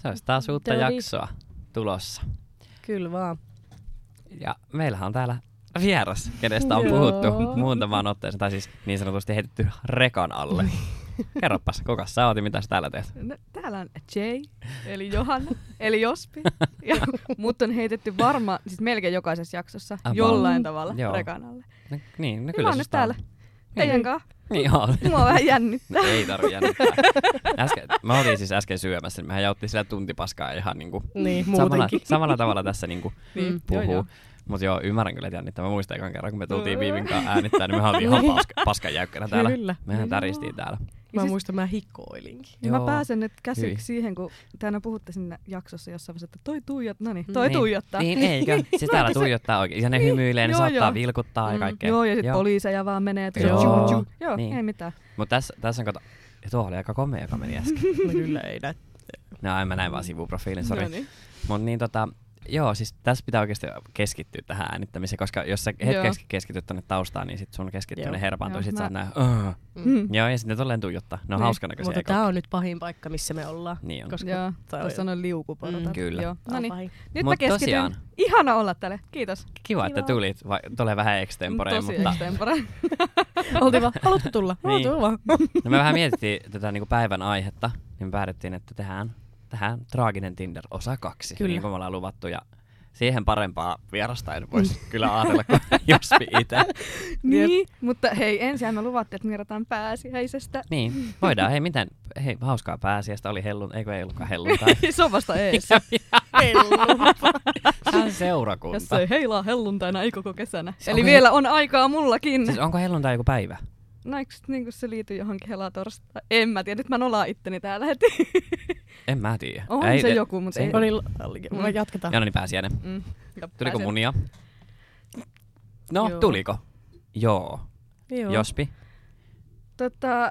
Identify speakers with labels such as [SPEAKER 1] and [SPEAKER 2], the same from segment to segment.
[SPEAKER 1] Se olisi taas uutta
[SPEAKER 2] Dodi.
[SPEAKER 1] jaksoa tulossa.
[SPEAKER 2] Kyllä vaan.
[SPEAKER 1] Ja meillähän on täällä vieras, kenestä on
[SPEAKER 2] Joo.
[SPEAKER 1] puhuttu muutamaan otteeseen, tai siis niin sanotusti heitetty rekan alle. Kerropas, kuka sä oot ja mitä sä täällä teet?
[SPEAKER 3] No, täällä on Jay, eli Johanna, eli Jospi. Ja mut on heitetty varmaan, siis melkein jokaisessa jaksossa,
[SPEAKER 1] About.
[SPEAKER 3] jollain tavalla
[SPEAKER 1] Joo.
[SPEAKER 3] rekan alle.
[SPEAKER 1] No, niin, no
[SPEAKER 3] Kyllä
[SPEAKER 1] kyllä
[SPEAKER 3] mä oon
[SPEAKER 1] se
[SPEAKER 3] nyt täällä teidän kanssa.
[SPEAKER 1] Niin on.
[SPEAKER 3] Mua vähän jännittää.
[SPEAKER 1] No, ei tarvi jännittää. Äsken, mä olin siis äsken syömässä, niin mehän jauttiin sillä tuntipaskaa ihan niinku
[SPEAKER 2] Niin,
[SPEAKER 1] samalla,
[SPEAKER 2] muutenkin.
[SPEAKER 1] samalla tavalla tässä niinku
[SPEAKER 3] Niin, joo, joo. Mm.
[SPEAKER 1] puhuu. Mutta joo, ymmärrän kyllä jännittää. Mä muistan ekan kerran, kun me tultiin Viivin kanssa äänittää, niin me oltiin ihan paska, paskan jäykkänä täällä.
[SPEAKER 2] Kyllä.
[SPEAKER 1] Mehän
[SPEAKER 3] Joo.
[SPEAKER 1] täristiin täällä.
[SPEAKER 3] Ja
[SPEAKER 2] Mä
[SPEAKER 3] siis-
[SPEAKER 2] muistan, mä hikoilinkin.
[SPEAKER 3] Ja mä
[SPEAKER 1] Joo.
[SPEAKER 3] pääsen nyt käsiksi
[SPEAKER 1] Hyi.
[SPEAKER 3] siihen, kun tänä puhutte siinä jaksossa jossain vaiheessa, että toi tuijot, no niin, toi
[SPEAKER 1] niin,
[SPEAKER 3] tuijottaa.
[SPEAKER 1] Niin, eikö? Siis täällä tuijottaa oikein. Ja ne hymyilee, ne
[SPEAKER 3] Niin. joo,
[SPEAKER 1] saattaa
[SPEAKER 3] joo.
[SPEAKER 1] vilkuttaa ja
[SPEAKER 2] Mm,
[SPEAKER 1] kaikkea.
[SPEAKER 3] Joo, ja sitten poliiseja vaan menee. tuossa,
[SPEAKER 1] Joo.
[SPEAKER 3] tju, tju. joo
[SPEAKER 1] Niin.
[SPEAKER 3] ei mitään.
[SPEAKER 1] Mutta tässä, tässä on kato... Ja tuo oli aika komea, joka meni äsken.
[SPEAKER 2] No kyllä ei näin.
[SPEAKER 1] No en mä näin vaan sivuprofiilin, sori.
[SPEAKER 3] No niin.
[SPEAKER 1] Mut niin tota, joo, siis tässä pitää oikeasti keskittyä tähän äänittämiseen, koska jos sä
[SPEAKER 3] Joo.
[SPEAKER 1] hetkeksi keskittyt tonne taustaan, niin sit sun keskittyminen
[SPEAKER 2] Joo.
[SPEAKER 1] herpaantuu,
[SPEAKER 3] Joo,
[SPEAKER 1] sit
[SPEAKER 3] mä-
[SPEAKER 1] sä oot näin, "Ugh."
[SPEAKER 3] Mm.
[SPEAKER 1] Joo, ja sitten tolleen tuijottaa. Ne on
[SPEAKER 3] Niin.
[SPEAKER 1] hauska näköisiä.
[SPEAKER 2] Mutta
[SPEAKER 1] Mutta
[SPEAKER 2] tää on nyt pahin paikka, missä me ollaan.
[SPEAKER 1] Niin on.
[SPEAKER 2] Koska
[SPEAKER 3] Joo,
[SPEAKER 2] tää
[SPEAKER 3] tuossa on liukuportat.
[SPEAKER 2] Mm,
[SPEAKER 1] kyllä.
[SPEAKER 3] Joo.
[SPEAKER 2] tää
[SPEAKER 3] No
[SPEAKER 2] on
[SPEAKER 3] niin,
[SPEAKER 2] pahin.
[SPEAKER 3] nyt
[SPEAKER 1] Mut
[SPEAKER 3] mä keskityn.
[SPEAKER 1] tosiaan.
[SPEAKER 3] Ihana olla täällä, kiitos.
[SPEAKER 1] Kiva, että
[SPEAKER 2] Kiva.
[SPEAKER 1] tulit. Vai, tulee vähän extempore,
[SPEAKER 3] Tosi
[SPEAKER 1] mutta
[SPEAKER 3] extempore.
[SPEAKER 2] Oltiin vaan, haluatko tulla?
[SPEAKER 1] Niin.
[SPEAKER 2] Haluatko tulla?
[SPEAKER 1] no, me vähän mietittiin tätä niinku päivän aihetta, niin me päädyttiin, että tehdään, tehdään traaginen Tinder osa kaksi,
[SPEAKER 2] Kyllä.
[SPEAKER 1] niin kuin me ollaan luvattu. Ja siihen parempaa vierasta en voisi
[SPEAKER 2] Mm.
[SPEAKER 1] kyllä ajatella kuin Jospi itse.
[SPEAKER 3] Niin, mutta hei, ensin me luvattiin, että mirataan pääsiäisestä.
[SPEAKER 1] Niin, voidaan. Hei, miten? Hei, hauskaa pääsiäistä. Oli hellun, eikö ei ollutkaan helluntai?
[SPEAKER 3] Siis Se on vasta ees.
[SPEAKER 1] Se on seurakunta.
[SPEAKER 3] Jos ei heilaa helluntaina, ei koko kesänä.
[SPEAKER 1] Siis
[SPEAKER 3] Eli
[SPEAKER 1] onko
[SPEAKER 3] vielä on aikaa mullakin.
[SPEAKER 1] Siis onko helluntai joku päivä?
[SPEAKER 3] No eikö sit niinku se liity johonkin helatorstai? En mä tiedä, nyt mä nolaan itteni täällä heti.
[SPEAKER 1] En mä tiedä.
[SPEAKER 3] On se joku, mut
[SPEAKER 1] se-
[SPEAKER 3] ei-
[SPEAKER 2] No niin, l-
[SPEAKER 3] Mm.
[SPEAKER 2] mä jatketaan.
[SPEAKER 1] Joo, no niin pääsiäinen.
[SPEAKER 3] Mm.
[SPEAKER 1] Tuliko munia? No,
[SPEAKER 2] Joo.
[SPEAKER 1] tuliko? Joo.
[SPEAKER 2] Joo.
[SPEAKER 1] Jospi?
[SPEAKER 3] Tota,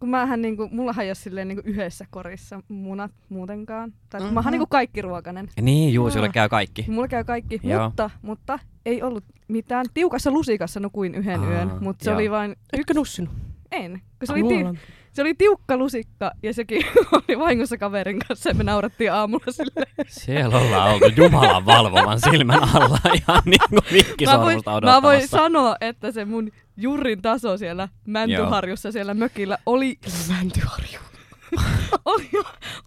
[SPEAKER 3] kun mähän niinku, mullahan ei ole silleen niinku yhdessä korissa munat muutenkaan. Tai mm-hmm.
[SPEAKER 1] Mhm.
[SPEAKER 3] mähän niinku kaikki ruokanen.
[SPEAKER 1] Niin, juu,
[SPEAKER 3] Ah.
[SPEAKER 1] sulle
[SPEAKER 2] Joo.
[SPEAKER 1] käy kaikki.
[SPEAKER 3] Mulla käy kaikki,
[SPEAKER 1] Joo.
[SPEAKER 3] mutta, mutta ei ollut mitään. Tiukassa lusikassa nukuin yhden
[SPEAKER 1] Aa,
[SPEAKER 3] yön, mutta se
[SPEAKER 1] joo.
[SPEAKER 3] oli vain,
[SPEAKER 2] Etkö nussinut?
[SPEAKER 3] en. Kun se, oli ti- se oli tiukka lusikka ja sekin oli vahingossa kaverin kanssa ja me naurattiin aamulla sille.
[SPEAKER 1] Siellä ollaan oltu Jumalan valvovan silmän alla ihan niin kuin
[SPEAKER 3] Mä voin,
[SPEAKER 1] vinkkisormusta
[SPEAKER 3] mä voin
[SPEAKER 1] odottamassa.
[SPEAKER 3] sanoa, että se mun jurin taso siellä Mäntyharjussa siellä mökillä oli,
[SPEAKER 2] Mäntyharju.
[SPEAKER 3] oli,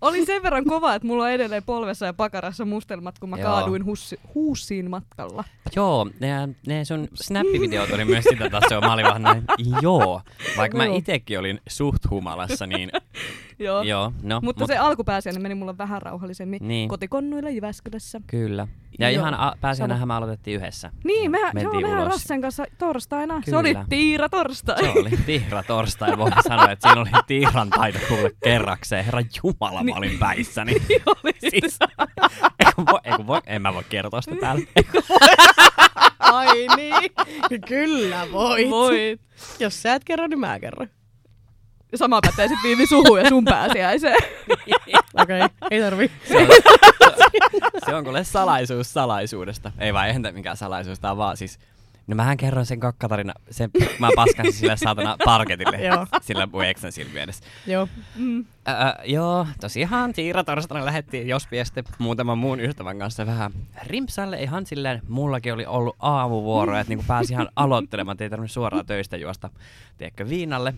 [SPEAKER 3] oli sen verran kova, että mulla on edelleen polvessa ja pakarassa mustelmat, kun mä
[SPEAKER 1] Joo.
[SPEAKER 3] kaaduin hussi, huussiin matkalla.
[SPEAKER 1] Joo, ne, ne sun snappivideot oli myös sitä tasoa. Mä olin vaan näin, joo. Vaikka mä
[SPEAKER 3] Joo.
[SPEAKER 1] itekin olin suht humalassa, niin
[SPEAKER 3] Joo.
[SPEAKER 1] joo. No,
[SPEAKER 3] Mutta se alkupääsiäinen meni mulla vähän rauhallisemmin
[SPEAKER 1] Niin.
[SPEAKER 3] kotikonnuilla Jyväskylässä.
[SPEAKER 1] Kyllä. Ja
[SPEAKER 2] Joo.
[SPEAKER 1] ihan a- pääsiäinähän me aloitettiin yhdessä.
[SPEAKER 3] Niin, mehän,
[SPEAKER 1] Mentiin
[SPEAKER 3] joo, mehän
[SPEAKER 1] ulos.
[SPEAKER 3] Rassen kanssa torstaina.
[SPEAKER 1] Kyllä.
[SPEAKER 3] Se oli tiira torstai.
[SPEAKER 1] Se oli tihra torstai, voin sanoa, että siinä oli tihran taito kuule kerrakseen. Herra Jumala, mä
[SPEAKER 3] Niin.
[SPEAKER 1] olin päissäni.
[SPEAKER 3] oli
[SPEAKER 1] Siis, eiku voi, eiku voi, en mä voi kertoa sitä täällä.
[SPEAKER 2] Ai niin. Kyllä voit.
[SPEAKER 3] Voit.
[SPEAKER 2] Jos sä et kerro, niin mä kerron.
[SPEAKER 3] Sama pätee sitten viivi suhun ja sun pääsiäiseen.
[SPEAKER 2] Okei, okay. ei tarvi.
[SPEAKER 1] Se on, se on kuule salaisuus salaisuudesta. Ei vaan, eihän tää mikään salaisuus, tää on vaan siis... No mähän kerron sen kakkatarina, sen, mä paskan sille saatana parketille,
[SPEAKER 2] Joo.
[SPEAKER 1] sillä mun eksän silmiä edessä.
[SPEAKER 2] Joo.
[SPEAKER 3] Mm.
[SPEAKER 1] Öö, joo, tosiaan Tiira torstaina lähettiin Jospi ja sitten muutaman muun ystävän kanssa vähän rimpsalle. Ihan silleen, mullakin oli ollut aamuvuoro, että niinku pääsi ihan aloittelemaan, ettei tarvinnut suoraan töistä juosta, tiedätkö, viinalle.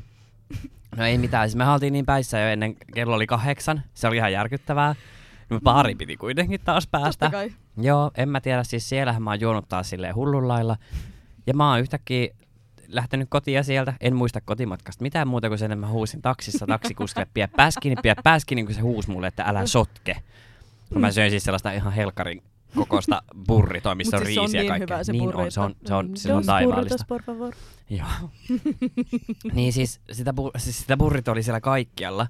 [SPEAKER 1] No ei mitään, siis me oltiin niin päissä jo ennen, kello oli kahdeksan, se oli ihan järkyttävää. No pari piti kuitenkin taas päästä.
[SPEAKER 3] Totta kai.
[SPEAKER 1] Joo, en mä tiedä, siis siellähän mä oon juonut taas silleen hullun lailla. Ja mä oon yhtäkkiä lähtenyt kotia sieltä, en muista kotimatkasta mitään muuta kuin sen, että mä huusin taksissa taksikuskille, pidä pääskini, pidä pääskini, kun se huusi mulle, että älä sotke. Ja Mä söin siis sellaista ihan helkarin kokoista burritoa, missä
[SPEAKER 3] Mut
[SPEAKER 1] on
[SPEAKER 3] siis se on
[SPEAKER 1] riisiä ja
[SPEAKER 3] niin
[SPEAKER 1] kaikkea.
[SPEAKER 3] hyvä se
[SPEAKER 1] niin
[SPEAKER 3] burrito.
[SPEAKER 1] on, se on, se on, se on taivaallista.
[SPEAKER 2] por favor.
[SPEAKER 1] Joo. niin siis sitä, bu- siis sitä burrit oli siellä kaikkialla.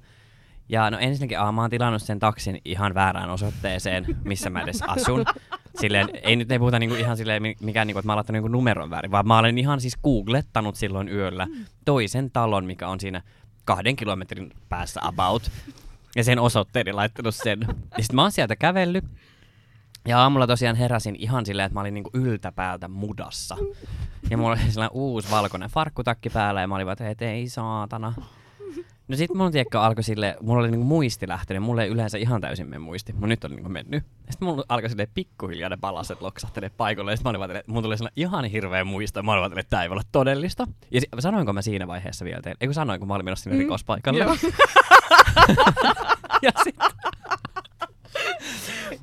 [SPEAKER 1] Ja no ensinnäkin aa, mä oon tilannut sen taksin ihan väärään osoitteeseen, missä mä edes asun. Silleen, ei nyt ei puhuta niinku ihan silleen mi- mikään, niinku, että mä oon laittanut niinku numeron väärin, vaan mä olen ihan siis googlettanut silloin yöllä toisen talon, mikä on siinä kahden kilometrin päässä about. Ja sen osoitteeni laittanut sen. Ja sit mä oon sieltä kävellyt. Ja aamulla tosiaan heräsin ihan silleen, että mä olin niinku yltäpäältä mudassa. Ja mulla oli sellainen uusi valkoinen farkkutakki päällä ja mä olin vaan, että et ei saatana. No sit mun tiekka alkoi sille, mulla oli niinku muisti lähtenyt, mulla ei yleensä ihan täysin mene muisti, mun nyt on niinku mennyt. Sitten mulla alkoi sille pikkuhiljaa ne palaset loksahtelee paikalle, ja sit mä olin vaan, että mun tuli sellainen ihan hirveä muisto, ja mä olin vaan, että tää ei voi olla todellista. Ja sit, sanoinko mä siinä vaiheessa vielä teille, eikö sanoin, kun mä olin menossa sinne
[SPEAKER 3] Mm,
[SPEAKER 1] rikospaikalle.
[SPEAKER 3] joo.
[SPEAKER 1] ja sit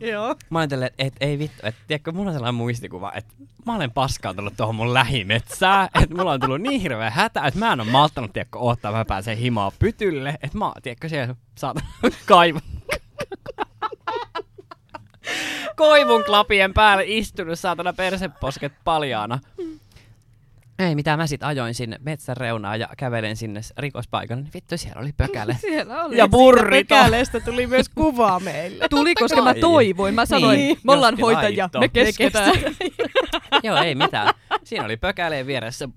[SPEAKER 2] Joo.
[SPEAKER 1] Mä ajattelin, että et, ei vittu, että tiedätkö, mulla on sellainen muistikuva, että mä olen paskaantunut tuohon mun lähimetsään, että mulla on tullut niin hirveä hätä, että mä en ole malttanut, tiedätkö, ottaa, mä pääsen himaa pytylle, että mä, oon, tiedätkö, siellä saatan kaivun. Koivun klapien päälle istunut, saatana perseposket paljaana. Ei mitään, mä sit ajoin sinne metsän reunaan ja kävelen sinne rikospaikalle, niin vittu siellä oli pökäle.
[SPEAKER 3] Siellä oli.
[SPEAKER 1] Ja burrito.
[SPEAKER 2] Pökäleestä tuli myös kuva meille.
[SPEAKER 3] Tuli, koska mä
[SPEAKER 1] kai.
[SPEAKER 3] toivoin. Mä sanoin,
[SPEAKER 1] Niin,
[SPEAKER 3] niin, me ollaan
[SPEAKER 1] just
[SPEAKER 3] hoitajia,
[SPEAKER 1] laitto.
[SPEAKER 3] me kesketään.
[SPEAKER 1] Joo, ei mitään. Siinä oli pökäleen vieressä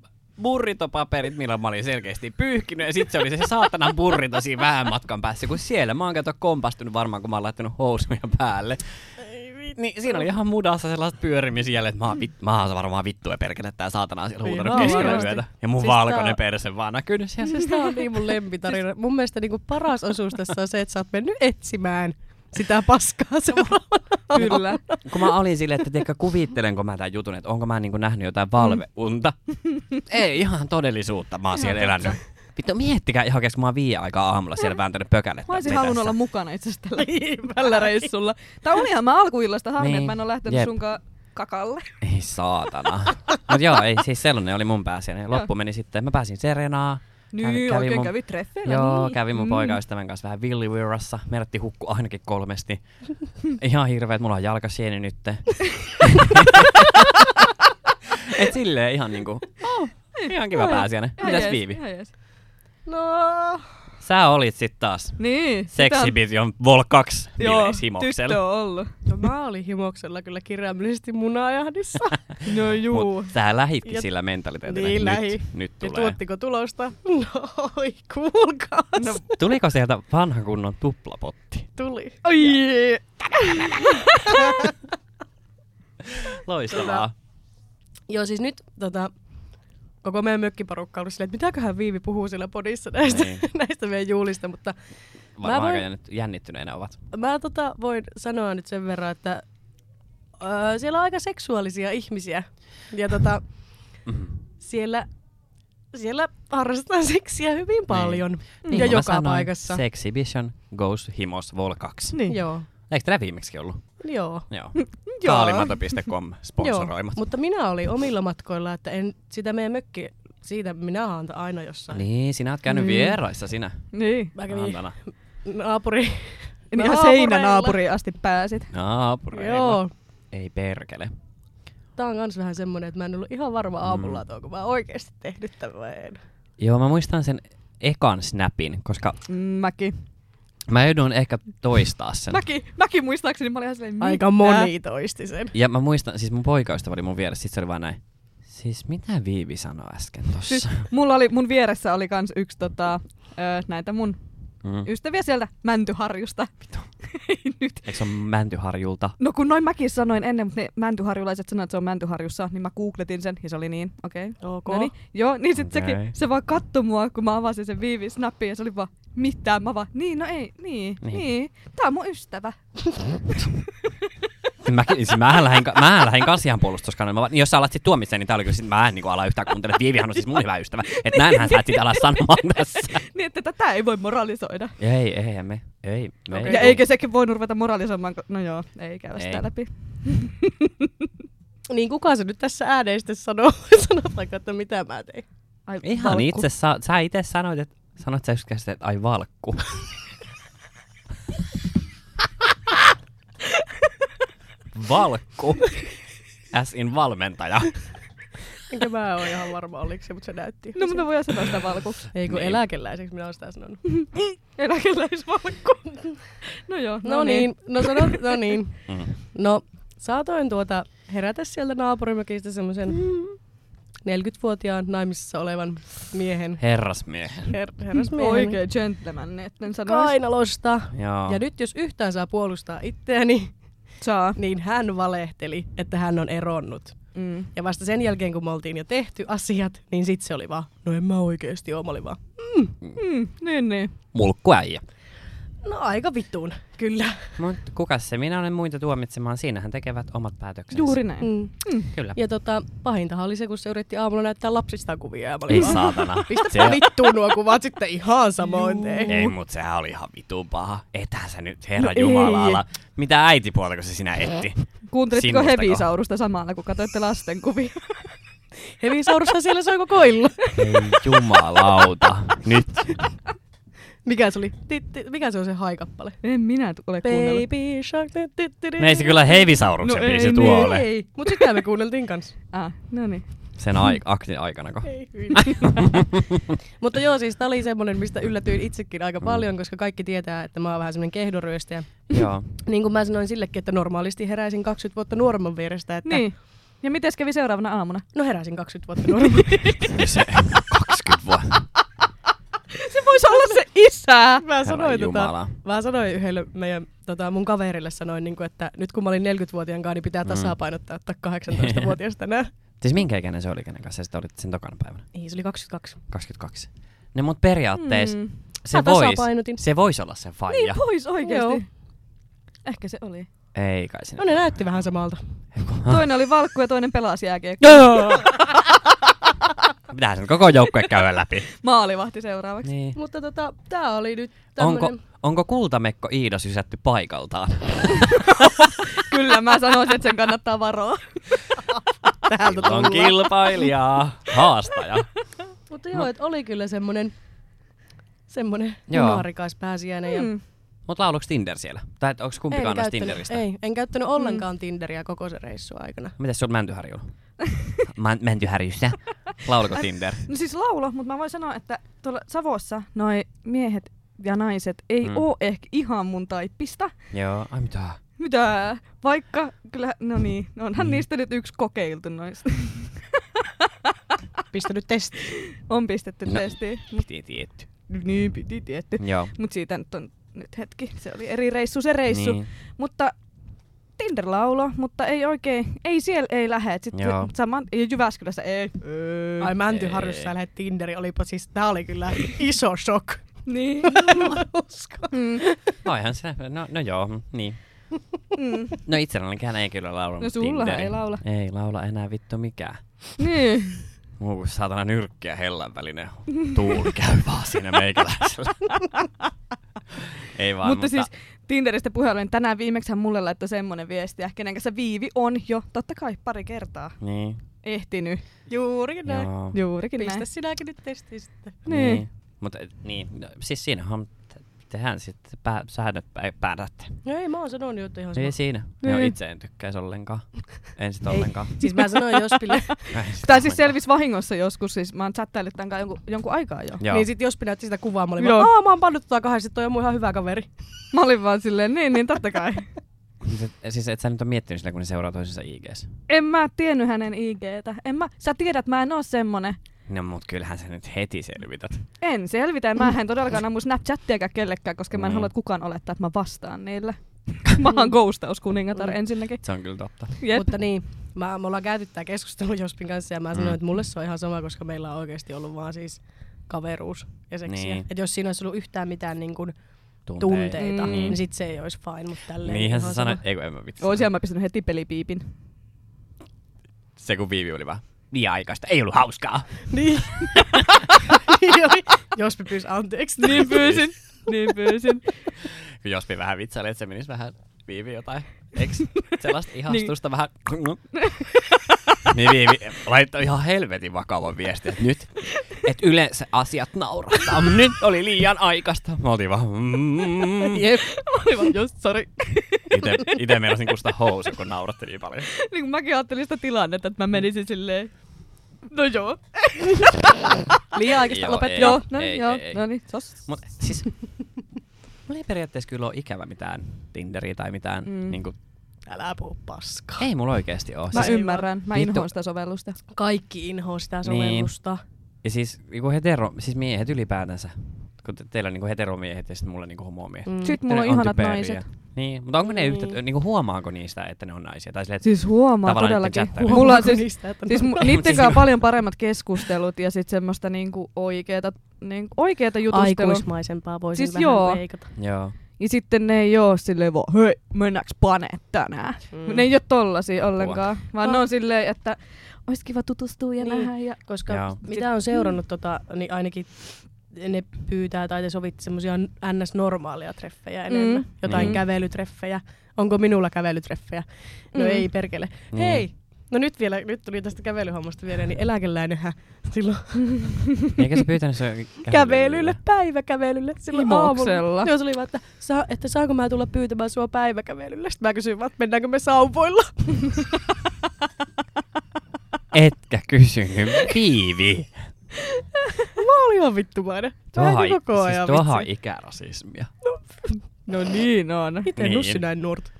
[SPEAKER 1] burritopaperit, millä mä olin selkeästi pyyhkinyt, ja sitten se oli se saatanan burrito siinä vähän matkan päässä, kun siellä mä oon kato kompastunut varmaan, kun mä oon laittanut housuja päälle. Niin siinä oli ihan mudassa sellaiset pyörimisjäljet, että mä oon, vit, mä oon varmaan vittu ja perkele tää saatana on siellä
[SPEAKER 2] Ihan
[SPEAKER 1] huutanut keskellä
[SPEAKER 2] Niin varmasti.
[SPEAKER 1] yötä. Ja
[SPEAKER 2] Siis
[SPEAKER 1] mun siis
[SPEAKER 2] tää
[SPEAKER 1] valkoinen
[SPEAKER 2] on-
[SPEAKER 1] perse vaan näkyy nyt siellä.
[SPEAKER 2] Siis tää on niin mun lempitarina. Mun mielestä niinku paras osuus tässä on se, että sä oot mennyt etsimään sitä paskaa seuraavana.
[SPEAKER 3] Kyllä.
[SPEAKER 1] Kun mä olin silleen, että tiedätkö, kuvittelenko mä tämän jutun, että onko mä niinku nähnyt jotain valveunta.
[SPEAKER 3] Mm.
[SPEAKER 1] Ei, ihan todellisuutta. Mä oon siellä elänyt. Vittu, miettikää ihan oikeesti, kun mä oon viiden aikaa aamulla siellä vääntänyt pökälettä.
[SPEAKER 3] Mä olisin
[SPEAKER 1] vetässä.
[SPEAKER 3] halunnut olla mukana itse asiassa tällä, tällä reissulla. Tää olihan mä alkuillasta harmi,
[SPEAKER 1] Niin.
[SPEAKER 3] että mä en ole lähtenyt
[SPEAKER 1] Jep.
[SPEAKER 3] sunkaan kakalle.
[SPEAKER 1] Ei saatana. Mut joo, ei, siis sellainen oli mun pääsiäinen. Loppu meni sitten, mä pääsin Serenaa.
[SPEAKER 3] Niin, oikein mun... kävi treffeillä.
[SPEAKER 1] Joo,
[SPEAKER 3] niin.
[SPEAKER 1] kävin mun
[SPEAKER 3] Mm.
[SPEAKER 1] poikaystävän kanssa vähän villivirrassa. Mertti hukku ainakin kolmesti. Ihan hirveet, mulla on jalkasieni nyt. Et silleen ihan niinku, oh, ihan kiva
[SPEAKER 3] Joo, joo.
[SPEAKER 1] pääsiäinen.
[SPEAKER 3] Ihan
[SPEAKER 1] Mitäs
[SPEAKER 3] jees,
[SPEAKER 1] Viivi?
[SPEAKER 3] ihan jees.
[SPEAKER 2] No,
[SPEAKER 1] Sä olit sit taas
[SPEAKER 3] Niin. sitä-
[SPEAKER 1] Sexy Bitch on Vol 2
[SPEAKER 3] Joo,
[SPEAKER 1] bileishimoksella.
[SPEAKER 3] tyttö on ollut.
[SPEAKER 2] no mä olin himoksella kyllä kirjaimellisesti munajahdissa.
[SPEAKER 3] No juu.
[SPEAKER 1] Mut sä lähitkin
[SPEAKER 2] Ja-
[SPEAKER 1] sillä mentaliteetillä.
[SPEAKER 2] Niin,
[SPEAKER 1] nyt,
[SPEAKER 2] lähi.
[SPEAKER 1] nyt
[SPEAKER 2] Ja
[SPEAKER 1] tulee.
[SPEAKER 2] tuottiko tulosta? No, oi, kuulkaas. No.
[SPEAKER 1] Tuliko sieltä vanhan kunnon tuplapotti?
[SPEAKER 2] Tuli.
[SPEAKER 3] Oi,
[SPEAKER 1] Loistavaa.
[SPEAKER 2] Joo, siis nyt tota, koko meidän mökkiporukka on ollut silleen, että mitäköhän Viivi puhuu siellä podissa näistä,
[SPEAKER 1] Niin.
[SPEAKER 2] näistä meidän juhlista, mutta
[SPEAKER 1] Varmaan
[SPEAKER 2] voin-
[SPEAKER 1] aika jännit- jännittyneenä ovat.
[SPEAKER 2] mä tota, voin sanoa nyt sen verran, että öö, siellä on aika seksuaalisia ihmisiä. Ja tota,
[SPEAKER 1] Mhm.
[SPEAKER 2] siellä, siellä harrastetaan seksiä hyvin paljon.
[SPEAKER 1] Niin
[SPEAKER 2] ja
[SPEAKER 1] kuin mä
[SPEAKER 2] joka
[SPEAKER 1] sanoin,
[SPEAKER 2] paikassa.
[SPEAKER 1] Sexhibition goes himos vol 2.
[SPEAKER 3] Niin.
[SPEAKER 2] Joo.
[SPEAKER 1] Eikö tämä viimeksi ollut?
[SPEAKER 2] Joo.
[SPEAKER 1] Joo.
[SPEAKER 3] Joo.
[SPEAKER 1] Kaalimato.com sponsoroimat.
[SPEAKER 2] Mutta minä olin omilla matkoilla, että en sitä meidän mökki, siitä minä haanta aina jossain.
[SPEAKER 1] Niin, sinä oot käynyt
[SPEAKER 3] Mm.
[SPEAKER 1] vieraissa sinä.
[SPEAKER 3] Niin.
[SPEAKER 2] Mä kävin
[SPEAKER 1] Antana.
[SPEAKER 2] naapuri.
[SPEAKER 3] Niin ihan
[SPEAKER 2] naapureilla.
[SPEAKER 3] seinänaapuriin asti pääsit.
[SPEAKER 1] Naapureilla.
[SPEAKER 2] Joo.
[SPEAKER 1] Ei perkele.
[SPEAKER 2] Tää on kans vähän semmonen, että mä en ollut ihan
[SPEAKER 1] Mm.
[SPEAKER 2] varma aamulla, että onko mä oikeesti tehnyt tämän.
[SPEAKER 1] Joo, mä muistan sen ekan snapin, koska
[SPEAKER 3] Mm, Mäkin.
[SPEAKER 1] mä joudun ehkä toistaa sen.
[SPEAKER 3] Mäkin, mäkin muistaakseni mä olin ihan silleen, mitä?
[SPEAKER 2] Aika moni toisti sen.
[SPEAKER 1] Ja mä muistan, siis mun poikaystävä oli mun vieressä, sit se oli vaan näin. Siis mitä Viivi sanoi äsken
[SPEAKER 3] Siis
[SPEAKER 1] tossa?
[SPEAKER 3] mulla oli, mun vieressä oli kans yksi tota, ö, näitä mun
[SPEAKER 1] Mm.
[SPEAKER 3] ystäviä sieltä Mäntyharjusta. Ei nyt.
[SPEAKER 1] Eikö se ole Mäntyharjulta?
[SPEAKER 3] No kun noin mäkin sanoin ennen, mutta ne mäntyharjulaiset sanoivat, että se on Mäntyharjussa, niin mä googletin sen ja se oli niin, okei. Okay.
[SPEAKER 2] Ok.
[SPEAKER 3] No niin, joo, niin sit
[SPEAKER 1] Okei.
[SPEAKER 3] okay. sekin, se vaan kattoi mua, kun mä avasin sen viivi snappin ja se oli vaan, mitä? Mä vaan, niin, no ei, niin,
[SPEAKER 1] Niin.
[SPEAKER 3] niin. niin. Tää on mun ystävä.
[SPEAKER 1] Mäkin, siis mähän lähdin, ka- mähän lähdin kans ihan puolustuskanalle. Mä vaan- Niin jos sä alat sit tuomitseen, niin tää oli kyllä sit, mä en niinku ala yhtään kuuntele. Viivihan on siis mun hyvä ystävä. Et näinhän sä et sit ala sanomaan tässä.
[SPEAKER 3] Niin, että tätä ei voi moralisoida.
[SPEAKER 1] Ei, ei, me, ei, me.
[SPEAKER 2] Okei.
[SPEAKER 1] Ei.
[SPEAKER 2] Ei
[SPEAKER 3] Ja
[SPEAKER 2] voi.
[SPEAKER 3] eikö sekin voi ruveta moralisoimaan, kun- no joo, ei käydä
[SPEAKER 1] Ei.
[SPEAKER 3] sitä läpi.
[SPEAKER 2] Niin kuka se nyt tässä ääneen sitten sanoo, sanotaanko, että mitä mä tein?
[SPEAKER 3] Ai,
[SPEAKER 1] Ihan
[SPEAKER 3] valkku.
[SPEAKER 1] itse, sa- sä itse sanoit, että sanoit sä yksinkertaisesti, että ai valkku. valkku. As in valmentaja.
[SPEAKER 2] Enkä mä oo ihan varma oliko se, mutta se näytti.
[SPEAKER 3] No mutta voidaan sanoa sitä valkuksi.
[SPEAKER 2] Ei kun
[SPEAKER 1] Niin.
[SPEAKER 2] niin. eläkeläiseksi minä oon sitä sanonut.
[SPEAKER 3] Eläkeläisvalkku. No joo,
[SPEAKER 2] No niin, no sano, no niin.
[SPEAKER 1] Mm.
[SPEAKER 2] No, saatoin tuota herätä sieltä naapurimökistä semmoisen 40-vuotiaan naimisissa olevan miehen.
[SPEAKER 1] Herrasmiehen.
[SPEAKER 2] Her- herrasmiehen.
[SPEAKER 3] Oikein gentleman, niin että en sanoisi.
[SPEAKER 2] Kainalosta.
[SPEAKER 1] Joo.
[SPEAKER 2] Ja nyt jos yhtään saa puolustaa itseäni,
[SPEAKER 3] Saa.
[SPEAKER 2] niin hän valehteli, että hän on eronnut.
[SPEAKER 3] Mm.
[SPEAKER 2] Ja vasta sen jälkeen, kun me oltiin jo tehty asiat, niin sit se oli vaan, no en mä oikeesti oo, mä olin vaan, mm,
[SPEAKER 3] Mm, niin, niin.
[SPEAKER 1] mulkkuäijä.
[SPEAKER 2] No aika vittuun, kyllä.
[SPEAKER 1] Mutta kukas se? Minä olen muita tuomitsemaan. Siinähän tekevät omat päätöksensä.
[SPEAKER 3] Juuri näin. Mm.
[SPEAKER 2] Mm.
[SPEAKER 1] Kyllä.
[SPEAKER 2] Ja tota, pahintahan oli se, kun se yritti aamulla näyttää lapsistaan kuvia. Ja mä olin
[SPEAKER 1] Ei
[SPEAKER 2] vaan,
[SPEAKER 1] saatana.
[SPEAKER 2] Pistäpä vittuun nuo kuvat sitten ihan samoin tein.
[SPEAKER 1] Ei, mut sehän oli ihan vitun paha. Ethän sä nyt, herra no jumalalla. Mitä äiti puolta, kun se sinä etti?
[SPEAKER 3] Kuuntelitko
[SPEAKER 1] Sinustako?
[SPEAKER 3] hevisaurusta samalla, kun katsoitte lasten kuvia?
[SPEAKER 2] Hevisaurussa siellä soi koko illan.
[SPEAKER 1] Ei jumalauta. Nyt.
[SPEAKER 2] Mikä se oli? Ti- ti- Mikä se on se haikappale?
[SPEAKER 3] en minä t- ole kuunnellut.
[SPEAKER 2] Baby shark. ti- ti- ti- ti-
[SPEAKER 1] No ei se kyllä heivisauruksen
[SPEAKER 3] No
[SPEAKER 1] no
[SPEAKER 3] ei
[SPEAKER 1] biisi
[SPEAKER 3] niin.
[SPEAKER 1] tuo ole.
[SPEAKER 2] Ei, mut sitä me kuunneltiin kanssa.
[SPEAKER 3] Ah, no niin.
[SPEAKER 1] Sen aik- aktin aikana.
[SPEAKER 2] Ei hyvin. Mutta joo, siis tää oli semmonen, mistä yllätyin itsekin aika paljon, koska kaikki tietää, että mä oon vähän semmonen kehdoryöstäjä.
[SPEAKER 1] Joo.
[SPEAKER 2] Niin kuin mä sanoin sillekin, että normaalisti heräisin 20 vuotta nuoremman vierestä, että
[SPEAKER 3] Niin. Ja mites kävi seuraavana aamuna?
[SPEAKER 2] no heräisin 20 vuotta nuoremman
[SPEAKER 1] Se 20 vuotta.
[SPEAKER 3] Se voisi olla se isä!
[SPEAKER 2] Mä sanoin, tota,
[SPEAKER 1] Jumala.
[SPEAKER 2] mä sanoin yhdelle meidän, tota, mun kaverille sanoin, niin kuin, että nyt kun mä olin 40-vuotiaan kanssa, niin pitää tasapainottaa ottaa 18-vuotias tänään.
[SPEAKER 1] Siis minkä ikäinen se oli, kenen kanssa sä olit sen tokana päivänä?
[SPEAKER 2] Ei, se oli 22.
[SPEAKER 1] 22. No mut periaatteessa
[SPEAKER 3] Mm.
[SPEAKER 1] mm.
[SPEAKER 2] Mä
[SPEAKER 1] se vois,
[SPEAKER 2] tasapainotin.
[SPEAKER 1] se vois olla sen faija.
[SPEAKER 3] Niin pois oikeesti.
[SPEAKER 2] Joo.
[SPEAKER 3] Ehkä se oli.
[SPEAKER 1] Ei kai sinä.
[SPEAKER 2] No ne näytti vähän samalta.
[SPEAKER 3] Toinen oli valkku ja toinen pelasi jääkiekkoa.
[SPEAKER 1] Pitää sen koko joukkue käydä läpi.
[SPEAKER 3] Maalivahti seuraavaksi.
[SPEAKER 1] Niin.
[SPEAKER 2] Mutta tota, tää oli nyt tämmönen...
[SPEAKER 1] Onko, onko kultamekko Iida sysätty paikaltaan?
[SPEAKER 3] Kyllä mä sanoisin, että sen kannattaa varoa.
[SPEAKER 2] Täältä
[SPEAKER 1] on
[SPEAKER 2] tullaan.
[SPEAKER 1] kilpailijaa, haastaja.
[SPEAKER 2] Mutta joo, et oli kyllä semmonen, semmonen
[SPEAKER 1] No. Joo.
[SPEAKER 2] nuorikas pääsiäinen. Ja...
[SPEAKER 3] Mm.
[SPEAKER 1] Mut lauluks Tinder siellä? Tai et onks kumpikaan noista
[SPEAKER 2] käyttänyt-
[SPEAKER 1] Tinderistä?
[SPEAKER 2] ei, en käyttänyt ollenkaan Tinderiä koko se reissu aikana.
[SPEAKER 1] Mitäs sulla Mäntyharjulla? Mä Mäntyharjussa. Lauluko Tinder?
[SPEAKER 3] No siis laula, mutta mä voin sanoa, että tuolla Savossa noi miehet ja naiset ei mm.
[SPEAKER 1] Mm.
[SPEAKER 3] oo ehkä ihan mun taippista.
[SPEAKER 1] Joo, ai mitä?
[SPEAKER 3] Mitä? Vaikka kyllä, no niin, no onhan mm. niistä nyt yksi kokeiltu noista.
[SPEAKER 2] Pistänyt testi.
[SPEAKER 3] On pistetty no.
[SPEAKER 1] No.
[SPEAKER 3] testiin. Mut,
[SPEAKER 1] Piti tietty.
[SPEAKER 3] niin piti tietty.
[SPEAKER 1] Joo.
[SPEAKER 3] Mut siitä nyt on nyt hetki. Se oli eri reissu se reissu. Niin.
[SPEAKER 1] Niin.
[SPEAKER 3] Mutta Tinder laulo, mutta ei oikein, ei siellä ei lähe. Et Sitten
[SPEAKER 1] Joo.
[SPEAKER 3] saman, ja Jyväskylässä ei.
[SPEAKER 2] Ai
[SPEAKER 1] Ei.
[SPEAKER 2] Mäntyharjussa lähdet Tinderi, olipa siis, tää oli kyllä iso shock.
[SPEAKER 3] Niin.
[SPEAKER 2] en mä usko.
[SPEAKER 3] Mm,
[SPEAKER 1] Noihan se, no, no joo, mm, niin.
[SPEAKER 3] mm.
[SPEAKER 1] No itsellänikään ei kyllä laula
[SPEAKER 3] No sullahan
[SPEAKER 1] Tinderi.
[SPEAKER 3] ei laula.
[SPEAKER 1] Ei laula enää vittu mikään.
[SPEAKER 3] niin.
[SPEAKER 1] Muu kuin saatana nyrkki ja hellan välinen tuuli käy vaan siinä meikäläisellä. ei vaan,
[SPEAKER 3] Mutta siis Tinderistä puheluun niin tänään viimeksi mulle laittoi semmonen viestiä, kenen kanssa Viivi on jo totta kai pari kertaa
[SPEAKER 1] Niin,
[SPEAKER 3] ehtinyt.
[SPEAKER 2] Juuri näin.
[SPEAKER 1] joo.
[SPEAKER 3] Juurikin
[SPEAKER 2] Pistä
[SPEAKER 3] näin.
[SPEAKER 2] sinäkin nyt testiin sitten.
[SPEAKER 3] Niin.
[SPEAKER 1] Mutta niin, no, siis siinähän on, te- tehän sitten pää, säännöt pä- päätätte.
[SPEAKER 2] No ei, mä oon sanonut jo, että ihan
[SPEAKER 1] Ei
[SPEAKER 2] sama.
[SPEAKER 1] siinä.
[SPEAKER 3] Niin.
[SPEAKER 1] Niin. Joo, itse en tykkäisi ollenkaan. En sit
[SPEAKER 2] Ei.
[SPEAKER 1] ollenkaan.
[SPEAKER 2] Siis mä sanoin Jospille,
[SPEAKER 1] Ei sit
[SPEAKER 2] Oh
[SPEAKER 3] Tai siis
[SPEAKER 1] ollenkaan.
[SPEAKER 3] selvisi vahingossa joskus, siis mä oon chattaillut tämän kanssa jonkun, jonkun aikaa jo.
[SPEAKER 1] Joo.
[SPEAKER 2] niin sit Jospi näytti sitä kuvaa, mä olin
[SPEAKER 3] Joo.
[SPEAKER 2] vaan, aah mä oon pannut tota kahden, sit toi on mun ihan hyvä kaveri.
[SPEAKER 3] Mä olin vaan silleen, niin, niin totta kai.
[SPEAKER 1] Siis et- Siis et sä nyt ole miettinyt sitä, kun ne seuraa toisensa IGs.
[SPEAKER 3] En mä tiennyt hänen IGtä. En mä, sä tiedät, mä en oo semmonen.
[SPEAKER 1] No mut kyllähän sä nyt heti selvität.
[SPEAKER 3] En selvitä, mä en todellakaan ammu Snapchattiakaan kellekään, koska mä en
[SPEAKER 2] Mm.
[SPEAKER 1] Niin.
[SPEAKER 3] halua, että kukaan olettaa, että mä vastaan niille. Mä oon ghostauskuningatar
[SPEAKER 2] Mm.
[SPEAKER 3] ensinnäkin.
[SPEAKER 1] Se on kyllä totta.
[SPEAKER 3] Jep.
[SPEAKER 2] Mutta niin, mä, me ollaan käyty tää keskustelu Jospin kanssa ja mä sanoin,
[SPEAKER 1] Mm.
[SPEAKER 2] että mulle se on ihan sama, koska meillä on oikeasti ollut vaan siis kaveruus ja seksiä.
[SPEAKER 1] Niin.
[SPEAKER 2] Et jos siinä olisi ollut yhtään mitään niin kuin
[SPEAKER 1] Tunteita.
[SPEAKER 2] tunteita,
[SPEAKER 3] Mm.
[SPEAKER 2] mm. niin sit se ei olisi fine, mutta tälleen.
[SPEAKER 1] Niinhän
[SPEAKER 2] ihan
[SPEAKER 1] sä
[SPEAKER 2] sama.
[SPEAKER 1] sanoit. Ei kun en mä vitsi.
[SPEAKER 3] Oon siellä mä pistänyt heti pelipiipin.
[SPEAKER 1] Se kun viivi oli vaan. Niin aikaista. Ei ollut hauskaa.
[SPEAKER 2] Niin. niin oli. Jospi pyysi anteeksi.
[SPEAKER 3] Niin pyysin. Niin pyysin.
[SPEAKER 1] Kun Jospi vähän vitsaili, että se menisi vähän viivi jotain. Eiks sellaista ihastusta vähän? niin viivi laittoi ihan helvetin vakavan viestin, että nyt. Että yleensä asiat naurattaa. mut Nyt oli liian aikaista. Mä oltiin vaan. Mm,
[SPEAKER 2] Jep. Aivan, just, sorry.
[SPEAKER 1] ite, ite meinasin kusta housu, kun nauratti niin paljon.
[SPEAKER 3] niin kuin mäkin ajattelin sitä tilannetta, että mä menisin silleen, no joo. Liian aikaista
[SPEAKER 1] Joo,
[SPEAKER 3] lopet.
[SPEAKER 1] ei,
[SPEAKER 3] Joo, no
[SPEAKER 1] ei,
[SPEAKER 3] joo,
[SPEAKER 1] ei, ei.
[SPEAKER 3] no niin, sos.
[SPEAKER 1] Mut siis, mulla ei periaatteessa kyllä ole ikävä mitään Tinderiä tai mitään.
[SPEAKER 3] Mm.
[SPEAKER 1] Mm. Niinku,
[SPEAKER 2] Älä puhu paskaa.
[SPEAKER 1] ei mulla oikeesti oo.
[SPEAKER 3] Mä
[SPEAKER 1] Siis,
[SPEAKER 2] ei
[SPEAKER 3] ymmärrän, mä
[SPEAKER 1] Vittu.
[SPEAKER 3] inhoan sitä sovellusta.
[SPEAKER 2] Kaikki inhoa sitä
[SPEAKER 1] Niin.
[SPEAKER 2] sovellusta.
[SPEAKER 1] Ja siis, niinku hetero, siis miehet ylipäätänsä. Kun te, teillä on niinku heteromiehet ja sitten mulla niinku homomiehet. Mm.
[SPEAKER 3] Sitten mulla on
[SPEAKER 1] Ne on
[SPEAKER 3] ihanat
[SPEAKER 1] typeriä.
[SPEAKER 3] naiset.
[SPEAKER 1] Niin, mutta onko ne
[SPEAKER 2] Niin.
[SPEAKER 1] yhtä, niinku huomaako niistä, että ne on naisia? Tai silleen, että
[SPEAKER 3] Siis huomaa
[SPEAKER 1] Tavallaan
[SPEAKER 3] todellakin.
[SPEAKER 1] niitten chattailu.
[SPEAKER 3] Mulla on
[SPEAKER 2] Huomaako
[SPEAKER 3] siis,
[SPEAKER 2] niistä, että
[SPEAKER 3] siis
[SPEAKER 2] ne-
[SPEAKER 3] mu-
[SPEAKER 1] Mut
[SPEAKER 3] niitten
[SPEAKER 1] siis-
[SPEAKER 3] kanssa paljon paremmat keskustelut ja sitten semmoista niinku oikeeta, niinku oikeeta jutustelua.
[SPEAKER 2] Aikuismaisempaa voisin
[SPEAKER 3] Siis
[SPEAKER 2] vähän
[SPEAKER 3] joo.
[SPEAKER 2] leikata.
[SPEAKER 1] joo.
[SPEAKER 3] Ja sitten ne ei oo silleen vaan, hei, mennäänkö paneen tänään? Mm. Ne ei oo tollasia ollenkaan, vaan ne on silleen, että ois kiva tutustua ja
[SPEAKER 2] Niin.
[SPEAKER 3] niin. nähdä. Ja...
[SPEAKER 2] Koska
[SPEAKER 1] Joo.
[SPEAKER 2] mitä on seurannut, tota, niin ainakin ne pyytää tai te sovitte semmoisia ns-normaaleja treffejä enemmän.
[SPEAKER 3] Mm.
[SPEAKER 2] Jotain
[SPEAKER 1] Niin.
[SPEAKER 2] kävelytreffejä. Onko minulla kävelytreffejä? No
[SPEAKER 3] Mm.
[SPEAKER 2] ei perkele.
[SPEAKER 1] Niin.
[SPEAKER 2] Hei! No nyt vielä, nyt tuli tästä kävelyhommasta vielä, niin eläkeläinenhän silloin
[SPEAKER 1] Eikä se pyytänyt se
[SPEAKER 2] kävelylle, päiväkävelylle. Silloin
[SPEAKER 3] Himoksella.
[SPEAKER 2] aamulla. Joo, se oli vaan, että, saa, että saanko mä tulla pyytämään sua päiväkävelylle. Sitten mä kysyin vaan, että mennäänkö me sauvoilla.
[SPEAKER 1] Etkä kysynyt, piivi.
[SPEAKER 2] Mä olin ihan vittumainen. Mä
[SPEAKER 1] Tuohan,
[SPEAKER 2] en koko ajan
[SPEAKER 1] siis tuohan
[SPEAKER 2] niinku vitsi.
[SPEAKER 1] ikärasismia.
[SPEAKER 3] No niin on.
[SPEAKER 2] Miten
[SPEAKER 1] Niin.
[SPEAKER 2] nussi näin nuorta?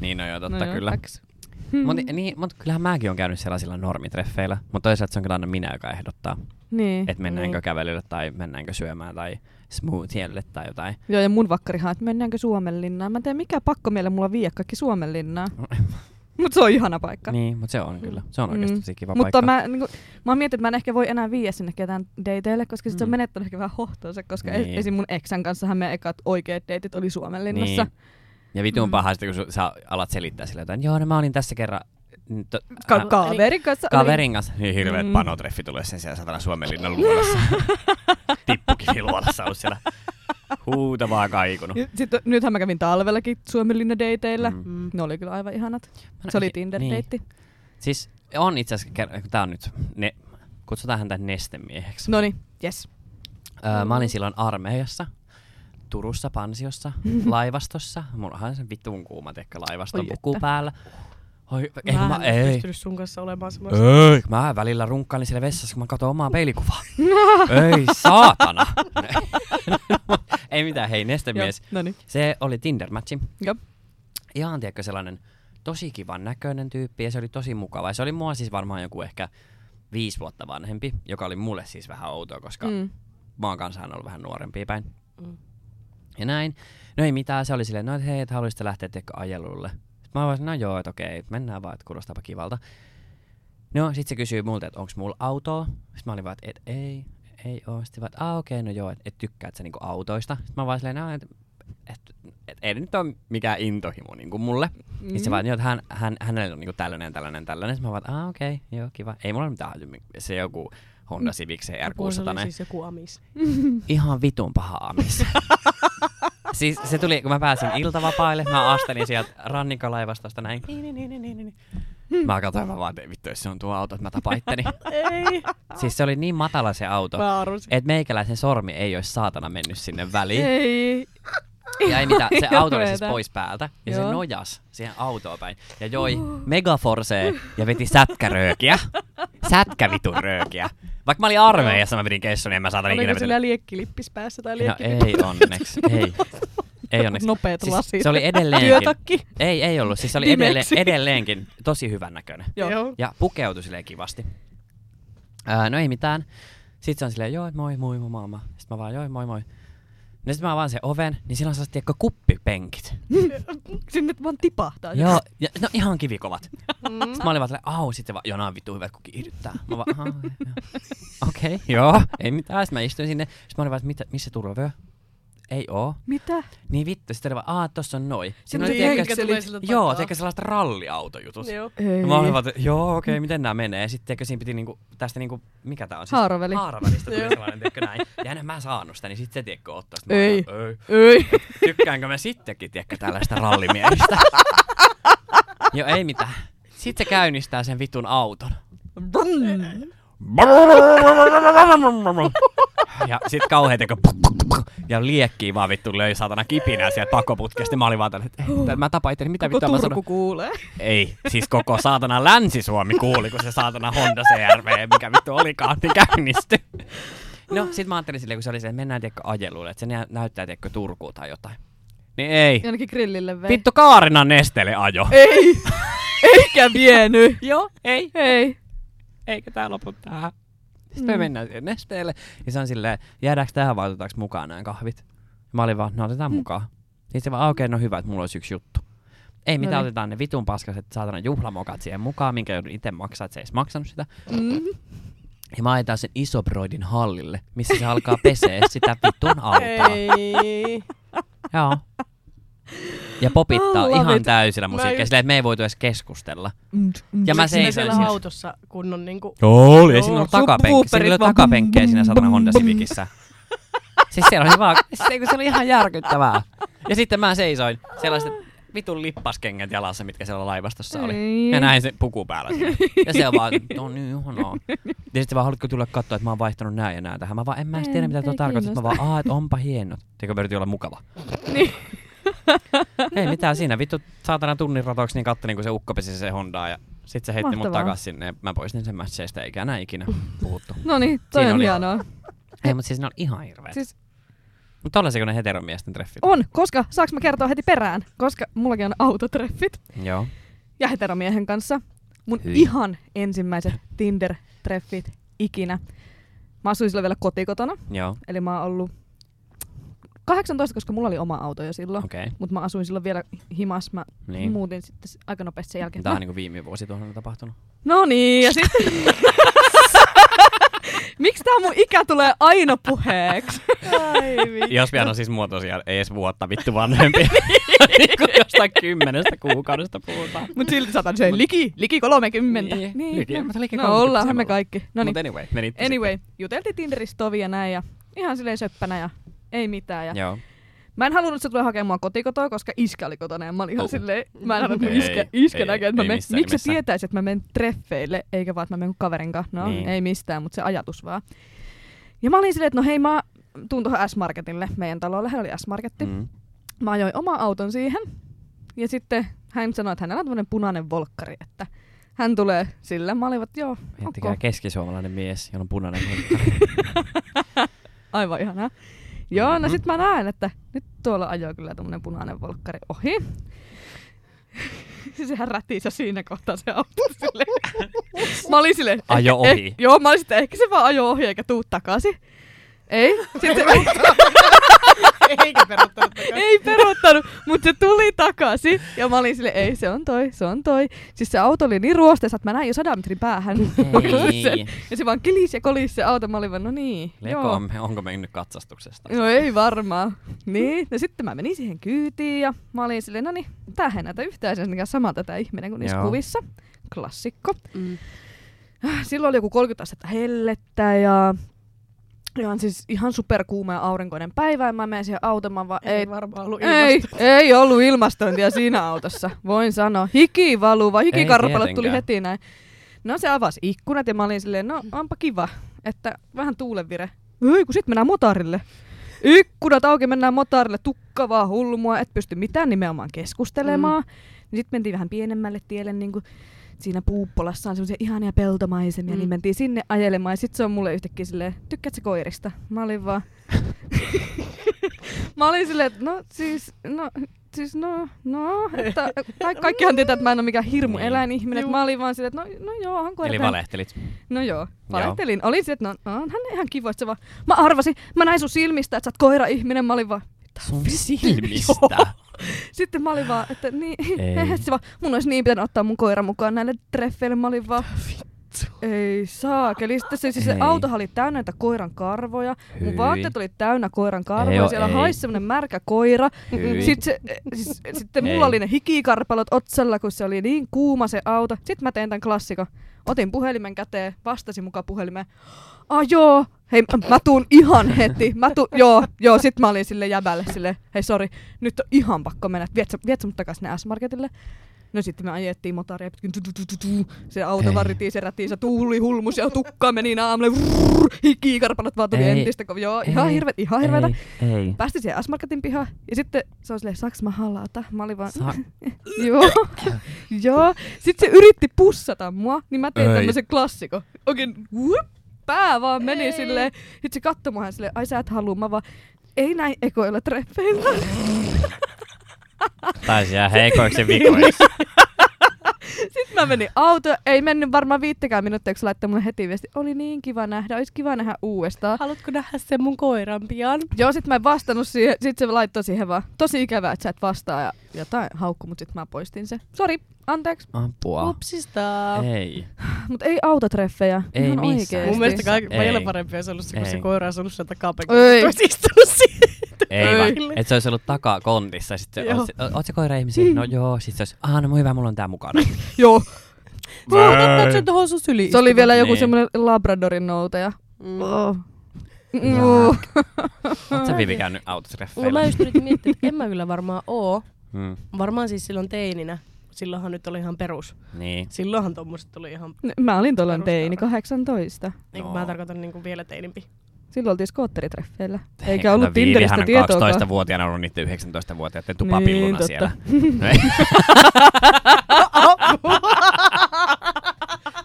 [SPEAKER 1] Niin no joo, totta
[SPEAKER 3] joo,
[SPEAKER 1] kyllä.
[SPEAKER 3] taks.
[SPEAKER 1] Mut, niin, mut kyllähän mäkin on käynyt sellaisilla normitreffeillä, mutta toisaalta se on kyllä aina minä, joka ehdottaa,
[SPEAKER 3] Niin.
[SPEAKER 1] että mennäänkö
[SPEAKER 2] Niin.
[SPEAKER 1] kävelylle tai mennäänkö syömään tai smoothielle tai jotain.
[SPEAKER 3] Niin. Joo, ja mun vakkarihan, että mennäänkö Suomenlinnaan. Mä en tiedä, mikä pakko meille mulla viiä kaikki Suomenlinnaan. Mut se on ihana paikka.
[SPEAKER 1] Niin, mutta se on kyllä. Se on
[SPEAKER 3] Mm.
[SPEAKER 1] oikeasti tosi kiva paikka.
[SPEAKER 3] Mutta mä, niin kun, mä oon miettinyt, että mä en ehkä voi enää viiä sinne ketään dateille, koska sit se on
[SPEAKER 1] Mm.
[SPEAKER 3] menettänyt ehkä vähän hohtoonsa, koska
[SPEAKER 1] Niin.
[SPEAKER 3] niin. esim. mun eksän kanssa meidän ekat oikeat deitit oli Suomenlinnassa.
[SPEAKER 1] Niin. Ja vitun mm.
[SPEAKER 3] Mm.
[SPEAKER 1] paha sitten, kun su- sä alat selittää sille jotain. Joo, no mä olin tässä kerran n- to-
[SPEAKER 3] Ka-
[SPEAKER 1] ää,
[SPEAKER 3] kaverin kanssa. oli-
[SPEAKER 1] kaverin kanssa. Niin hirveet mm.
[SPEAKER 3] Mm.
[SPEAKER 1] panotreffi tulee sen siellä satana Suomenlinnan luolassa. Tippukiviluolassa on siellä huutavaa kaikunut.
[SPEAKER 3] Ja Sitten, nythän mä kävin talvellakin Suomenlinna-dateilla.
[SPEAKER 1] Mm.
[SPEAKER 3] Mm. Ne oli kyllä aivan ihanat.
[SPEAKER 1] Mä
[SPEAKER 3] Se oli
[SPEAKER 1] näin-
[SPEAKER 3] Tinder-deitti. Niin.
[SPEAKER 1] Siis on itse asiassa, ker- kun tää on nyt, ne, kutsutaan häntä nestemieheksi.
[SPEAKER 3] Noniin, No niin, yes.
[SPEAKER 1] Öö, mä olin silloin armeijassa, Turussa, Pansiossa, laivastossa. Mullahan on se vitun kuuma tekkä laivaston
[SPEAKER 3] Oi
[SPEAKER 1] puku
[SPEAKER 3] että.
[SPEAKER 1] päällä. Oi, ei,
[SPEAKER 2] mä
[SPEAKER 1] mä,
[SPEAKER 2] en ole
[SPEAKER 1] ei.
[SPEAKER 2] pystynyt sun kanssa olemaan semmoista.
[SPEAKER 1] Ei, mä välillä runkkailin siellä vessassa, kun mä katson omaa peilikuvaa. ei, saatana. ei mitään, hei, nestemies.
[SPEAKER 3] No niin.
[SPEAKER 1] Se oli Tinder-matchi.
[SPEAKER 3] Jop.
[SPEAKER 1] Ihan tiedätkö sellainen tosi kivan näköinen tyyppi ja se oli tosi mukava. Ja se oli mua siis varmaan joku ehkä viisi vuotta vanhempi, joka oli mulle siis vähän outoa, koska mm.
[SPEAKER 3] Mm.
[SPEAKER 1] mä oon kanssa aina ollut vähän nuorempi päin.
[SPEAKER 2] Mm.
[SPEAKER 1] Ja näin. No ei mitään, se oli silleen, no et hei, että haluaisitte lähteä tiedätkö ajelulle. Sitten mä vastasin, no joo, että okei, et mennään vaan, että kuulostaapa kivalta. No sit se kysyy multa, että onko mulla autoa. Sitten mä olin vaan, että et, ei, ei oo. Sitten vaan, että ah, okei, no joo, että et tykkäät sä niinku autoista. Sitten mä vaan silleen, no, että et, et, ei nyt ole mikään intohimo niinku mulle. Mm. Sitten se vaan, joo, että hän, hän, hänellä on niinku tällainen, tällainen, tällainen. Sitten mä vaan, ah, okei, joo, kiva. Ei mulla ole mitään hajua, mi- se joku Mm. Honda Civic
[SPEAKER 2] Apua, se
[SPEAKER 1] CR600.
[SPEAKER 2] oli siis joku amis.
[SPEAKER 1] Ihan vitun paha aamis. siis se tuli, kun mä pääsin iltavapaille, mä astelin sieltä rannikolaivastosta näin. Niin, niin, niin, niin, niin, niin. Mä katsoin, mä vaan, "Ei vittu, jos se on tuo auto, että mä tapaan itteni.
[SPEAKER 2] ei,
[SPEAKER 1] siis se oli niin matala se auto,
[SPEAKER 2] mä arvasin.
[SPEAKER 1] että meikäläisen sormi ei olisi saatana mennyt sinne väliin.
[SPEAKER 3] Ei.
[SPEAKER 1] Ja ei mitään, se auto oli siis
[SPEAKER 3] Hirveetä.
[SPEAKER 1] pois päältä ja se
[SPEAKER 3] Joo.
[SPEAKER 1] nojas siihen autoon päin ja joi megaforsee ja veti sätkäröökiä. Sätkävitun röökiä. Vaikka mä olin armeijassa, mä pidin kessun, en mä saatan ikinä
[SPEAKER 2] Oliko
[SPEAKER 1] vetänyt-
[SPEAKER 2] sillä liekkilippis päässä tai
[SPEAKER 1] No
[SPEAKER 2] liekkilippis?
[SPEAKER 1] ei onneksi, ei. Ei onneksi.
[SPEAKER 3] niinku-
[SPEAKER 1] Siis
[SPEAKER 3] Nopeat lasit.
[SPEAKER 1] se oli edelleenkin.
[SPEAKER 2] Työtakki.
[SPEAKER 1] Ei, ei ollut. Siis se oli edelleen,
[SPEAKER 2] Pimeäksi.
[SPEAKER 1] edelleenkin tosi hyvän näköinen.
[SPEAKER 3] Joo.
[SPEAKER 2] Mm.
[SPEAKER 1] Ja pukeutui silleen kivasti. Ää, no ei mitään. Sitten se on silleen, joo, moi, moi, moi, mama. Sitten mä vaan, joo, moi, moi. No sitten mä avaan sen oven, niin silloin saa tiedätkö kuppipenkit.
[SPEAKER 3] No. Sinne vaan tipahtaa.
[SPEAKER 1] joo, ja, no ihan kivikovat. Sitten mä olin vaan silleen, au, sitten vaan, joo, nää on vittu hyvät, kun kiihdyttää. Mä vaan, "Aha, joo. okei, okay, joo, ei mitään. Sitten mä istuin sinne. Sitten mä olin vaan, että mitä- missä turvavöö? Ei oo.
[SPEAKER 3] Mitä?
[SPEAKER 1] Niin vittu, sitten oli vaan, aaa, tossa on noi. Siinä
[SPEAKER 3] No
[SPEAKER 1] oli
[SPEAKER 3] niin,
[SPEAKER 1] tiedätkö,
[SPEAKER 3] eikä
[SPEAKER 2] tulee siltä
[SPEAKER 1] joo,
[SPEAKER 2] takaa.
[SPEAKER 1] tiedätkö sellaiset ralliautojutut.
[SPEAKER 2] Joo.
[SPEAKER 3] Ei.
[SPEAKER 1] Ja No Mä olin vaan, että joo, okei, okay, miten nämä menee? Ja sitten tiedätkö, siinä piti niinku, tästä niinku, mikä tää on siis?
[SPEAKER 3] Haaraväli.
[SPEAKER 1] Haaravälistä tuli
[SPEAKER 2] Joo.
[SPEAKER 1] sellainen, tiedätkö näin. Ja enhän mä saanut sitä, niin sitten se tiedätkö ottaa. Sit mä
[SPEAKER 3] Ei.
[SPEAKER 1] olin vaan, ei.
[SPEAKER 3] Ei.
[SPEAKER 1] Tykkäänkö mä sittenkin, tiedätkö, tällaista rallimiehistä? joo, ei mitään. Sitten se käynnistää sen vitun auton. Ja sit kauhean teko ja liekkiä vaan vittu löi saatana kipinää sieltä pakoputkesta. Mä olin vaan tällä, että ei, mä tapaan itteni, mitä
[SPEAKER 3] Koko
[SPEAKER 1] vittua mä
[SPEAKER 3] Turku
[SPEAKER 1] sanon.
[SPEAKER 3] kuulee.
[SPEAKER 1] Ei, siis koko saatana Länsi-Suomi kuuli, kun se saatana Honda CRV, mikä vittu olikaan, niin käynnistyi. No, sit mä ajattelin silleen, kun se oli se, että mennään tiedätkö ajelulle, että se nä- näyttää tiedätkö Turkuun tai jotain. Niin ei.
[SPEAKER 3] Jonnekin grillille vei.
[SPEAKER 1] Vittu Kaarina Nestele ajo.
[SPEAKER 3] Ei. Eikä vienyt.
[SPEAKER 1] Joo, ei.
[SPEAKER 3] Ei.
[SPEAKER 1] Eikä tää lopu tähän. Sitten mm.
[SPEAKER 3] Mm.
[SPEAKER 1] me mennään siihen nesteelle. Ja se on silleen, jäädäänkö tähän vai otetaanko mukaan nämä kahvit? Ja mä olin vaan, no otetaan mukaan. Ja sitten vaan, "Ah, okei, okay, no hyvä, että mulla olisi yksi juttu. Ei mitään,
[SPEAKER 3] Noniin.
[SPEAKER 1] otetaan ne vitun paskaset saatana juhlamokat siihen mukaan, minkä joudun itse maksaa, että se ei edes maksanut sitä.
[SPEAKER 3] Mm.
[SPEAKER 1] Ja mä ajetaan sen isobroidin hallille, missä se alkaa pesee sitä vitun autoa.
[SPEAKER 2] Ei.
[SPEAKER 1] Joo. Ja popittaa
[SPEAKER 3] I love
[SPEAKER 1] ihan
[SPEAKER 3] it.
[SPEAKER 1] täysillä
[SPEAKER 2] Mä
[SPEAKER 1] musiikkia,
[SPEAKER 2] just-
[SPEAKER 1] silleen, että me ei voitu edes keskustella. Ja mä
[SPEAKER 2] Mä seisoin
[SPEAKER 1] seisoin siis-
[SPEAKER 2] siellä
[SPEAKER 1] siinä.
[SPEAKER 2] autossa kunnon niinku...
[SPEAKER 1] Oli, ei
[SPEAKER 2] Joo,
[SPEAKER 1] siinä ollut
[SPEAKER 3] sun
[SPEAKER 1] takapenkki. Siinä
[SPEAKER 3] wooperit
[SPEAKER 1] oli
[SPEAKER 3] vaan
[SPEAKER 1] takapenkkejä
[SPEAKER 3] bum,
[SPEAKER 1] siinä
[SPEAKER 3] bum,
[SPEAKER 1] satana
[SPEAKER 3] bum,
[SPEAKER 1] Honda
[SPEAKER 3] bum.
[SPEAKER 1] Civicissä. Siis siellä oli vaan, siis ei kun se oli ihan järkyttävää. Ja sitten mä seisoin sellaiset vitun lippaskengät jalassa, mitkä siellä laivastossa oli.
[SPEAKER 3] Ei.
[SPEAKER 1] Ja näin se puku päällä siinä. Ja se on vaan, no niin, ihanaa. Ja sitten vaan, haluatko tulla katsoa, että mä oon vaihtanut nää ja nää tähän. Mä vaan, en mä edes tiedä,
[SPEAKER 3] En,
[SPEAKER 1] mitä tuo
[SPEAKER 3] ei
[SPEAKER 1] tarkoittaa. Mä vaan, aah, että onpa hieno. Tiedätkö, mä yritin olla mukava.
[SPEAKER 3] Niin.
[SPEAKER 1] Ei mitään siinä, vittu saatana tunnin ratoksi niin kattelin, kun se ukko pesi se Hondaa ja sit se heitti mut
[SPEAKER 3] Mahtavaa.
[SPEAKER 1] takas sinne ja mä poistin sen matcheista eikä enää ikinä puhuttu.
[SPEAKER 3] No niin, toi
[SPEAKER 1] Siinä
[SPEAKER 3] on
[SPEAKER 1] oli.
[SPEAKER 3] hienoa.
[SPEAKER 1] Ei, mut siis ne on ihan hirveet. Siis...
[SPEAKER 3] Siis
[SPEAKER 1] Mutta tollasiko ne heteromiesten treffit?
[SPEAKER 3] on, koska saaks mä kertoa heti perään? Koska mullakin on autotreffit
[SPEAKER 1] Joo.
[SPEAKER 3] ja heteromiehen kanssa. Mun
[SPEAKER 1] Hyi.
[SPEAKER 3] ihan ensimmäiset Tinder-treffit ikinä. Mä asuin silloin vielä kotikotona,
[SPEAKER 1] Joo.
[SPEAKER 3] eli mä oon ollut 18, koska mulla oli oma auto jo silloin.
[SPEAKER 1] Okei. Okay.
[SPEAKER 3] Mutta mä asuin silloin vielä himas, mä
[SPEAKER 1] Niin.
[SPEAKER 3] niin. muutin sitten s- aika nopeasti sen jälkeen.
[SPEAKER 1] Tää on niinku viime vuosi tuohon tapahtunut.
[SPEAKER 3] No niin, ja sitten... Miksi tää mun ikä tulee aina puheeksi?
[SPEAKER 2] Ai vittu.
[SPEAKER 1] Jos vielä on siis mua tosiaan, ei edes vuotta vittu vanhempi. niinku jostain kymmenestä kuukaudesta puhutaan.
[SPEAKER 3] Mut silti saatan sen liki, liki 30.
[SPEAKER 1] Niin, liki-
[SPEAKER 3] no,
[SPEAKER 1] mutta liki
[SPEAKER 3] no
[SPEAKER 1] 30
[SPEAKER 3] ollaanhan me
[SPEAKER 1] samalla.
[SPEAKER 3] kaikki. No niin,
[SPEAKER 1] Mut anyway, menitte
[SPEAKER 3] anyway, juteltiin Tinderissä tovi ja näin ja ihan silleen söppänä ja ei mitään. Ja
[SPEAKER 1] sitten. Joo.
[SPEAKER 3] Mä en halunnut, että se tulee hakemaan mua kotikotoa, koska iskä oli kotona ja mä olin ihan
[SPEAKER 1] Oh.
[SPEAKER 3] silleen, mä en halunnut,
[SPEAKER 1] Ei,
[SPEAKER 3] että iskä,
[SPEAKER 1] ei,
[SPEAKER 3] iskä näkee,
[SPEAKER 1] ei
[SPEAKER 3] että mä menen,
[SPEAKER 1] missään
[SPEAKER 3] miksi
[SPEAKER 1] nimessä.
[SPEAKER 3] se tietäisi, että mä menen treffeille, eikä vaan, että mä menen kaverin kanssa. No,
[SPEAKER 1] Niin.
[SPEAKER 3] niin. ei mistään, mutta se ajatus vaan. Ja mä olin silleen, että no hei, mä tuun tuohon S-Marketille, meidän taloon lähellä oli S-Marketti. Mm.
[SPEAKER 1] Mm.
[SPEAKER 3] Mä ajoin oma auton siihen ja sitten hän sanoi, että hänellä on tämmönen punainen volkkari, että hän tulee sillä. Mä olin, vaan, että joo,
[SPEAKER 1] Miettikää
[SPEAKER 3] okay.
[SPEAKER 1] keskisuomalainen mies, jolla on punainen helkkari.
[SPEAKER 3] Aivan ihanaa. Joo, mm-hmm.
[SPEAKER 1] Mhm.
[SPEAKER 3] no sit mä näen, että nyt tuolla ajoi kyllä tämmönen punainen volkkari ohi. Sehän rätisä siinä kohtaa se auto silleen. Mä olin silleen... eh,
[SPEAKER 1] Ajo
[SPEAKER 3] eh,
[SPEAKER 1] ohi.
[SPEAKER 3] joo, mä olin sitten, ehkä se vaan ajo ohi eikä tuu takaisin. Ei, sit se,
[SPEAKER 2] Eikä peruuttanut takaa.
[SPEAKER 3] ei peruuttanut, mutta se tuli takaisin. Ja mä olin silleen, ei se on toi, se on toi. Siis se auto oli niin ruosteessa, että mä näin jo sadan metrin päähän. Mä olin sen-
[SPEAKER 1] Ei.
[SPEAKER 3] ja se vaan kilisi ja kolisi se auto, mä olin vaan, no niin.
[SPEAKER 1] Leko,
[SPEAKER 3] joo.
[SPEAKER 1] on, onko mennyt katsastuksesta?
[SPEAKER 3] No ei varmaan. Niin, no sitten mä menin siihen kyytiin ja mä olin silleen, no niin, tämähän ei näytä yhtään sen sama tätä ihminen kuin niissä
[SPEAKER 1] Joo.
[SPEAKER 3] Joo. kuvissa. Klassikko.
[SPEAKER 2] Mm.
[SPEAKER 3] Silloin oli joku 30 astetta hellettä ja ihan siis ihan superkuuma ja aurinkoinen päivä ja mä menen siihen automaan vaan
[SPEAKER 2] Ei,
[SPEAKER 3] ei,
[SPEAKER 2] ei varmaan ollut
[SPEAKER 3] ei,
[SPEAKER 2] ilmasta.
[SPEAKER 3] ei ollut ilmastointia siinä autossa, voin sanoa. Hiki valuu, vaan hikikarpalot tuli
[SPEAKER 1] tietenkään.
[SPEAKER 3] heti näin. No se avasi ikkunat ja mä olin silleen, no onpa kiva, että vähän tuulenvire. Ei, kun sit mennään motarille. Ikkunat auki, mennään motarille, tukkavaa hulmua, et pysty mitään nimenomaan keskustelemaan. Mm. Sitten mentiin vähän pienemmälle tielle, niin kuin siinä Puuppolassa on semmoisia ihania peltomaisemia, mm. niin
[SPEAKER 2] Mm.
[SPEAKER 3] mentiin sinne ajelemaan. Ja sit se on mulle yhtäkkiä silleen, tykkäätkö sä koirista? Mä olin vaan, mä olin silleen, että no siis, no, siis no, no, että ka- kaikkihan tietää, että mä en ole mikään hirmu
[SPEAKER 1] Niin.
[SPEAKER 3] eläinihminen. että
[SPEAKER 2] Juu.
[SPEAKER 3] Mä olin vaan silleen, että no, no joo, onhan koira
[SPEAKER 1] Eli
[SPEAKER 3] vähän-
[SPEAKER 1] valehtelit.
[SPEAKER 3] No joo, valehtelin. Joo. Olin silleen, että no onhan ne ihan kivoista. Se vaan, mä arvasin, mä näin sun silmistä, että sä oot koira-ihminen. Mä olin vaan,
[SPEAKER 1] Sun silmistä.
[SPEAKER 3] sitten mä olin vaan, että niin,
[SPEAKER 1] Ei.
[SPEAKER 3] se vaan, mun olisi niin pitänyt ottaa mun koira mukaan näille treffeille. Mä olin vaan, ei saakeli. Sitten se, siis se
[SPEAKER 1] Ei.
[SPEAKER 3] autohan oli täynnä näitä koiran karvoja.
[SPEAKER 1] Hyi.
[SPEAKER 3] Mun vaatteet oli täynnä koiran
[SPEAKER 1] Ei
[SPEAKER 3] karvoja.
[SPEAKER 1] oo,
[SPEAKER 3] siellä
[SPEAKER 1] ei.
[SPEAKER 3] haisi semmonen märkä koira.
[SPEAKER 1] Hyi.
[SPEAKER 3] Sitten, se, siis, sitten mulla
[SPEAKER 1] Ei.
[SPEAKER 3] oli ne hikikarpalot otsalla, kun se oli niin kuuma se auto. Sitten mä tein tämän klassikon. Otin puhelimen käteen, vastasin mukaan puhelimeen. Ah joo, hei mä- mä tuun ihan heti. Mä tuun, joo, joo, sit mä olin sille jäbälle sille, hei sori, nyt on ihan pakko mennä. Viet sä, viet sä mut takas sinne S-Marketille? No sitten me ajettiin motaria pitkin, tu- tu- tu- tu- tu. se auto
[SPEAKER 1] Ei.
[SPEAKER 3] varritiin, se rätiin, se tuuli hulmus ja tukka meni naamalle, vrrr, hiki, karpalat vaan tuli
[SPEAKER 1] Ei.
[SPEAKER 3] entistä kovin. Joo, ihan
[SPEAKER 1] Ei.
[SPEAKER 3] hirveet, ihan hirveetä.
[SPEAKER 1] Ei. ei.
[SPEAKER 3] Päästiin siihen S-Marketin pihaan ja sitten se on silleen, saaks mä halata? Mä olin vaan, "No,
[SPEAKER 1] Sa-
[SPEAKER 3] joo, joo. Sitten se yritti pussata mua, niin mä tein
[SPEAKER 1] Ei.
[SPEAKER 3] tämmöisen klassikon. Oikein, whoop, pää vaan meni
[SPEAKER 2] Ei.
[SPEAKER 3] Ei. silleen. Sitten se katsoi mua silleen, ai sä et halua, mä vaan, ei näin ekoilla treffeillä. Niin.
[SPEAKER 1] Taisi jää heikoiksi ja vikoiksi.
[SPEAKER 3] Sitten mä Mä menin auto, ei mennyt varmaan viittäkään minuuttia, kun se laittoi mulle heti viesti. Oli niin kiva nähdä, olisi kiva nähdä uudestaan.
[SPEAKER 2] Haluatko nähdä sen mun koiran pian?
[SPEAKER 3] Joo, sit mä en vastannut siihen, sit se laittoi siihen vaan. Tosi ikävää, että sä et vastaa ja jotain haukku, mut sit mä poistin se. Sori, anteeksi.
[SPEAKER 1] Apua.
[SPEAKER 2] Upsista.
[SPEAKER 1] Ah. Ei.
[SPEAKER 3] Mut ei autotreffejä.
[SPEAKER 1] Ei
[SPEAKER 3] Ihan
[SPEAKER 1] missään.
[SPEAKER 3] oikeesti.
[SPEAKER 2] Mun mielestä
[SPEAKER 1] Ei.
[SPEAKER 2] kaikki paljon parempi olisi ollut se, kun
[SPEAKER 1] Ei.
[SPEAKER 2] se koira olisi ollut siellä takapenkillä.
[SPEAKER 3] Ei.
[SPEAKER 2] Ei. Olisi istunut siihen.
[SPEAKER 1] Ei vaan.
[SPEAKER 2] Ei.
[SPEAKER 1] Et se olisi ollut takakontissa. Sitten se,
[SPEAKER 2] Joo.
[SPEAKER 1] oot, se- oot se koira ihmisiä? No joo. Sitten se olisi, aha no hyvä, mulla on tää mukana.
[SPEAKER 3] Joo.
[SPEAKER 2] Mä sen tuohon sun syliin.
[SPEAKER 3] Se oli vielä joku
[SPEAKER 1] Niin.
[SPEAKER 3] semmoinen Labradorin noutaja.
[SPEAKER 2] Mm.
[SPEAKER 3] Oh.
[SPEAKER 1] Jaa.
[SPEAKER 3] Mm.
[SPEAKER 1] Oot sä Vivi käynyt autotreffeilla?
[SPEAKER 2] Mä just yritin miettiä, että en mä kyllä varmaan oo.
[SPEAKER 1] Mm.
[SPEAKER 2] Varmaan siis silloin teininä. Silloinhan nyt oli ihan perus.
[SPEAKER 1] Niin.
[SPEAKER 2] Silloinhan tommoset oli ihan...
[SPEAKER 3] Mä olin tuolloin
[SPEAKER 2] Perustana.
[SPEAKER 3] teini 18.
[SPEAKER 2] Niin
[SPEAKER 1] Joo.
[SPEAKER 2] kuin mä tarkoitan niin kuin vielä teinimpi.
[SPEAKER 3] Silloin oltiin skootteritreffeillä.
[SPEAKER 1] Hei,
[SPEAKER 3] Eikä ollut
[SPEAKER 1] kato, Viivihän
[SPEAKER 3] Tinderistä tietoakaan.
[SPEAKER 1] on 12-vuotiaana ollut niiden 19-vuotiaiden tupapilluna
[SPEAKER 3] Niin, totta.
[SPEAKER 1] siellä. No ei.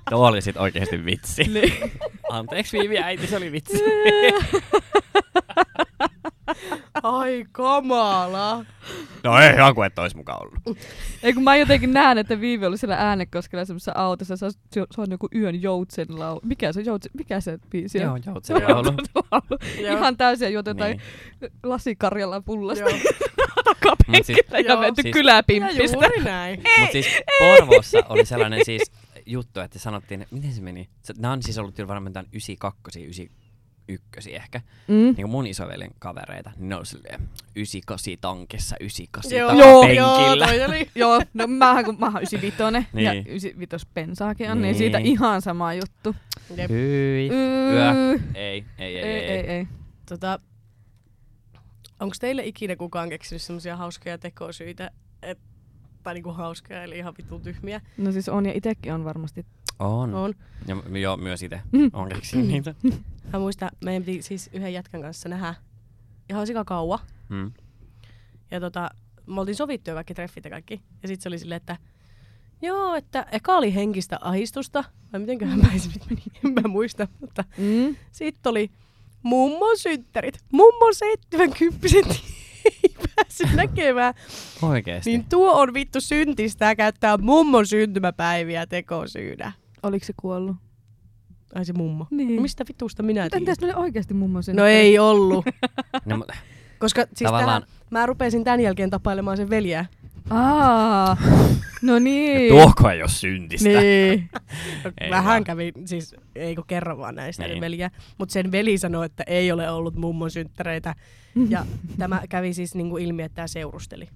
[SPEAKER 1] Tuo oli sit oikeesti vitsi.
[SPEAKER 3] Niin.
[SPEAKER 2] Niin.
[SPEAKER 1] Anteeksi Viivi äiti, se oli vitsi.
[SPEAKER 2] Ai kamala.
[SPEAKER 1] No ei joku, että ois mukaan ollut.
[SPEAKER 3] Ei kun mä jotenkin näen, että Viivi oli siellä äänekoskella semmoisessa autossa. Se on, se on- se on joku niinku yön joutsen lau... Mikä se on joutsen? Mikä se biisi on?
[SPEAKER 1] Joo, joo, se
[SPEAKER 3] Se on
[SPEAKER 1] oli ollut.
[SPEAKER 3] joutsen laulu. Ihan täysiä juotu jotain
[SPEAKER 1] Niin.
[SPEAKER 3] lasikarjalan pullasta
[SPEAKER 2] Joo.
[SPEAKER 1] Mut siis,
[SPEAKER 3] ja
[SPEAKER 2] Joo.
[SPEAKER 3] menty
[SPEAKER 1] Siis-
[SPEAKER 2] Ja
[SPEAKER 3] kyläpimppistä.
[SPEAKER 2] juuri näin.
[SPEAKER 1] mut siis Porvoossa oli sellainen siis juttu, että sanottiin, miten se meni? Se- Nää on siis ollut kyllä varmaan jotain 92, 91 ehkä.
[SPEAKER 3] Mm.
[SPEAKER 1] Niin kuin mun isoveljen kavereita, niin ne oli silleen 98 tankissa, 98
[SPEAKER 2] Joo,
[SPEAKER 3] Joo.
[SPEAKER 2] joo,
[SPEAKER 1] takapenkillä.
[SPEAKER 2] toi oli.
[SPEAKER 3] Joo, no mähän kun mähän 95 ja
[SPEAKER 1] Niin.
[SPEAKER 3] 95 pensaakin on, niin.
[SPEAKER 1] Niin.
[SPEAKER 3] siitä ihan sama juttu.
[SPEAKER 2] Jep.
[SPEAKER 1] Hyi. Yö.
[SPEAKER 3] Yö.
[SPEAKER 1] Ei, ei, ei,
[SPEAKER 3] Mm. Ei, ei, ei.
[SPEAKER 2] Tota, onko teille ikinä kukaan keksinyt semmoisia hauskoja tekosyitä, et, tai niinku hauskoja, eli ihan vitun tyhmiä?
[SPEAKER 3] No siis on ja itekin on varmasti.
[SPEAKER 1] On.
[SPEAKER 2] On.
[SPEAKER 1] Ja, m- joo, myös itse.
[SPEAKER 3] Mm.
[SPEAKER 1] On keksinyt niitä.
[SPEAKER 2] Mä muistan, meidän piti siis yhden jätkän kanssa nähdä ihan sika kauan.
[SPEAKER 1] Mm.
[SPEAKER 2] Ja tota, me oltiin sovittu jo kaikki treffit ja kaikki. Ja sit se oli silleen, että joo, että eka oli henkistä ahistusta. Vai mitenköhän mä edes nyt meni, en mä muista. Mutta
[SPEAKER 3] Mm.
[SPEAKER 2] Sitten oli mummon synttärit. Mummo 70 ei päässyt näkemään.
[SPEAKER 1] Oikeesti.
[SPEAKER 2] Niin tuo on vittu syntistä käyttää mummon syntymäpäiviä tekosyynä.
[SPEAKER 3] Oliko se kuollut?
[SPEAKER 2] Ai se mummo.
[SPEAKER 3] Niin.
[SPEAKER 2] Mistä vitusta minä tiedän?
[SPEAKER 3] Entäs ne oli oikeasti mummo sen?
[SPEAKER 2] No ei ollut.
[SPEAKER 1] No, mut-
[SPEAKER 2] Koska siis
[SPEAKER 1] Tavallaan-
[SPEAKER 2] Tavallaan... tähän, mä rupesin tämän jälkeen tapailemaan sen veljeä.
[SPEAKER 3] Aa, no niin.
[SPEAKER 1] tuohko ei oo syntistä.
[SPEAKER 2] Niin.
[SPEAKER 1] Ei
[SPEAKER 2] Vähän
[SPEAKER 1] vaan.
[SPEAKER 2] kävin, siis ei kun kerran vaan näistä
[SPEAKER 1] Niin.
[SPEAKER 2] niin. veljeä. Mutta sen veli sanoi, että ei ole ollut mummon synttäreitä. Ja tämä kävi siis niinku ilmi, että tämä seurusteli.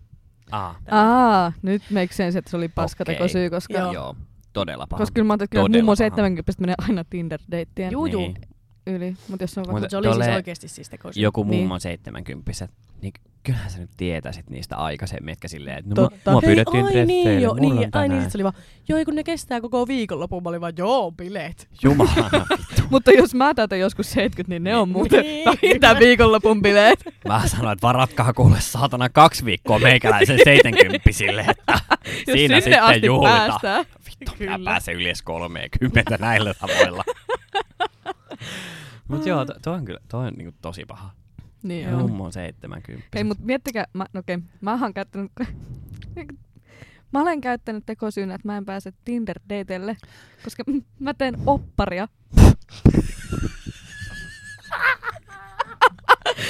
[SPEAKER 1] Aa,
[SPEAKER 3] Aa, nyt make sense, että se oli paskatekosyy,
[SPEAKER 1] Okei.
[SPEAKER 3] koska...
[SPEAKER 1] joo.
[SPEAKER 2] Joo.
[SPEAKER 1] joo. Todella paha.
[SPEAKER 3] Koska kyllä mä oon kyllä
[SPEAKER 1] Todella
[SPEAKER 3] mummo
[SPEAKER 1] paha.
[SPEAKER 3] 70 menee aina Tinder-deittien
[SPEAKER 2] Juu, juu.
[SPEAKER 1] Niin.
[SPEAKER 3] yli. Mutta jos on
[SPEAKER 1] Mutta
[SPEAKER 3] vaikka...
[SPEAKER 2] Mutta se oli tolle...
[SPEAKER 1] tolle-
[SPEAKER 2] siis oikeasti siis tekosyy.
[SPEAKER 1] Joku
[SPEAKER 3] Niin.
[SPEAKER 1] mummo 70 niin kyllähän sä nyt tietäisit niistä aikaisemmin, etkä silleen, että no,
[SPEAKER 3] Totta.
[SPEAKER 1] mua, mua pyydettiin
[SPEAKER 2] Hei, ai
[SPEAKER 1] treffeille,
[SPEAKER 2] niin, joo,
[SPEAKER 1] mulla
[SPEAKER 2] niin,
[SPEAKER 1] on
[SPEAKER 2] ai
[SPEAKER 1] tänään.
[SPEAKER 2] niin, sit se oli vaan, joo, ei kun ne kestää koko viikonlopun. Mä olin vaan, joo, bileet.
[SPEAKER 1] Jumala, vittu.
[SPEAKER 3] Mutta jos mä täytän joskus 70, niin ne on muuten
[SPEAKER 2] Niin.
[SPEAKER 3] vähintään viikonlopun bileet.
[SPEAKER 1] Mä sanoin, että varatkaa kuule saatana kaksi viikkoa meikäläisen 70 sille, että
[SPEAKER 3] Jos
[SPEAKER 1] siinä
[SPEAKER 3] sinne
[SPEAKER 1] sitten
[SPEAKER 3] asti
[SPEAKER 1] juhlitaan.
[SPEAKER 3] päästään.
[SPEAKER 1] Vittu, kyllä. mä
[SPEAKER 2] Kyllä.
[SPEAKER 1] pääsen yli edes 30 näillä tavoilla. Mut joo, to- toi on kyllä, toi on niinku tosi paha.
[SPEAKER 3] Niin
[SPEAKER 2] Joo.
[SPEAKER 3] on.
[SPEAKER 1] Mummo on 70.
[SPEAKER 3] Hei, mutta miettikää, mä, no okei, mä oon käyttänyt... Mä olen käyttänyt tekosyynä, että mä en pääse Tinder-deitelle, koska mä teen opparia.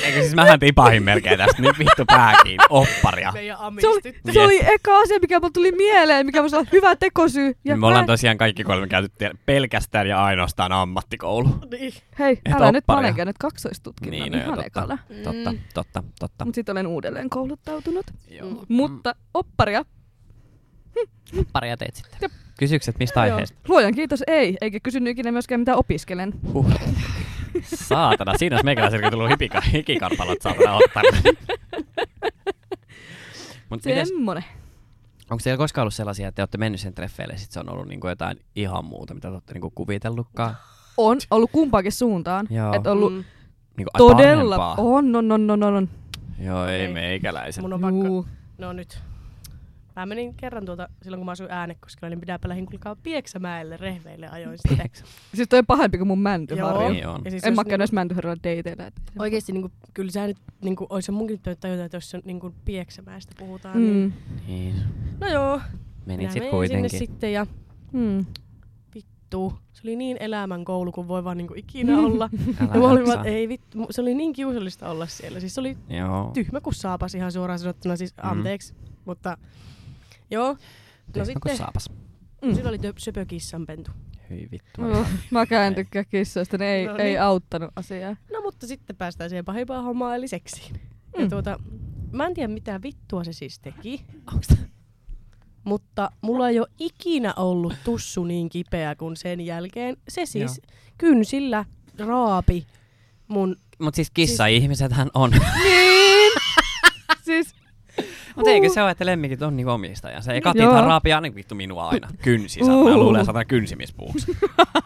[SPEAKER 1] Eikö siis mähän tipahin melkein tästä, nyt vittu pääkiin, opparia.
[SPEAKER 2] Meidän
[SPEAKER 3] Se oli,
[SPEAKER 2] amistit.
[SPEAKER 3] se oli eka asia, mikä mulle tuli mieleen, mikä voisi olla hyvä tekosyy. Ja
[SPEAKER 1] Niin me ollaan
[SPEAKER 3] mä,
[SPEAKER 1] tosiaan kaikki kolme käyty te- pelkästään ja ainoastaan ammattikoulu.
[SPEAKER 2] Niin.
[SPEAKER 3] hei,
[SPEAKER 1] et
[SPEAKER 3] älä nyt, mä
[SPEAKER 1] opparia.
[SPEAKER 3] olen käynyt kaksoistutkinnon
[SPEAKER 1] Niin,
[SPEAKER 3] niin,
[SPEAKER 1] no joo,
[SPEAKER 3] ihan
[SPEAKER 1] totta.
[SPEAKER 3] ekalla.
[SPEAKER 1] Totta,
[SPEAKER 2] Mm.
[SPEAKER 1] totta, totta.
[SPEAKER 3] Mutta sitten olen uudelleen kouluttautunut.
[SPEAKER 1] Joo.
[SPEAKER 3] Mutta opparia,
[SPEAKER 1] Paria teit sitten. Kysyks, et mistä
[SPEAKER 3] joo.
[SPEAKER 1] aiheesta?
[SPEAKER 3] luojan kiitos, ei. Eikä kysynyt ikinä myöskään, mitä opiskelen.
[SPEAKER 1] Huh. Saatana, siinä olisi meikäläisellä tullut hipika, hikikarpalot saatana ottaa. Mut mites,
[SPEAKER 3] Semmonen.
[SPEAKER 1] onko teillä koskaan ollut sellaisia, että te olette mennyt sen treffeille ja sit se on ollut niinku jotain ihan muuta, mitä te olette niinku kuvitellutkaan?
[SPEAKER 3] On ollut kumpaakin suuntaan.
[SPEAKER 1] Joo.
[SPEAKER 3] Että ollut
[SPEAKER 2] Mm.
[SPEAKER 1] Niinku, ai,
[SPEAKER 3] todella...
[SPEAKER 1] pahempaa.
[SPEAKER 3] On, on, on, on, on, on.
[SPEAKER 1] Joo, ei,
[SPEAKER 2] Ei.
[SPEAKER 1] meikäläisellä.
[SPEAKER 2] Mun on pakko.
[SPEAKER 3] Juu.
[SPEAKER 2] No nyt. Mä menin kerran tuota, silloin kun mä asuin äänekoskella, niin pidäpä lähin kulkaa Pieksämäelle rehveille ajoin sitten.
[SPEAKER 3] Siis toi on pahempi kuin mun mäntyharja.
[SPEAKER 2] Joo.
[SPEAKER 1] Niin on.
[SPEAKER 2] Ja siis
[SPEAKER 3] En
[SPEAKER 2] jos
[SPEAKER 3] mä
[SPEAKER 2] niinku-
[SPEAKER 3] käy edes mäntyharjalla dateilla. et-
[SPEAKER 2] Oikeesti niinku, kyllä sä nyt, niinku, ois se munkin pitänyt tajuta, että jos se on niinku Pieksämäestä puhutaan, mm. niin
[SPEAKER 3] Mm.
[SPEAKER 1] Niin.
[SPEAKER 2] no joo.
[SPEAKER 1] Menit
[SPEAKER 2] Minä
[SPEAKER 1] sit
[SPEAKER 2] menin
[SPEAKER 1] kuitenkin.
[SPEAKER 2] sinne sitten ja
[SPEAKER 3] Hmm.
[SPEAKER 2] vittu. Se oli niin elämän koulu, kun voi vaan niinku ikinä
[SPEAKER 3] Mm.
[SPEAKER 2] olla.
[SPEAKER 1] Älä
[SPEAKER 2] ja mä olin
[SPEAKER 1] jaksa.
[SPEAKER 2] vaan, ei vittu, mu- se oli niin kiusallista olla siellä. Siis se oli
[SPEAKER 1] Joo.
[SPEAKER 2] tyhmä kuin saapas ihan suoraan sanottuna, siis
[SPEAKER 1] Mm.
[SPEAKER 2] anteeksi. Mutta joo,
[SPEAKER 1] Tyhmä
[SPEAKER 2] sitten-
[SPEAKER 1] kun saapas.
[SPEAKER 3] Mm.
[SPEAKER 2] sillä oli tö- söpö kissanpentu.
[SPEAKER 1] Hyi vittu.
[SPEAKER 3] Oh, mäkään en tykkää kissoista, ne ei,
[SPEAKER 2] No
[SPEAKER 3] no
[SPEAKER 2] niin.
[SPEAKER 3] niin. ei auttanut asiaa.
[SPEAKER 2] No mutta sitten päästään siihen pahimpaan hommaan, eli seksiin. Ja
[SPEAKER 3] Mm.
[SPEAKER 2] tuota, mä en tiedä mitä vittua se siis teki. Onks tää- Mutta mulla ei ole ikinä ollut tussu niin kipeä kuin sen jälkeen. Se siis kynsillä raapi mun...
[SPEAKER 1] Mut siis kissa-ihmisethän on.
[SPEAKER 3] Siis,
[SPEAKER 1] Mut eikö se ole, että lemmikit on niinku omistajansa?
[SPEAKER 2] Niin,
[SPEAKER 1] Ja katithan
[SPEAKER 3] Joo.
[SPEAKER 1] raapii aina niin vittu minua aina. Kynsissä. Mä
[SPEAKER 3] Uh.
[SPEAKER 1] luulen, että kynsimispuuksi.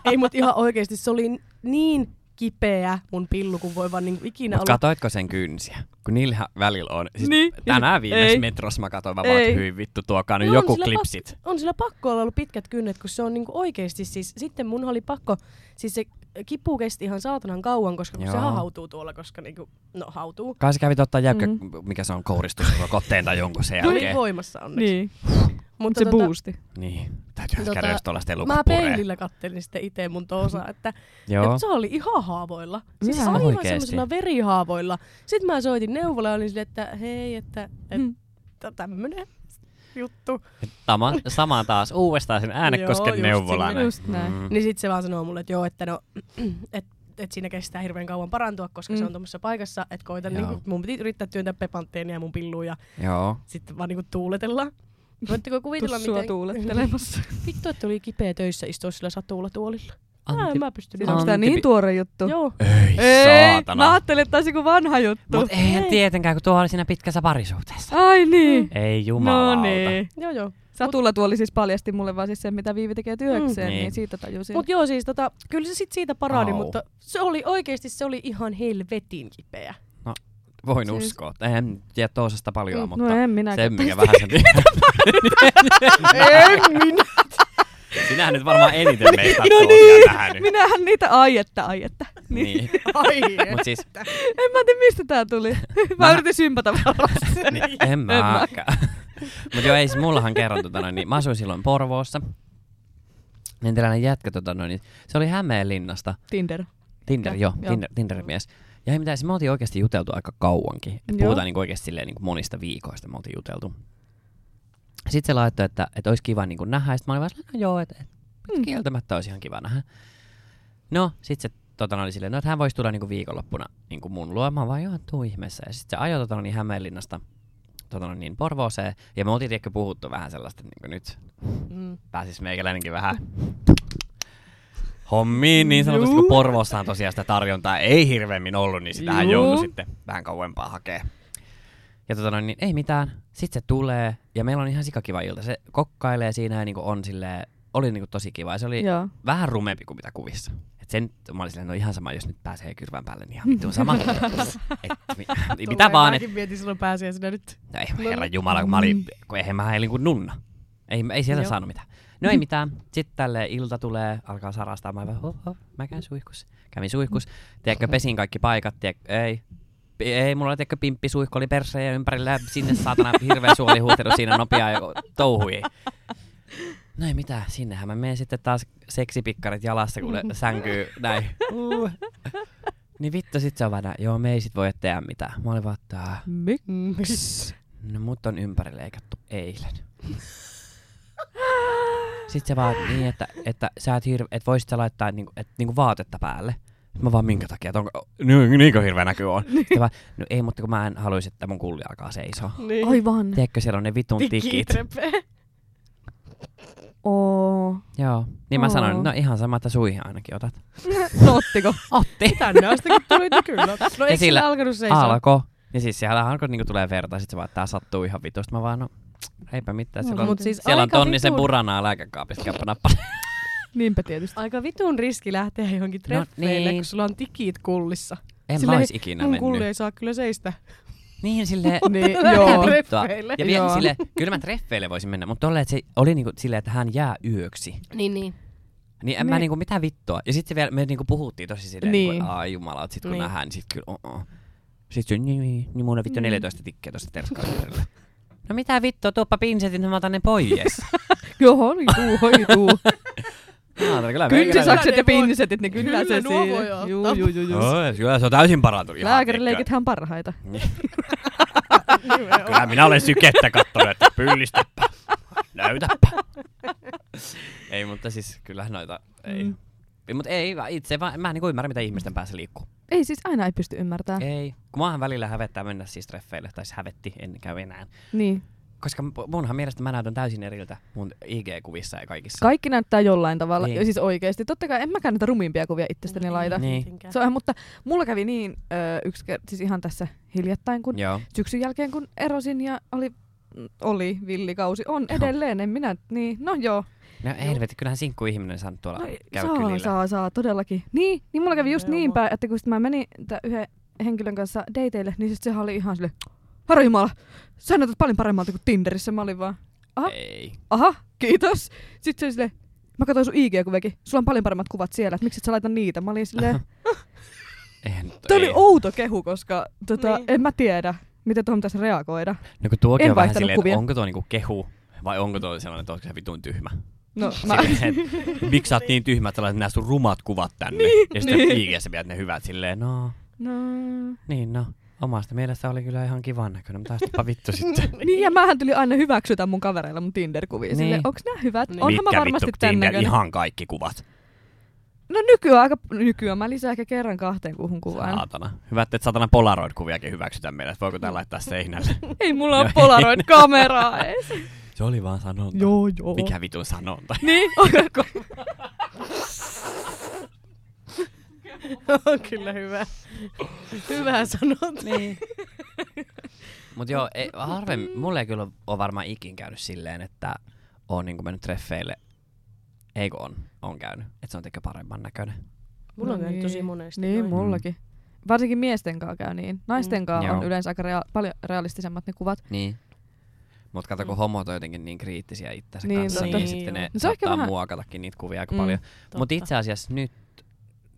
[SPEAKER 2] ei mut ihan oikeesti, se oli niin kipeä mun pillu, kun voi vaan niinku ikinä
[SPEAKER 1] Mut
[SPEAKER 2] olla...
[SPEAKER 1] katoitko sen kynsiä? Kun niillähän välillä on. Siis
[SPEAKER 3] Niin.
[SPEAKER 1] tänään viimeis
[SPEAKER 3] Ei.
[SPEAKER 1] metros mä katoin vaan, vaan, että
[SPEAKER 3] Ei.
[SPEAKER 1] hyi vittu, tuokaa nyt
[SPEAKER 2] No on
[SPEAKER 1] joku
[SPEAKER 2] sillä
[SPEAKER 1] klipsit.
[SPEAKER 2] Pakko, on sillä pakko olla ollut pitkät kynnet, kun se on niinku oikeesti siis... Sitten mun oli pakko... Siis se kipu kesti ihan saatanan kauan, koska kun se
[SPEAKER 1] Joo.
[SPEAKER 2] hautuu tuolla, koska niinku... No, hautuu.
[SPEAKER 1] Kai sä kävit ottaa jäykkä,
[SPEAKER 3] Mm.
[SPEAKER 1] mikä se on, kouristusrokotteen tai jonkun sen
[SPEAKER 2] Se oli
[SPEAKER 1] jälkeen.
[SPEAKER 2] voimassa onneksi.
[SPEAKER 3] niin.
[SPEAKER 2] Mutta
[SPEAKER 3] Mutta se
[SPEAKER 2] tota,
[SPEAKER 3] boosti.
[SPEAKER 1] Niin. Täytyy
[SPEAKER 2] Tota,
[SPEAKER 1] käydä, jos tuollaista ei
[SPEAKER 2] Mä
[SPEAKER 1] lukka puree.
[SPEAKER 2] peilillä kattelin sitten itse mun toosaa, että,
[SPEAKER 1] Joo.
[SPEAKER 2] että se oli ihan haavoilla. Siis
[SPEAKER 3] Mitä?
[SPEAKER 2] aivan
[SPEAKER 1] Oikeesti?
[SPEAKER 2] semmoisilla verihaavoilla. Sitten mä soitin neuvolaan ja olin silleen, että hei, että,
[SPEAKER 3] Mm.
[SPEAKER 2] että tämmönen juttu.
[SPEAKER 1] Sama, sama taas uudestaan sen
[SPEAKER 2] Joo, just
[SPEAKER 1] äänekosken Mm. neuvolan.
[SPEAKER 2] sinne.
[SPEAKER 3] Just näin.
[SPEAKER 2] Niin sit se vaan sanoo mulle, että joo, että no, et, et siinä kestää hirveän kauan parantua, koska
[SPEAKER 3] Mm.
[SPEAKER 2] se on tuommoisessa paikassa, että koitan,
[SPEAKER 1] Joo.
[SPEAKER 2] niinku, mun piti yrittää työntää pepantteenia ja mun pilluun ja
[SPEAKER 1] Joo.
[SPEAKER 2] sitten vaan niinku tuuletella. Voitteko kuvitella,
[SPEAKER 3] Tussua
[SPEAKER 2] miten...
[SPEAKER 3] tuulettelemassa.
[SPEAKER 2] Vittu, että oli kipeä töissä istua sillä satulla tuolilla. Mä en
[SPEAKER 1] Antti...
[SPEAKER 2] mä pystynyt.
[SPEAKER 3] Siis onko tää
[SPEAKER 1] Antti pi-
[SPEAKER 3] niin tuore juttu?
[SPEAKER 2] Joo.
[SPEAKER 1] Ei,
[SPEAKER 3] Mä
[SPEAKER 1] saatana.
[SPEAKER 3] ajattelin, että tää olisi joku vanha juttu.
[SPEAKER 1] Mut eihän
[SPEAKER 2] Ei.
[SPEAKER 1] tietenkään, kun tuo oli siinä pitkässä parisuhteessa.
[SPEAKER 3] Ai niin.
[SPEAKER 1] Ei
[SPEAKER 3] No
[SPEAKER 1] jumalauta.
[SPEAKER 3] niin.
[SPEAKER 2] Joo, joo.
[SPEAKER 3] Satulla tuoli siis paljasti mulle vaan siis sen, mitä Viivi tekee työkseen,
[SPEAKER 1] Mm.
[SPEAKER 3] mm.
[SPEAKER 1] Niin.
[SPEAKER 3] niin siitä tajusin.
[SPEAKER 2] Mut joo, siis tota, kyllä se sit siitä parani,
[SPEAKER 1] Au.
[SPEAKER 2] mutta se oli oikeesti, se oli ihan helvetin kipeä.
[SPEAKER 1] Voin
[SPEAKER 3] Siis-
[SPEAKER 1] uskoa. En tiedä toisesta paljon,
[SPEAKER 2] Mm,
[SPEAKER 1] mutta
[SPEAKER 3] no en minä.
[SPEAKER 1] sen mikä vähän sen tiedä.
[SPEAKER 3] en minä.
[SPEAKER 1] Sinähän nyt varmaan eniten meistä
[SPEAKER 3] No
[SPEAKER 1] oot
[SPEAKER 3] niin,
[SPEAKER 1] vielä nähnyt.
[SPEAKER 3] minähän niitä aietta, aietta.
[SPEAKER 1] Niin.
[SPEAKER 2] Ai,
[SPEAKER 1] Mut siis,
[SPEAKER 3] En mä tiedä, mistä tää tuli. Mä,
[SPEAKER 1] Mä-
[SPEAKER 3] yritin sympata varmasti.
[SPEAKER 1] niin, en
[SPEAKER 3] En
[SPEAKER 1] mäkään. Mut joo, ei siis mullahan kerran, tota noin, niin mä asuin silloin Porvoossa. Enteläinen jätkä, tota noin, niin se oli Hämeenlinnasta.
[SPEAKER 3] Tinder.
[SPEAKER 1] Tinder,
[SPEAKER 3] Joo,
[SPEAKER 1] joo,
[SPEAKER 3] joo.
[SPEAKER 1] Tinder, Tinder-mies. Ja ei mitään, siis me oltiin oikeasti juteltu aika kauankin. Et
[SPEAKER 3] Joo.
[SPEAKER 1] puhutaan niin oikeasti silleen, niin monista viikoista me oltiin juteltu. Sitten se laittoi, että, että olisi kiva niin nähdä. Sitten mä olin vaan silleen, no joo, että, että
[SPEAKER 3] Mm.
[SPEAKER 1] kieltämättä olisi ihan kiva nähdä. No, sitten se totana, oli silleen, no, että hän voisi tulla niin viikonloppuna niin mun luo. Mä vaan, joo, tuu ihmeessä. Ja sitten se ajoi totana, niin Hämeenlinnasta totana, niin Porvooseen. Ja me oltiin tiedäkö puhuttu vähän sellaista, niin kuin nyt
[SPEAKER 2] Mm.
[SPEAKER 1] pääsis meikäläinenkin vähän hommiin niin sanotusti,
[SPEAKER 3] Juu.
[SPEAKER 1] kun Porvoossahan tosiaan sitä tarjontaa ei hirveämmin ollut, niin sitähän
[SPEAKER 3] Juu.
[SPEAKER 1] joutui sitten vähän kauempaa hakee. Ja tota noin, niin ei mitään. Sitten se tulee, ja meillä on ihan sikakiva ilta. Se kokkailee siinä ja niinku on silleen, oli niinku tosi kiva. Ja se oli
[SPEAKER 3] Joo.
[SPEAKER 1] vähän rumempi kuin mitä kuvissa. Et sen, mä olin silleen, no ihan sama, jos nyt pääsee kyrvän päälle, niin ihan vittu sama. et, mi, ei mitä vaan, et,
[SPEAKER 2] Mäkin mietin silloin pääsiäisenä nyt.
[SPEAKER 1] No ei, herra jumala, kun mä olin, kun eihän mä elin kuin nunna. Ei, ei sieltä
[SPEAKER 2] Joo.
[SPEAKER 1] saanut mitään. No ei mitään. Sitten tälle ilta tulee, alkaa sarastaa. Mä vaan, ho, ho, mä käyn suihkus. Kävin suihkus. Tiedätkö, pesin kaikki paikat. Tiedätkö, ei. Pi- Ei, mulla oli tiedätkö, pimppisuihku oli persejä ympärillä ja sinne saatana hirveä suoli huutelu siinä nopeaa ja touhui. No ei mitään, sinnehän mä menen sitten taas seksipikkarit jalassa, kun ne sänkyy näin. Uh. Niin vittu, sit se on vaan, näin, joo me ei sit voi tehdä mitään. Mä olin vaan, että ah,
[SPEAKER 3] Mik?
[SPEAKER 2] Miksi?
[SPEAKER 1] No mut on ympärileikattu eilen. Sitten se vaan niin, että, että sä et, hirve, et voisit sä laittaa niinku, et, niinku vaatetta päälle. Sit Mä vaan minkä takia, että onko, ni- niinkö hirveä näky on. Sitten vaan, no ei, mutta kun mä en haluaisi, että mun kulli alkaa seisoa.
[SPEAKER 2] Niin.
[SPEAKER 3] Aivan.
[SPEAKER 1] Tiedätkö, siellä on ne vitun tikit.
[SPEAKER 2] Tikitrepe.
[SPEAKER 3] Oo.
[SPEAKER 1] Joo. Niin mä sanoin,
[SPEAKER 3] Oo.
[SPEAKER 1] no ihan sama, että suihin ainakin otat.
[SPEAKER 3] Nottiko?
[SPEAKER 1] Otti.
[SPEAKER 2] Tänne asti kun tulit, niin kyllä. No eikö
[SPEAKER 1] sillä
[SPEAKER 2] sillä alkanut seisoa?
[SPEAKER 1] Alko. Ja siis siellä alkoi niinku tulee verta, sit se vaan, että tää sattuu ihan vitusta. Mä vaan, no eipä mitään.
[SPEAKER 3] No,
[SPEAKER 1] Siellä on,
[SPEAKER 2] mut siis
[SPEAKER 1] siellä on
[SPEAKER 2] aika
[SPEAKER 1] tonnisen
[SPEAKER 2] vitun-
[SPEAKER 1] puranaa lääkekaapista käppänappa.
[SPEAKER 3] Niinpä tietysti.
[SPEAKER 2] Aika vitun riski lähteä johonkin treffeille,
[SPEAKER 1] niin.
[SPEAKER 2] kun sulla on tikit kullissa.
[SPEAKER 1] En
[SPEAKER 2] Silleen,
[SPEAKER 1] mä ois ikinä
[SPEAKER 2] Mun
[SPEAKER 1] mennyt.
[SPEAKER 2] kulli ei saa kyllä seistä.
[SPEAKER 1] Niin silleen,
[SPEAKER 3] Niin,
[SPEAKER 1] joo.
[SPEAKER 3] joo.
[SPEAKER 1] Vittua.
[SPEAKER 2] Treffeille.
[SPEAKER 1] Ja vielä
[SPEAKER 3] Joo.
[SPEAKER 1] sille, kyllä mä treffeille voisin mennä, mutta tolle, että se oli niinku silleen, että hän jää yöksi.
[SPEAKER 2] Niin, niin.
[SPEAKER 1] Niin en mä
[SPEAKER 3] Niin.
[SPEAKER 1] niinku mitään vittua. Ja sitten vielä, me niinku puhuttiin tosi silleen, niin.
[SPEAKER 3] Niin.
[SPEAKER 1] niinku, ai jumala, että sit kun
[SPEAKER 2] Niin.
[SPEAKER 1] niin. nähdään, niin sit kyllä, oh, oh. Sit se, niin, niin, niin mun on vittu
[SPEAKER 3] Niin.
[SPEAKER 1] 14 tikkiä tosta terskaajarille. No mitä vittua, tuoppa pinsetin, mä otan ne pois.
[SPEAKER 3] Joo, niin tuu, hoi tuu.
[SPEAKER 1] saatana, kyllä
[SPEAKER 2] Kyllä
[SPEAKER 1] meikäläinen-
[SPEAKER 2] ne
[SPEAKER 3] Kynsisakset ja
[SPEAKER 2] voi-
[SPEAKER 3] pinnisetit, niin kyllä,
[SPEAKER 2] kyllä
[SPEAKER 3] se
[SPEAKER 2] nuo
[SPEAKER 3] siinä.
[SPEAKER 2] voi ottaa.
[SPEAKER 3] Juu, juu, juu, juu.
[SPEAKER 1] Oi, Kyllä se on täysin parantunut. ihan,
[SPEAKER 3] Lääkärileikit ihan parhaita.
[SPEAKER 1] tiedätkö. Kyllä minä olen sykettä kattonut, että pyllistäpä, näytäpä. ei, mutta siis kyllähän noita ei.
[SPEAKER 3] Mm.
[SPEAKER 1] Mm. Mutta ei, vaan itse vaan, mä en niinku ymmärrä, mitä ihmisten päässä liikkuu.
[SPEAKER 3] Ei siis aina ei pysty ymmärtämään.
[SPEAKER 1] Ei, kun maahan välillä hävettää mennä siis treffeille, tai siis hävetti, en käy enää.
[SPEAKER 3] Niin.
[SPEAKER 1] Koska mu- munhan mielestä mä näytän täysin eriltä mun IG-kuvissa ja kaikissa.
[SPEAKER 3] Kaikki näyttää jollain tavalla,
[SPEAKER 1] Niin.
[SPEAKER 3] ja siis oikeesti. Totta kai en mäkään niitä rumimpia kuvia itsestäni laita.
[SPEAKER 1] Niin.
[SPEAKER 3] Se on, mutta mulla kävi niin öö, yksi ker- siis ihan tässä hiljattain, kun
[SPEAKER 1] Joo.
[SPEAKER 3] syksyn jälkeen kun erosin ja oli, oli villikausi. On
[SPEAKER 1] Joo.
[SPEAKER 3] edelleen, en minä, niin, no joo.
[SPEAKER 1] No helvetti, kyllähän sinkku ihminen saa tuolla
[SPEAKER 3] No,
[SPEAKER 1] käydä
[SPEAKER 3] saa,
[SPEAKER 1] kylillä.
[SPEAKER 3] saa, saa, todellakin. Niin, niin mulla kävi just niin
[SPEAKER 2] Nimenomaan.
[SPEAKER 3] päin, että kun sit mä menin tän yhden henkilön kanssa dateille, niin sit sehän oli ihan sille, herra jumala, sä näytät paljon paremmalta kuin Tinderissä. Mä olin vaan, Aha.
[SPEAKER 1] Ei.
[SPEAKER 3] aha, kiitos. Sitten se oli silleen, mä katsoin sun IG-kuvekin, sulla on paljon paremmat kuvat siellä, että miksi et sä laita niitä? Mä olin silleen,
[SPEAKER 1] Eihän,
[SPEAKER 3] Tämä oli
[SPEAKER 1] Äh, ei.
[SPEAKER 3] outo kehu, koska tota,
[SPEAKER 2] Niin.
[SPEAKER 3] en mä tiedä, miten tuohon pitäisi reagoida.
[SPEAKER 1] No kun tuokin
[SPEAKER 3] En
[SPEAKER 1] on vähän
[SPEAKER 3] vaihtanut
[SPEAKER 1] silleen,
[SPEAKER 3] kuvia.
[SPEAKER 1] että onko tuo niinku kehu vai onko tuo sellainen, että onko se vitun tyhmä.
[SPEAKER 3] No, mä,
[SPEAKER 1] Mä... Miksi sä oot niin tyhmä, että laitat nämä sun rumat kuvat tänne? Niin, ja sitten niin. IG-sä pidät ne hyvät silleen, no,
[SPEAKER 3] no,
[SPEAKER 1] niin no. Omasta mielestä oli kyllä ihan kivan näköinen, mutta tästäpä vittu sitten.
[SPEAKER 3] niin, ja mähän tuli aina hyväksytä mun kavereilla mun Tinder-kuvia.
[SPEAKER 1] Niin.
[SPEAKER 3] Niin. Onks nää hyvät?
[SPEAKER 2] Niin.
[SPEAKER 3] Niin. Onhan mä
[SPEAKER 1] Mitkä
[SPEAKER 3] varmasti
[SPEAKER 1] vittu
[SPEAKER 3] tän
[SPEAKER 1] Tinder,
[SPEAKER 3] näköinen.
[SPEAKER 1] ihan kaikki kuvat.
[SPEAKER 3] No nykyään aika, nykyään mä lisään ehkä kerran kahteen kuuhun kuvaan.
[SPEAKER 1] Saatana. Hyvä, että et saatana Polaroid-kuviakin hyväksytä meille, että voiko tää laittaa seinälle.
[SPEAKER 3] Ei mulla ole
[SPEAKER 1] Joo,
[SPEAKER 3] Polaroid-kameraa ees.
[SPEAKER 1] Se oli vaan sanonta.
[SPEAKER 3] joo, joo.
[SPEAKER 1] Mikä vitun sanonta?
[SPEAKER 3] Niin, onko?
[SPEAKER 2] on kyllä hyvä. Hyvä sanonta. Niin.
[SPEAKER 1] Mut joo, ei, harvemmin, mulle ei kyllä ole varmaan ikin käynyt silleen, että on niinku mennyt treffeille. Ei kun on, on käynyt. Että se on tekö paremman näköinen.
[SPEAKER 2] Mulla on
[SPEAKER 3] No
[SPEAKER 2] käynyt tosi
[SPEAKER 3] niin.
[SPEAKER 2] monesti.
[SPEAKER 3] Niin,
[SPEAKER 2] noin.
[SPEAKER 3] mullakin. Varsinkin miesten kanssa käy niin. Naisten kanssa on
[SPEAKER 1] Joo.
[SPEAKER 3] yleensä aika rea- paljon realistisemmat ne kuvat.
[SPEAKER 1] Niin. Mut kato, kun homot on jotenkin niin kriittisiä itsensä
[SPEAKER 3] Mm. Niin,
[SPEAKER 1] niin, kanssa,
[SPEAKER 2] totta.
[SPEAKER 1] niin
[SPEAKER 2] Niin,
[SPEAKER 1] sitten ne
[SPEAKER 3] joo. Se on ehkä
[SPEAKER 1] saattaa
[SPEAKER 3] vähän-
[SPEAKER 1] muokatakin niitä kuvia aika
[SPEAKER 3] Mm,
[SPEAKER 1] paljon. Mut
[SPEAKER 2] Totta.
[SPEAKER 1] itse asiassa nyt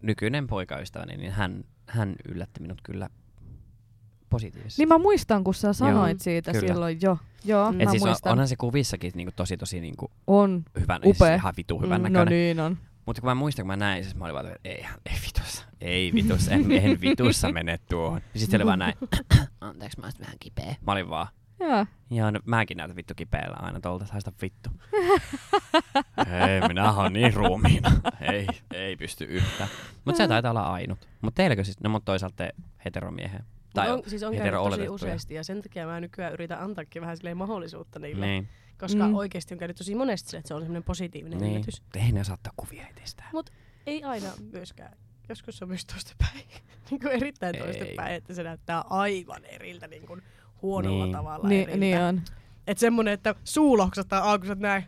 [SPEAKER 1] nykyinen poikaystäväni, niin hän, hän yllätti minut kyllä positiivisesti.
[SPEAKER 3] Niin mä muistan, kun sä sanoit
[SPEAKER 2] Joo.
[SPEAKER 3] siitä
[SPEAKER 1] Kyllä.
[SPEAKER 3] silloin jo. Joo,
[SPEAKER 2] Mm.
[SPEAKER 3] mä
[SPEAKER 1] Et siis on,
[SPEAKER 3] muistan.
[SPEAKER 1] onhan se kuvissakin niinku tosi tosi niinku
[SPEAKER 3] on.
[SPEAKER 1] hyvän, siis
[SPEAKER 3] Upea.
[SPEAKER 1] ihan vitu hyvän
[SPEAKER 3] Mm,
[SPEAKER 1] näköinen.
[SPEAKER 3] no niin on.
[SPEAKER 1] Mutta kun mä muistan, kun mä näin, siis mä olin vaan, että ei, ei vitussa, ei vitussa, en, en vitussa mene tuohon. Ja sitten se oli vaan näin, anteeksi, mä oon vähän kipeä. Mä olin vaan,
[SPEAKER 3] Joo.
[SPEAKER 1] joo, no, mäkin näytän vittu kipeällä aina tolta, saista vittu. ei, minä oon niin ruumiina. ei, ei pysty yhtään. Mutta
[SPEAKER 3] Mm.
[SPEAKER 1] se taitaa olla ainut. Mutta teilläkö siis, no mutta toisaalta te heteromiehen. Tai
[SPEAKER 3] No,
[SPEAKER 2] Mut
[SPEAKER 1] on,
[SPEAKER 2] on, siis on
[SPEAKER 1] hetero
[SPEAKER 2] käynyt tosi
[SPEAKER 1] oletettuja.
[SPEAKER 2] useasti ja sen takia mä nykyään yritän antaakin vähän silleen mahdollisuutta niille.
[SPEAKER 1] niin,
[SPEAKER 2] Koska
[SPEAKER 3] Mm.
[SPEAKER 2] mm. oikeasti on käynyt tosi monesti sille, että se on semmoinen positiivinen
[SPEAKER 1] niin.
[SPEAKER 2] yllätys.
[SPEAKER 1] Ei ne saattaa kuvia itsestään.
[SPEAKER 3] No,
[SPEAKER 2] Ei aina myöskään. Joskus se on myös toistepäin. niin kuin erittäin
[SPEAKER 1] Ei.
[SPEAKER 2] toistepäin, että se näyttää aivan eriltä niin kuin huonolla
[SPEAKER 1] Niin.
[SPEAKER 2] tavalla eriltä.
[SPEAKER 3] Niin, niin on.
[SPEAKER 2] Että semmonen, että suu loksahtaa aukuset näin.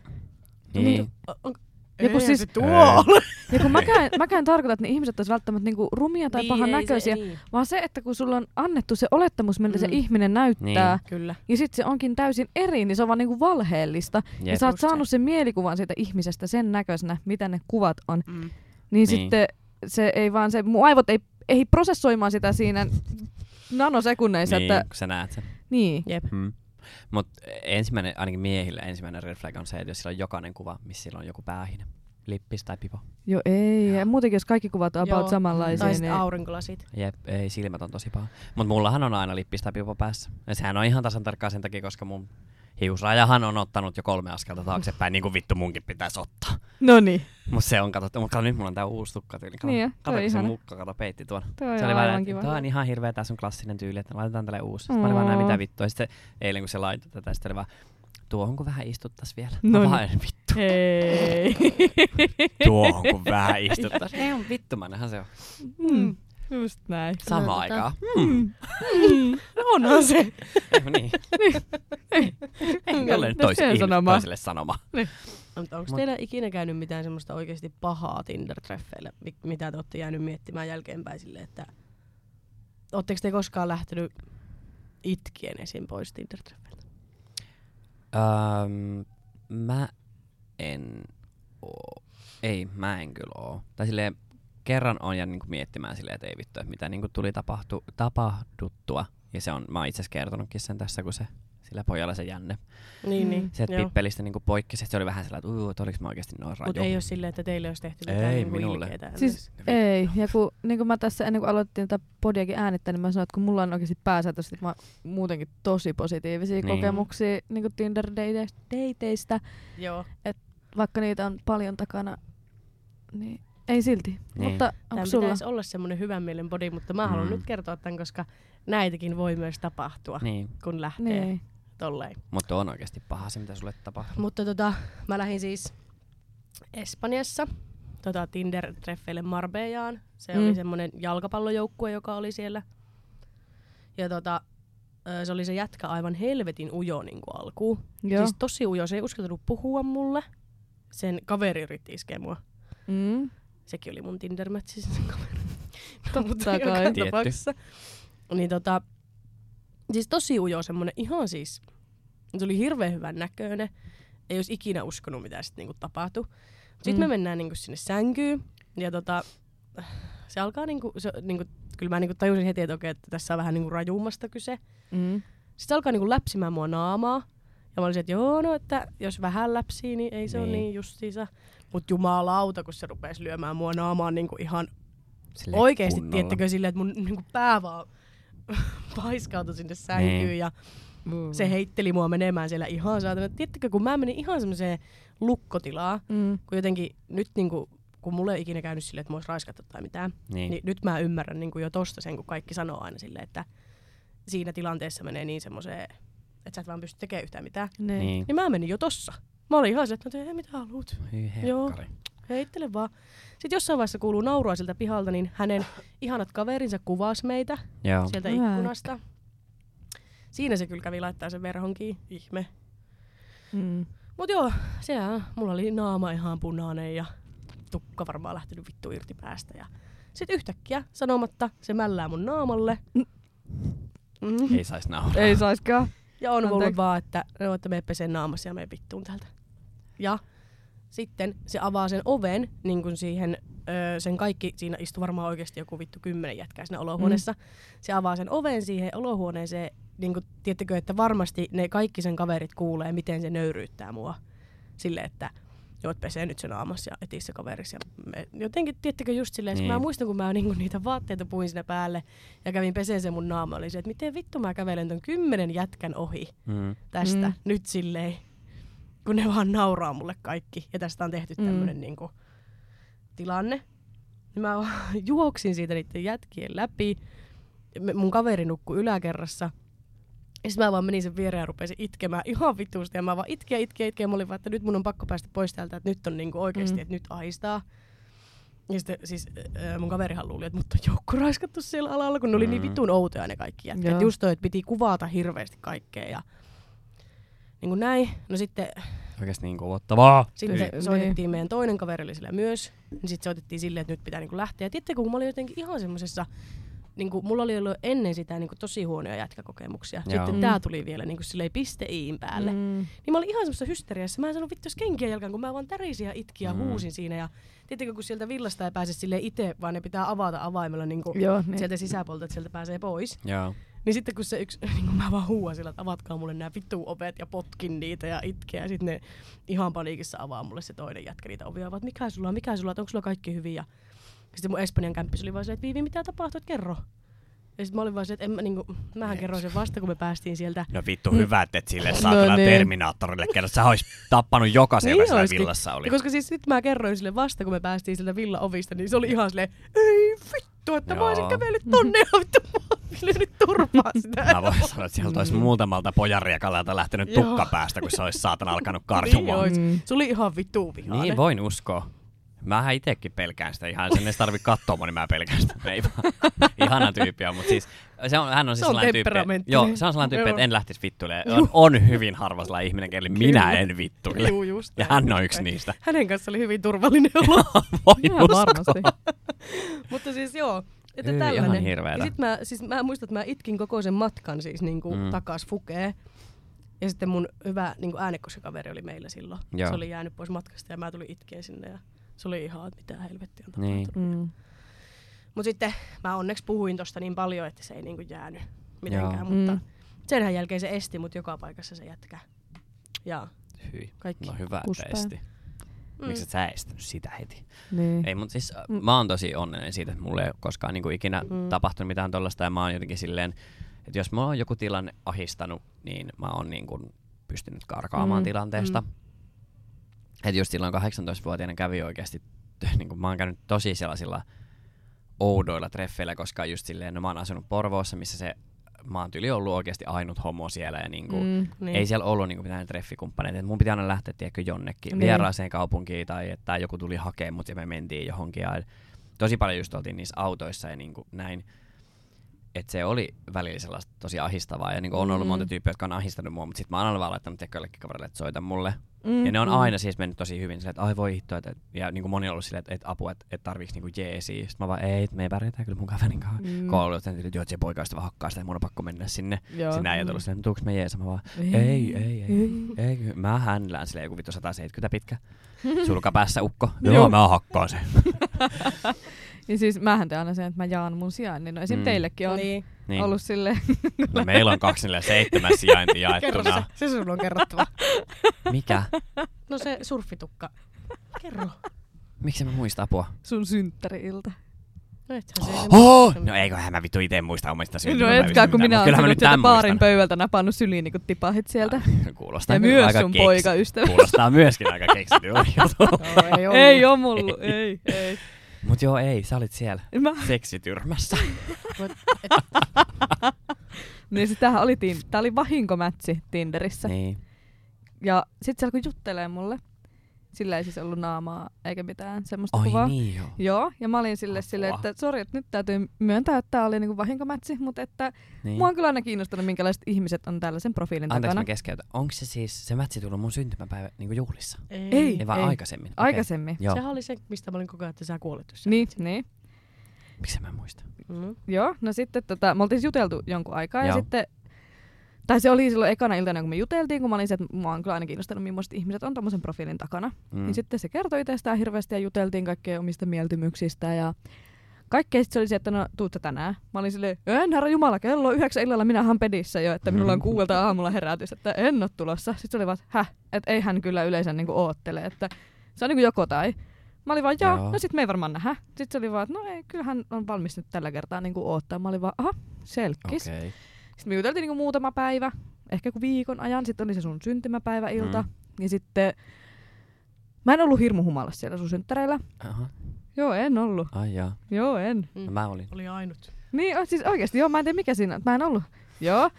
[SPEAKER 3] no,
[SPEAKER 1] Niin.
[SPEAKER 2] On, on,
[SPEAKER 3] Ja kun
[SPEAKER 2] ei
[SPEAKER 3] siis-
[SPEAKER 2] se tuolla.
[SPEAKER 3] Ja kun mäkään, mäkään tarkoitan, että ne ihmiset olisi välttämättä niinku rumia tai niin, pahan näköisiä,
[SPEAKER 2] niin.
[SPEAKER 3] vaan se, että kun sulla on annettu se olettamus, miltä mm. se
[SPEAKER 2] Mm.
[SPEAKER 3] ihminen näyttää, niin.
[SPEAKER 2] Kyllä.
[SPEAKER 3] ja sitten se onkin täysin eri, niin se on vaan niinku valheellista. Ja
[SPEAKER 1] Jep.
[SPEAKER 3] sä oot
[SPEAKER 2] Just se.
[SPEAKER 3] saanut sen mielikuvan siitä ihmisestä sen näköisenä, mitä ne kuvat on.
[SPEAKER 2] Mm.
[SPEAKER 3] Niin, niin.
[SPEAKER 1] Niin.
[SPEAKER 3] sitten se ei vaan se, mun aivot ei, ei prosessoimaan sitä siinä nanosekunneissa,
[SPEAKER 1] Niin,
[SPEAKER 3] niin. että
[SPEAKER 1] kun sä näet sen.
[SPEAKER 3] niin.
[SPEAKER 2] Jep.
[SPEAKER 1] Mm. Mutta ensimmäinen, ainakin miehillä ensimmäinen red flag on se, että jos sillä on jokainen kuva, missä sillä on joku päähine, lippis tai pipo.
[SPEAKER 3] Jo ei, ja muutenkin jos kaikki kuvat on about
[SPEAKER 2] Joo.
[SPEAKER 3] samanlaisia,
[SPEAKER 2] Tai
[SPEAKER 3] niin
[SPEAKER 2] sitten aurinkolasit.
[SPEAKER 1] Jep, ei, silmät on tosi paha. Mutta mullahan on aina lippis tai pipo päässä. Ja sehän on ihan tasan tarkkaan sen takia, koska mun hiusrajahan on ottanut jo kolme askelta taaksepäin, niin kuin vittu munkin pitäisi ottaa.
[SPEAKER 3] no niin,
[SPEAKER 1] Mutta se on, katsottu, mutta nyt mulla on tää uusi tukka tyyli. Kato,
[SPEAKER 3] Niin jo,
[SPEAKER 1] kato,
[SPEAKER 3] toi
[SPEAKER 1] kun se
[SPEAKER 3] ihana.
[SPEAKER 1] mukka, kato, peitti tuon.
[SPEAKER 3] toi
[SPEAKER 1] Se
[SPEAKER 3] on
[SPEAKER 1] oli
[SPEAKER 3] aivan
[SPEAKER 1] vaan,
[SPEAKER 3] kiva.
[SPEAKER 1] että tämä on ihan hirveä tää sun klassinen tyyli, että laitetaan tälle uusi. Sitten mä olin vaan näin,
[SPEAKER 3] Mm.
[SPEAKER 1] mitä vittua. Ja Sitten eilen, kun se laitoi tätä, sitten oli vaan, tuohon kun vähän istuttais vielä.
[SPEAKER 3] No
[SPEAKER 1] No
[SPEAKER 3] niin.
[SPEAKER 1] vaan, vittu.
[SPEAKER 3] Hei.
[SPEAKER 1] tuohon, kun vähän istutaan. Ei on vittumainenhan se on.
[SPEAKER 3] Mm. Just näin.
[SPEAKER 1] Sama
[SPEAKER 2] Kyllä, tota-
[SPEAKER 1] aikaa.
[SPEAKER 3] Mm.
[SPEAKER 2] No onhan se.
[SPEAKER 1] Mm, niin. Jolle nyt
[SPEAKER 3] No,
[SPEAKER 1] tois,
[SPEAKER 3] sen
[SPEAKER 1] ihmis,
[SPEAKER 3] sanoma.
[SPEAKER 1] toiselle sanoma.
[SPEAKER 2] Mutta onko
[SPEAKER 1] Mut-
[SPEAKER 2] teillä ikinä käynyt mitään semmoista oikeasti pahaa Tinder-treffeillä, mi- mitä te olette jäänyt miettimään jälkeenpäin sille, että ootteko te koskaan lähtenyt itkien esiin pois Tinder-treffeiltä?
[SPEAKER 1] Öm, mä en oo. Ei, mä en kyllä oo. Tai silleen, kerran on jäänyt niinku miettimään silleen, että ei vittu, että mitä niinku tuli tapahtu, tapahduttua. Ja se on, mä oon itse asiassa kertonutkin sen tässä, kun se sillä pojalla se jänne.
[SPEAKER 2] Niin, niin.
[SPEAKER 1] Se, että
[SPEAKER 2] joo.
[SPEAKER 1] pippelistä niinku poikkesi, että se oli vähän sellainen, että uu, että oliks mä oikeesti noin raju.
[SPEAKER 2] Mut ei oo silleen, että teille olisi tehty mitään
[SPEAKER 1] Ei
[SPEAKER 2] niinku
[SPEAKER 1] minulle.
[SPEAKER 2] ilkeetä
[SPEAKER 3] Siis ei, ja kun, niin kuin mä tässä ennen kuin aloitin tätä podiakin äänittää, niin mä sanoin, että kun mulla on oikeasti pääsääntö, että mä oon muutenkin tosi positiivisia
[SPEAKER 1] Niin.
[SPEAKER 3] niin. kokemuksia niin kuin Tinder-dateista,
[SPEAKER 2] ennäs. Joo.
[SPEAKER 3] vaikka niitä on paljon takana, niin ei silti.
[SPEAKER 1] Niin.
[SPEAKER 3] Niin. Mutta
[SPEAKER 2] Tämä
[SPEAKER 3] onko sulla?
[SPEAKER 2] pitäisi olla semmoinen hyvän mielen body, mutta mä haluan
[SPEAKER 1] Mm.
[SPEAKER 2] nyt kertoa tämän, koska näitäkin voi myös tapahtua,
[SPEAKER 1] Niin,
[SPEAKER 2] kun lähtee
[SPEAKER 3] Niin.
[SPEAKER 2] tolleen.
[SPEAKER 1] mutta on oikeesti paha se, mitä sulle tapahtuu.
[SPEAKER 2] Mutta tota, mä lähdin siis Espanjassa tota Tinder-treffeille Marbejaan. Se mm. oli
[SPEAKER 3] Mm.
[SPEAKER 2] semmoinen jalkapallojoukkue, joka oli siellä. Ja tota, ö, se oli se jätkä aivan helvetin ujo niin kuin alkuun.
[SPEAKER 3] Joo.
[SPEAKER 2] Siis tosi ujo, se ei uskaltanut puhua mulle. Sen kaveri yritti iskeä mua.
[SPEAKER 3] Mm.
[SPEAKER 2] Sekin oli mun Tinder-mätsi sen kaveri.
[SPEAKER 3] Totta kai.
[SPEAKER 2] joka
[SPEAKER 1] Tietty.
[SPEAKER 2] tapauksessa. Niin tota, siis tosi ujo semmonen ihan siis, se oli hirveän hyvän näköinen. Ei olisi ikinä uskonut, mitä sitten niinku tapahtui. Sitten
[SPEAKER 3] Mm.
[SPEAKER 2] me mennään niinku sinne sänkyyn ja tota, se alkaa niinku, se, niinku kyllä mä niinku tajusin heti, että okei, että tässä on vähän niinku rajummasta kyse.
[SPEAKER 3] Mm.
[SPEAKER 2] Sitten se alkaa niinku läpsimään mua naamaa. Ja mä olisin, että joo, no, että jos vähän läpsii, niin ei se niin. ole
[SPEAKER 1] Niin.
[SPEAKER 2] niin justiinsa. Mut jumalauta, kun se rupesi lyömään mua naamaan niinku ihan
[SPEAKER 1] Silleen
[SPEAKER 2] oikeesti,
[SPEAKER 1] kunnolla.
[SPEAKER 2] tiettäkö, silleen, että mun niinku pää vaan paiskautui sinne sänkyyn
[SPEAKER 1] Niin.
[SPEAKER 2] ja
[SPEAKER 3] Mm.
[SPEAKER 2] se heitteli mua menemään siellä ihan saatana. Tiettäkö, kun mä menin ihan semmoiseen lukkotilaan,
[SPEAKER 3] Mm.
[SPEAKER 2] kun jotenkin nyt niinku, kun mulle ei ole ikinä käynyt silleen, että mä ois raiskattu tai mitään,
[SPEAKER 1] Niin.
[SPEAKER 2] niin, niin nyt mä ymmärrän niinku jo tosta sen, kun kaikki sanoo aina silleen, että siinä tilanteessa menee niin semmoiseen, että sä et vaan pysty tekemään yhtään mitään.
[SPEAKER 3] Niin.
[SPEAKER 1] Niin.
[SPEAKER 2] Niin mä menin jo tossa. Mä olin ihan se, että no tee mitä haluut.
[SPEAKER 1] Hyi
[SPEAKER 2] Joo.
[SPEAKER 1] helkkari.
[SPEAKER 2] Heittele vaan. Sitten jossain vaiheessa kuuluu naurua sieltä pihalta, niin hänen ihanat kaverinsa kuvas meitä
[SPEAKER 1] Joo.
[SPEAKER 2] sieltä
[SPEAKER 3] Hyvä.
[SPEAKER 2] ikkunasta. Siinä se kyllä kävi laittaa sen verhon kiinni. Ihme.
[SPEAKER 3] Mm.
[SPEAKER 2] Mut joo, sehän, mulla oli naama ihan punainen ja tukka varmaan lähtenyt vittu irti päästä. Ja sitten yhtäkkiä sanomatta se mällää mun naamalle. Mm.
[SPEAKER 1] Ei sais nauraa.
[SPEAKER 3] Ei saiskaan.
[SPEAKER 2] Ja on mulle
[SPEAKER 3] Anteeksi.
[SPEAKER 2] vaan, että, no, että me pesen naamasi ja me vittuun täältä. Ja sitten se avaa sen oven, niin kuin siihen, öö, sen kaikki, siinä istui varmaan oikeasti joku vittu kymmenen jätkää siinä olohuoneessa. Mm. Se avaa sen oven siihen olohuoneeseen, niin kuin, tiettäkö, että varmasti ne kaikki sen kaverit kuulee, miten se nöyryyttää mua. Sille, että joo, että pesee nyt sen aamas ja etis se kaverissa. Ja me, jotenkin, tiettäkö just silleen, niin.
[SPEAKER 1] Niin.
[SPEAKER 2] mä muistan, kun mä niinku niitä vaatteita puin sinne päälle ja kävin peseen sen mun naama, oli se, että miten vittu mä kävelen ton kymmenen jätkän ohi
[SPEAKER 1] Mm.
[SPEAKER 2] tästä mm.
[SPEAKER 3] Mm.
[SPEAKER 2] nyt silleen, kun ne vaan nauraa mulle kaikki. Ja tästä on tehty
[SPEAKER 3] Mm.
[SPEAKER 2] tämmönen niinku tilanne. Niin mä vaan juoksin siitä niiden jätkien läpi. Me- Mun kaveri nukkui yläkerrassa. Ja sitten mä vaan menin sen viereen ja rupesin itkemään ihan vituusti. Ja mä vaan itkin ja itkin ja itkin. Ja mä olin vaan, että nyt mun on pakko päästä pois täältä. Että nyt on niinku oikeasti,
[SPEAKER 3] Mm.
[SPEAKER 2] että nyt ahistaa. Ja sitten siis äh, mun kaverihan luuli, että mut on joukko raiskattu siellä alalla, kun ne oli niin
[SPEAKER 1] Mm.
[SPEAKER 2] vitun outoja ne kaikki jätkät.
[SPEAKER 3] Joo.
[SPEAKER 2] Just toi, että piti kuvata hirveästi kaikkea ja niin kuin näin. No sitten,
[SPEAKER 1] Oikeesti niin kuvottavaa.
[SPEAKER 2] sitten
[SPEAKER 3] Kyllä.
[SPEAKER 2] soitettiin meidän toinen kaveri oli sillä myös. Niin sitten soitettiin silleen, että nyt pitää niin kuin lähteä. Ja tiedättekö, kun mä olin jotenkin ihan semmoisessa, niin kuin mulla oli ollut ennen sitä niin kuin tosi huonoja jätkäkokemuksia.
[SPEAKER 1] Joo.
[SPEAKER 2] Sitten
[SPEAKER 3] Mm.
[SPEAKER 2] tää tuli vielä niin kuin silleen piste iin päälle.
[SPEAKER 3] Mm.
[SPEAKER 2] Niin mä olin ihan semmoisessa hysteriassa. Mä en sanonut vittu jos kenkiä jalkaan, kun mä vaan tärisin ja itkin ja
[SPEAKER 1] Mm.
[SPEAKER 2] huusin siinä. Ja tietenkin kun sieltä villasta ei pääse sille itse, vaan ne pitää avata avaimella niin kuin
[SPEAKER 3] Joo, niin.
[SPEAKER 2] sieltä sisäpuolelta, että sieltä pääsee pois.
[SPEAKER 1] Joo.
[SPEAKER 2] Niin sitten kun se yksi, niin kun mä vaan huuan sillä, että avatkaa mulle nämä vittu ovet ja potkin niitä ja itkeä. Ja sitten ne ihan paniikissa avaa mulle se toinen jätkä niitä ovia. Vaan, että mikä sulla on, mikä sulla on, onko sulla kaikki hyvin. Ja sitten mun Espanjan kämppis oli vaan se, että Viivi, mitä tapahtui, että kerro. Ja sitten mä olin vaan se, että en mä, niin kuin, mähän kerroin sen vasta, kun me päästiin sieltä
[SPEAKER 1] No vittu hyvä, että et sille
[SPEAKER 3] No
[SPEAKER 1] saatana
[SPEAKER 3] niin.
[SPEAKER 1] Terminaattorille kerran. Sä ois tappanut jokaisen, joka siellä
[SPEAKER 2] olisikin.
[SPEAKER 1] villassa
[SPEAKER 2] Ja
[SPEAKER 1] oli.
[SPEAKER 2] Niin koska siis nyt mä kerroin sille vasta, kun me päästiin sieltä villaovista, niin se oli ihan silleen, ei vittu, että mä olisin
[SPEAKER 1] Joo.
[SPEAKER 2] kävellyt tonne ja vittu mä olisin nyt turpaa sitä.
[SPEAKER 1] Mä voin sanoa, että sieltä olisi muutamalta pojanriekalalta lähtenyt
[SPEAKER 2] Mm. Joo.
[SPEAKER 1] tukka päästä, kun se olisi saatana alkanut
[SPEAKER 2] Niin
[SPEAKER 1] karjumaan.
[SPEAKER 2] ois.
[SPEAKER 3] Mm.
[SPEAKER 2] Se oli ihan vittu vihainen.
[SPEAKER 1] Niin voin uskoa. Mähän itekin pelkään sitä ihan, sen ei tarvi katsoa, mua, niin mä pelkään sitä. Ei vaan. Ihana tyyppi on, mutta siis se on, hän on siis
[SPEAKER 2] Se on
[SPEAKER 1] sellainen tyyppi.
[SPEAKER 2] temperamenttinen.
[SPEAKER 1] Joo, se on sellainen tyyppi, että
[SPEAKER 2] Joo.
[SPEAKER 1] en lähtisi vittuille. On, on hyvin harva sellainen ihminen, kelle minä en vittuille.
[SPEAKER 2] Juu, just
[SPEAKER 1] Ja
[SPEAKER 2] näin,
[SPEAKER 1] hän on
[SPEAKER 2] just
[SPEAKER 1] yksi
[SPEAKER 2] näin.
[SPEAKER 1] niistä.
[SPEAKER 2] Hänen kanssa oli hyvin turvallinen olo.
[SPEAKER 1] Voin
[SPEAKER 3] Ihan
[SPEAKER 1] uskoa.
[SPEAKER 3] varmasti.
[SPEAKER 2] Mutta siis joo, että
[SPEAKER 1] Hyi,
[SPEAKER 2] tällainen.
[SPEAKER 1] ihan hirveetä.
[SPEAKER 2] Ja sit mä, siis mä muistan, että mä itkin koko sen matkan siis niinku
[SPEAKER 1] Mm.
[SPEAKER 2] mm. takas fukee. Ja sitten mun hyvä niinku äänekoskakaveri oli meillä silloin.
[SPEAKER 1] Joo.
[SPEAKER 2] Joo. Se oli jäänyt pois matkasta ja mä tulin itkeä sinne ja se oli ihan, että mitä helvettiä on
[SPEAKER 1] Niin.
[SPEAKER 2] tapahtunut.
[SPEAKER 3] Mm.
[SPEAKER 2] Mutta sitten mä onneksi puhuin tosta niin paljon, että se ei niinku jäänyt mitenkään,
[SPEAKER 1] Joo.
[SPEAKER 2] mutta
[SPEAKER 3] Mm.
[SPEAKER 2] Senhän jälkeen se esti mut joka paikassa se jätkä. Ja
[SPEAKER 1] Hyi.
[SPEAKER 2] kaikki. Mm.
[SPEAKER 1] No hyvä
[SPEAKER 3] Puspää.
[SPEAKER 1] testi. Miksi et sä estänyt sitä heti?
[SPEAKER 3] Niin.
[SPEAKER 1] Ei, mutta siis
[SPEAKER 3] Mm.
[SPEAKER 1] mm. mä oon tosi onnellinen siitä, että mulla ei ole koskaan niin kuin ikinä
[SPEAKER 2] Mm.
[SPEAKER 1] mm. tapahtunut mitään tollasta ja mä oon jotenkin silleen, että jos mulla on joku tilanne ahistanut, niin mä oon niin kuin pystynyt karkaamaan mm.
[SPEAKER 3] Mm.
[SPEAKER 1] tilanteesta. Mm. Että just silloin 18-vuotiaana kävi oikeasti, niin kuin mä oon käynyt tosi sellaisilla oudoilla treffeillä, koska just silleen, no mä oon asunut Porvoossa, missä se mä oon tyli ollut oikeasti ainut homo siellä ja niin kuin,
[SPEAKER 3] Mm.
[SPEAKER 2] Niin.
[SPEAKER 1] niin. ei siellä ollut niinku mitään treffikumppaneita. Et mun piti aina lähteä tiedätkö, jonnekin
[SPEAKER 3] Niin.
[SPEAKER 1] niin. vieraaseen kaupunkiin tai että joku tuli hakemaan mut ja me mentiin johonkin. Ja tosi paljon just oltiin niissä autoissa ja niinku näin. Et se oli välillä sellaista tosi ahistavaa ja niinku on ollut
[SPEAKER 3] Mm.
[SPEAKER 1] mm. monta tyyppiä, jotka on ahistanut mua, mutta sit mä oon aina vaan laittanut tiedätkö, jollekin kaverille, että soita mulle.
[SPEAKER 3] Mm.
[SPEAKER 1] Ja ne on
[SPEAKER 3] mm.
[SPEAKER 1] aina siis mennyt tosi hyvin silleen, että ai voi hitto, että, ja niin kuin moni on ollut silleen, että, että apua, että, että tarviiks niinku jeesiä. Sitten mä vaan, ei, että me ei pärjätä kyllä mun kaverin kanssa.
[SPEAKER 3] Mm.
[SPEAKER 1] Mm. Koulu, että joo, että se poikaista vaan hakkaa sitä, ja mun on pakko mennä sinne.
[SPEAKER 3] Joo. Niin.
[SPEAKER 1] Sinä ei ollut silleen, että tuuks me jees, mä vaan,
[SPEAKER 3] Ei.
[SPEAKER 1] ei, ei, ei, ei, ky- mä hänlään silleen joku vittu 170 pitkä, sulkapäässä ukko,
[SPEAKER 3] Joo.
[SPEAKER 1] joo, joo mä hakkaan sen.
[SPEAKER 3] Ja siis mähän teen aina sen, että mä jaan mun sijainnin. No esim. Mm.
[SPEAKER 1] Mm.
[SPEAKER 3] teillekin on niin.
[SPEAKER 2] Niin.
[SPEAKER 1] Niin.
[SPEAKER 3] ollut silleen.
[SPEAKER 1] No, meillä on 247 sijainti
[SPEAKER 2] Kerro se,
[SPEAKER 1] jaettuna.
[SPEAKER 2] se sun on kerrottava.
[SPEAKER 1] Mikä?
[SPEAKER 2] No se surfitukka. Kerro.
[SPEAKER 1] Miksi mä muista apua?
[SPEAKER 3] sun synttäri-ilta.
[SPEAKER 2] No ethän se ei
[SPEAKER 1] Oh! No eiköhän mä vittu itse muista omista
[SPEAKER 3] No
[SPEAKER 1] syntymäpäivistä.
[SPEAKER 3] etkä, kun
[SPEAKER 1] mitään,
[SPEAKER 3] minä
[SPEAKER 1] mut
[SPEAKER 3] olen
[SPEAKER 1] kyllähän mä nyt
[SPEAKER 3] sinut sieltä
[SPEAKER 1] tämän
[SPEAKER 3] baarin
[SPEAKER 1] muistan.
[SPEAKER 3] pöydältä napannut syliin, niin kun tipahit sieltä.
[SPEAKER 1] Kuulostaa
[SPEAKER 3] Ja
[SPEAKER 1] kyllä
[SPEAKER 3] myös
[SPEAKER 1] aika
[SPEAKER 3] sun
[SPEAKER 1] keksi-
[SPEAKER 3] poikaystävä.
[SPEAKER 1] Kuulostaa myöskin aika keksityltä jutulta.
[SPEAKER 2] Joo, No, ei,
[SPEAKER 3] Ei oo mullu, ei, ei. Niin
[SPEAKER 1] Mut joo, ei, sä olit siellä
[SPEAKER 3] Mä,
[SPEAKER 1] seksityrmässä.
[SPEAKER 2] Mut-
[SPEAKER 3] niin siis tämähän oli, tin, tää oli vahinkomätsi Tinderissä.
[SPEAKER 1] Niin.
[SPEAKER 3] Ja sit se alkoi juttelee mulle. Sillä ei siis ollut naamaa eikä mitään semmoista kuvaa.
[SPEAKER 1] Ai niin joo.
[SPEAKER 3] Joo, ja mä olin sille, sille
[SPEAKER 1] Apua.
[SPEAKER 3] että sori, että nyt täytyy myöntää, että tämä oli niinku vahinkomätsi, mutta että
[SPEAKER 1] Niin.
[SPEAKER 3] mua on kyllä aina kiinnostanut, minkälaiset ihmiset on tällaisen profiilin
[SPEAKER 1] Anteeksi,
[SPEAKER 3] takana.
[SPEAKER 1] mä keskeytän. Onko se siis, se mätsi tullut mun syntymäpäivä niin juhlissa?
[SPEAKER 3] Ei.
[SPEAKER 1] Ei, Niin vaan
[SPEAKER 3] Ei.
[SPEAKER 1] aikaisemmin. Okei.
[SPEAKER 3] Aikaisemmin.
[SPEAKER 1] Joo.
[SPEAKER 2] Sehän oli se, mistä mä olin koko ajan, että sä kuolit. jos sä
[SPEAKER 3] Niin,
[SPEAKER 2] et sen-
[SPEAKER 3] niin.
[SPEAKER 1] Miksi mä en muista?
[SPEAKER 2] Mm.
[SPEAKER 3] Joo, no sitten tota, me oltiin juteltu jonkun aikaa ja
[SPEAKER 1] Joo.
[SPEAKER 3] sitten, tai se oli silloin ekana iltana, kun me juteltiin, kun mä olin se, että mua on kyllä aina kiinnostanut, millaiset ihmiset on tommosen profiilin takana. Mm. Niin sitten se kertoi itsestään hirveästi ja juteltiin kaikkea omista mieltymyksistä ja kaikkea. Sitten se oli se, että no tuutta tänään. Mä olin silleen, en herra jumala, kello on yhdeksän illalla minähän pedissä jo, että
[SPEAKER 1] Mm.
[SPEAKER 3] minulla on kuuelta aamulla herätys, että en ole tulossa. Sitten se oli vaan, että häh, että ei hän kyllä yleensä niinku oottele, että se on niinku joko tai. Mä olin vaan, joo,
[SPEAKER 1] Joo.
[SPEAKER 3] no sit me ei varmaan nähdä. Sitten se oli vaan, että no ei, kyllähän on valmis nyt tällä kertaa niinku oottaa. Mä olin vaan, aha, selkkis. Okay.
[SPEAKER 1] Okei.
[SPEAKER 3] Sitten me juteltiin niinku muutama päivä, ehkä joku viikon ajan. Sitten oli se sun syntymäpäiväilta. Mm.
[SPEAKER 1] Mm.
[SPEAKER 3] Ja sitten, mä en ollut hirmu humalassa siellä sun synttäreillä.
[SPEAKER 1] Aha.
[SPEAKER 3] Joo, en ollut.
[SPEAKER 1] Ai jaa.
[SPEAKER 3] Joo, en.
[SPEAKER 1] No, mä olin.
[SPEAKER 2] Oli ainut.
[SPEAKER 3] Niin, o- siis oikeesti, joo, mä en tiedä mikä siinä on. Mä en ollut. Joo.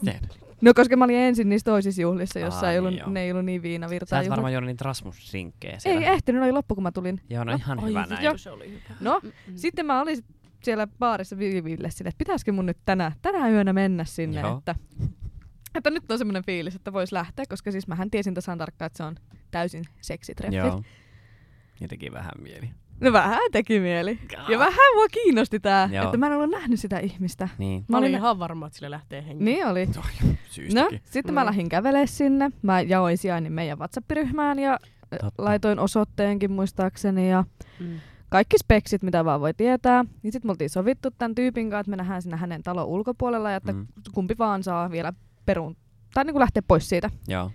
[SPEAKER 1] Miten?
[SPEAKER 3] No koska mä olin ensin niissä toisissa juhlissa, jossa
[SPEAKER 1] Aa,
[SPEAKER 3] ei ollut,
[SPEAKER 1] niin joo.
[SPEAKER 3] ne ei ollut niin viinavirtaa.
[SPEAKER 1] Sä et
[SPEAKER 3] juhlat.
[SPEAKER 1] varmaan juonut niitä Rasmus-rinkkejä siellä.
[SPEAKER 3] Ei ehtinyt, ne oli loppu kun mä tulin.
[SPEAKER 1] Joo, no ihan hyvä näin.
[SPEAKER 3] joo.
[SPEAKER 2] Se oli hyvä.
[SPEAKER 1] Mm.
[SPEAKER 3] No,
[SPEAKER 2] Mm-mm.
[SPEAKER 3] sitten mä olin siellä baarissa Viville sille, että pitäisikö mun nyt tänä, tänä yönä mennä sinne,
[SPEAKER 1] Joo.
[SPEAKER 3] että, että nyt on semmoinen fiilis, että vois lähteä, koska siis mähän tiesin tasan tarkkaan, että se on täysin seksitreffi.
[SPEAKER 1] Joo. Jotenkin vähän mieli.
[SPEAKER 3] No vähän teki mieli. Ja
[SPEAKER 1] Joo.
[SPEAKER 3] vähän mua kiinnosti tää,
[SPEAKER 1] Joo.
[SPEAKER 3] että mä en ollut nähnyt sitä ihmistä.
[SPEAKER 1] Niin.
[SPEAKER 2] Mä olin ihan varma, että sillä lähtee henki.
[SPEAKER 3] Niin oli.
[SPEAKER 1] No,
[SPEAKER 3] No,
[SPEAKER 1] syystäkin.
[SPEAKER 3] sitten mä
[SPEAKER 2] Mm.
[SPEAKER 3] lähdin kävelee sinne. Mä jaoin sijainnin meidän WhatsApp-ryhmään ja ö,
[SPEAKER 1] Totta.
[SPEAKER 3] laitoin osoitteenkin muistaakseni ja
[SPEAKER 2] Mm.
[SPEAKER 3] kaikki speksit, mitä vaan voi tietää. Niin sitten me oltiin sovittu tämän tyypin kanssa, että me nähdään sinne hänen talon ulkopuolella ja että
[SPEAKER 1] Mm.
[SPEAKER 3] kumpi vaan saa vielä peruun tai niin kuin lähteä pois siitä.
[SPEAKER 1] Joo.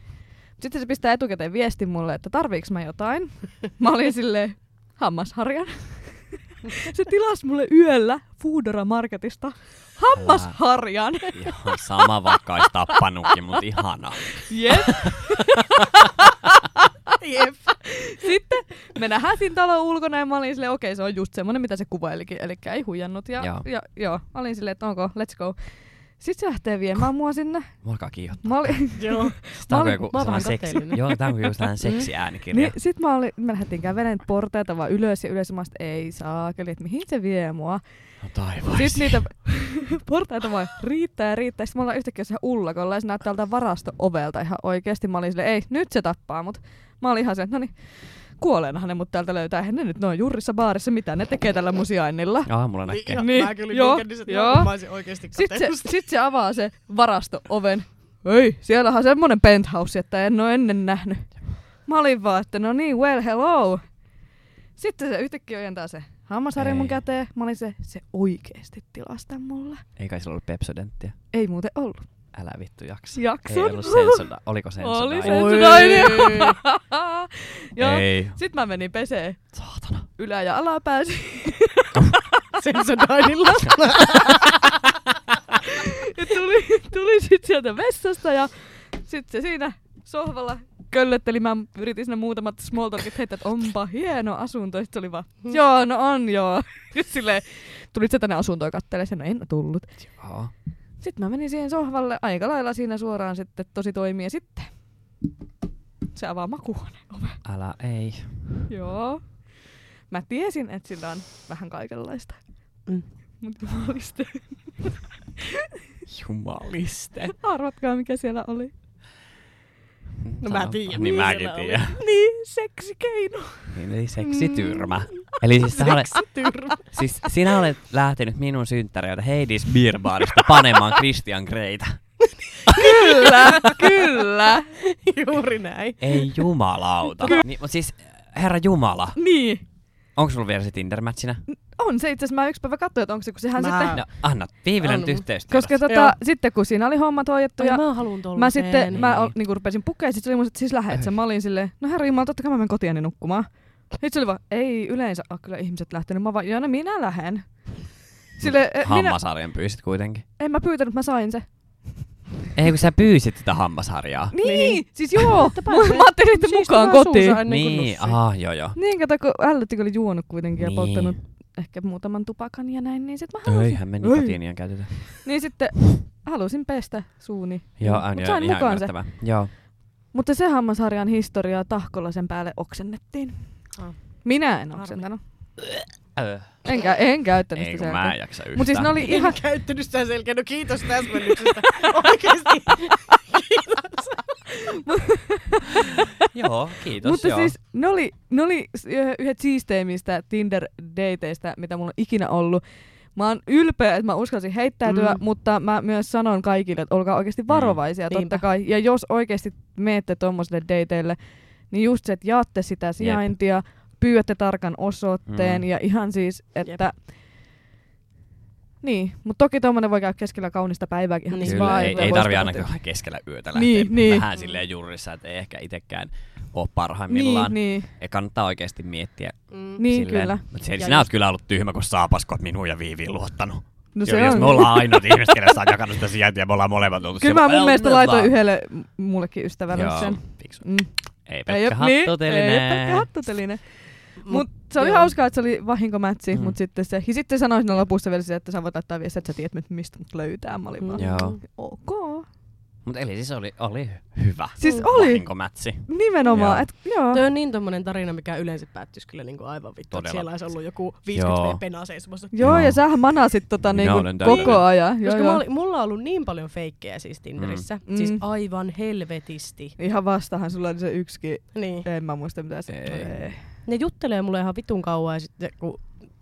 [SPEAKER 3] Sitten se pistää etukäteen viesti mulle, että tarviiks mä jotain. Mä olin silleen, hammasharjan. se tilasi mulle yöllä Foodora Marketista hammasharjan.
[SPEAKER 1] Ihan sama vaikka olisi tappanutkin, mut ihanaa.
[SPEAKER 3] Jep. Jep. Sitten me nähdään siinä talon ulkona ja mä olin silleen, okei se on just semmonen mitä se kuvailikin, eli ei huijannut. Ja, joo.
[SPEAKER 1] Joo.
[SPEAKER 3] ja joo, mä olin silleen, että onko, let's go. Sitten se lähtee viemään mua sinne.
[SPEAKER 1] Mua alkaa kiihottaa.
[SPEAKER 3] Mä olin,
[SPEAKER 1] No
[SPEAKER 2] Joo. Niin,
[SPEAKER 1] Tää on
[SPEAKER 3] olin-
[SPEAKER 1] joku
[SPEAKER 2] mä oon vähän
[SPEAKER 1] sellainen seksi.
[SPEAKER 2] kateellinen.
[SPEAKER 1] Joo, tää on joku sellainen seksi
[SPEAKER 3] niin,
[SPEAKER 1] äänikirja.
[SPEAKER 3] sit mä olin, me lähdettiin kävelemään portaita vaan ylös ja ylös ja mä olin, että ei saakeli, että mihin se vie mua.
[SPEAKER 1] No taivaan.
[SPEAKER 3] Sitten niitä portaita vaan riittää ja riittää. Sitten me ollaan yhtäkkiä siellä ullakolla ja se näyttää tältä varasto-ovelta ihan oikeesti. Mä olin silleen, ei, nyt se tappaa mut. Mä olin ihan se, että no niin, kuoleenahan ne mut täältä löytää. Eihän ne nyt noin jurrissa baarissa, mitä ne tekee tällä musiainnilla.
[SPEAKER 1] Aamulla näkee.
[SPEAKER 3] Niin,
[SPEAKER 2] Mä kyllä
[SPEAKER 3] joo,
[SPEAKER 2] joo, niin että
[SPEAKER 3] joo.
[SPEAKER 2] joo. mä olisin oikeesti
[SPEAKER 3] Sitten se,
[SPEAKER 2] kateellinen.
[SPEAKER 3] sit se avaa se varasto-oven. Ei, siellähän on semmonen penthouse, että en oo ennen nähnyt. Mä olin vaan, että no niin, well, hello. Sitten se yhtäkkiä ojentaa se hammasharja mun
[SPEAKER 1] Ei.
[SPEAKER 3] käteen. Mä olin se, se oikeesti tilasta mulle.
[SPEAKER 1] Ei kai sillä ollut pepsodenttia.
[SPEAKER 3] Ei muuten ollut.
[SPEAKER 1] Älä vittu jaksa.
[SPEAKER 3] Jakson.
[SPEAKER 1] Ei ollut sensoda. Oliko sensoda?
[SPEAKER 3] Oli
[SPEAKER 2] Oi.
[SPEAKER 3] sensodaini. Joo.
[SPEAKER 1] Ei.
[SPEAKER 3] Sitten mä menin peseen
[SPEAKER 1] Saatana.
[SPEAKER 3] ylä- ja alapääsi.
[SPEAKER 2] Sensodainilla.
[SPEAKER 3] Ja tuli, tuli sit sieltä vessasta ja sit se siinä sohvalla köllötteli. Mä yritin sinne muutamat small talkit heittää, että onpa hieno asunto. Sitten se oli vaan, joo, no on joo. Silleen, tulit sä tänne asuntoon kattelemaan? Sen, No en tullut.
[SPEAKER 1] Joo.
[SPEAKER 3] Sitten mä menin siihen sohvalle aika lailla siinä suoraan sitten tosi toimii. Ja sitten se avaa makuuhuone.
[SPEAKER 1] Älä ei.
[SPEAKER 3] Joo. Mä tiesin, että sillä on vähän kaikenlaista.
[SPEAKER 2] Mm.
[SPEAKER 3] Mut mä olin sitten-
[SPEAKER 1] Jumaliste.
[SPEAKER 3] arvatkaa mikä siellä oli.
[SPEAKER 2] No mä tiedän.
[SPEAKER 1] Niin
[SPEAKER 2] mikä
[SPEAKER 1] mäkin
[SPEAKER 2] siellä oli.
[SPEAKER 1] tiedän.
[SPEAKER 3] Niin, seksikeino.
[SPEAKER 1] Niin, eli seksityrmä. Eli siis, sä olet,
[SPEAKER 2] Seksityrmä.
[SPEAKER 1] siis sinä olet lähtenyt minun synttäreiltä Heidis Birbarista panemaan Christian Greitä.
[SPEAKER 3] Kyllä, kyllä.
[SPEAKER 2] Juuri näin.
[SPEAKER 1] Ei jumalauta. Niin, mutta siis, herra jumala,
[SPEAKER 3] Niin.
[SPEAKER 1] onko sulla vielä se tinder
[SPEAKER 3] On se itse asiassa, mä yksi päivä katsoin, että onko se, kun sehän
[SPEAKER 2] Mä-
[SPEAKER 3] sitten...
[SPEAKER 1] No, anna Viiville
[SPEAKER 2] On.
[SPEAKER 1] nyt yhteistyötä.
[SPEAKER 3] Koska
[SPEAKER 2] Joo.
[SPEAKER 3] tota, sitten kun siinä oli hommat hoidettu ja
[SPEAKER 2] mä haluun tollasen.
[SPEAKER 3] Mä sitten,
[SPEAKER 1] Niin,
[SPEAKER 3] mä
[SPEAKER 1] niin.
[SPEAKER 3] ol, niinku rupesin pukea, ja sit se oli mun, että siis lähet sen. Mä olin silleen, no herra jumala, totta kai mä menen kotiini nukkumaan. Sitten se oli vaan, ei yleensä ole kyllä ihmiset lähtenyt, mä vaan, joo no minä lähen. Sille, minä,
[SPEAKER 1] Hammasharjan pyysit kuitenkin.
[SPEAKER 3] en mä pyytänyt, mä sain se.
[SPEAKER 1] Ei kun sä pyysit sitä hammasharjaa.
[SPEAKER 3] Niin,
[SPEAKER 2] Niin.
[SPEAKER 3] siis joo.
[SPEAKER 2] Mutta
[SPEAKER 3] mä,
[SPEAKER 2] pääsee
[SPEAKER 3] mä ajattelin, että
[SPEAKER 2] siis
[SPEAKER 3] mukaan
[SPEAKER 2] vähän
[SPEAKER 3] kotiin.
[SPEAKER 2] suunsa ennen kuin
[SPEAKER 1] Niin,
[SPEAKER 2] nussii.
[SPEAKER 1] aha, joo joo.
[SPEAKER 3] Niin, kato, kun ällötti, kun oli juonut kuitenkin ja
[SPEAKER 1] Niin. Äh.
[SPEAKER 3] polttanut ehkä muutaman tupakan ja näin, niin sit mä halusin.
[SPEAKER 1] Eihän meni
[SPEAKER 3] Ei.
[SPEAKER 1] kotiin ja käytetä.
[SPEAKER 3] Niin sitten halusin pestä suuni.
[SPEAKER 1] Joo, ään,
[SPEAKER 3] Mut
[SPEAKER 1] joo
[SPEAKER 3] sain
[SPEAKER 1] ihan
[SPEAKER 3] mukaan se.
[SPEAKER 1] ymmärrettävää. Joo.
[SPEAKER 3] Mutta se hammasharjan historiaa tahkolla sen päälle oksennettiin.
[SPEAKER 2] Ah.
[SPEAKER 3] Minä en
[SPEAKER 2] Harmi.
[SPEAKER 3] oksentanut.
[SPEAKER 1] Öö,
[SPEAKER 3] En, kä- en käyttänyt
[SPEAKER 1] ei
[SPEAKER 3] sitä
[SPEAKER 1] kun
[SPEAKER 3] selkää.
[SPEAKER 1] mä en jaksa yhtään.
[SPEAKER 3] Mut siis ne oli
[SPEAKER 2] Ihan
[SPEAKER 3] ihan...
[SPEAKER 2] käyttänyt sitä selkeä. No kiitos täsmennyksestä. Oikeesti.
[SPEAKER 1] Joo, kiitos.
[SPEAKER 3] Mutta
[SPEAKER 1] joo.
[SPEAKER 3] siis ne oli, ne oli s- yh- yhdet siisteimmistä Tinder-dateista, mitä mulla on ikinä ollut. Mä oon ylpeä, että mä uskalsin heittäytyä,
[SPEAKER 2] Mm.
[SPEAKER 3] mm. mutta mä myös sanon kaikille, että olkaa oikeasti varovaisia mm.
[SPEAKER 2] Niinpä.
[SPEAKER 3] totta kai. Ja jos oikeasti meette tommosille dateille, niin just se, että jaatte sitä sijaintia, pyydätte tarkan osoitteen
[SPEAKER 1] Mm.
[SPEAKER 3] mm. ja ihan siis, että... Niin, mutta toki tommonen voi käydä keskellä kaunista päivääkin. ihan
[SPEAKER 2] Niin.
[SPEAKER 3] siis
[SPEAKER 1] Kyllä,
[SPEAKER 3] vaan,
[SPEAKER 1] ei,
[SPEAKER 3] että
[SPEAKER 1] ei
[SPEAKER 3] voisi
[SPEAKER 1] tarvi
[SPEAKER 3] katsoa.
[SPEAKER 1] ainakaan keskellä yötä lähteä
[SPEAKER 3] Niin,
[SPEAKER 1] niin,
[SPEAKER 3] niin.
[SPEAKER 1] vähän silleen jurrissa, että ei ehkä itsekään ole parhaimmillaan. Niin,
[SPEAKER 3] Niin,
[SPEAKER 1] niin. Ja kannattaa oikeasti miettiä
[SPEAKER 2] Mm.
[SPEAKER 3] niin, niin
[SPEAKER 1] silleen.
[SPEAKER 3] kyllä.
[SPEAKER 1] Mutta sinä
[SPEAKER 2] Ja
[SPEAKER 1] just... oot kyllä ollut tyhmä, kun saapaskot minun ja Viiviin luottanut.
[SPEAKER 3] No
[SPEAKER 1] No se jos on. me ollaan ainoat ihmiset, kenellä sä oot jakanut sitä sijaintia, ja me ollaan molemmat oltu
[SPEAKER 3] Kyllä mä mun mielestä laitoin yhdelle m- mullekin ystävälle
[SPEAKER 1] Joo,
[SPEAKER 3] sen.
[SPEAKER 1] fiksu.
[SPEAKER 3] Mm.
[SPEAKER 1] Ei
[SPEAKER 3] Ei oo-
[SPEAKER 1] Pekka
[SPEAKER 3] niin, Ei oo
[SPEAKER 1] Hattotelinen.
[SPEAKER 3] Pekka Hattotelinen.
[SPEAKER 2] Mm. Mut-
[SPEAKER 3] Mut se oli
[SPEAKER 2] joo.
[SPEAKER 3] hauskaa, että se oli vahinkomätsi,
[SPEAKER 1] Mm.
[SPEAKER 3] mm. mut sitten se, ja sitten sanoi siinä lopussa vielä se, että sä voit laittaa viestiä, että sä tiedät nyt mistä mut löytää. Mä olin vaan,
[SPEAKER 1] Mm. Joo.
[SPEAKER 3] ok.
[SPEAKER 1] Mutta eli siis oli, oli hyvä.
[SPEAKER 3] Siis
[SPEAKER 2] Mm.
[SPEAKER 3] oli
[SPEAKER 1] Vahinkomätsi.
[SPEAKER 3] nimenomaan,
[SPEAKER 1] Joo.
[SPEAKER 3] että joo.
[SPEAKER 2] Toi on niin tommonen tarina, mikä yleensä päättyisi kyllä niinku aivan vittu.
[SPEAKER 1] Todella.
[SPEAKER 2] Todella. Siellä olisi ollut joku
[SPEAKER 1] Joo.
[SPEAKER 2] 50 pena seisomassa.
[SPEAKER 3] Joo,
[SPEAKER 1] Joo.
[SPEAKER 3] ja sähän manasit tota
[SPEAKER 1] Minä
[SPEAKER 3] niinku
[SPEAKER 1] olen täydellinen.
[SPEAKER 3] koko ajan. Joo,
[SPEAKER 2] Koska mä
[SPEAKER 3] joo.
[SPEAKER 2] olin, mulla on ollut niin paljon feikkejä siis Tinderissä.
[SPEAKER 3] Mm.
[SPEAKER 2] Mm. Siis
[SPEAKER 3] Mm.
[SPEAKER 2] aivan helvetisti.
[SPEAKER 3] Ihan vastahan sulla oli se yksikin,
[SPEAKER 2] Niin.
[SPEAKER 3] en mä muista mitä se.
[SPEAKER 1] Ei.
[SPEAKER 2] Ne juttelee mulle ihan vitun kauan ja sitten kun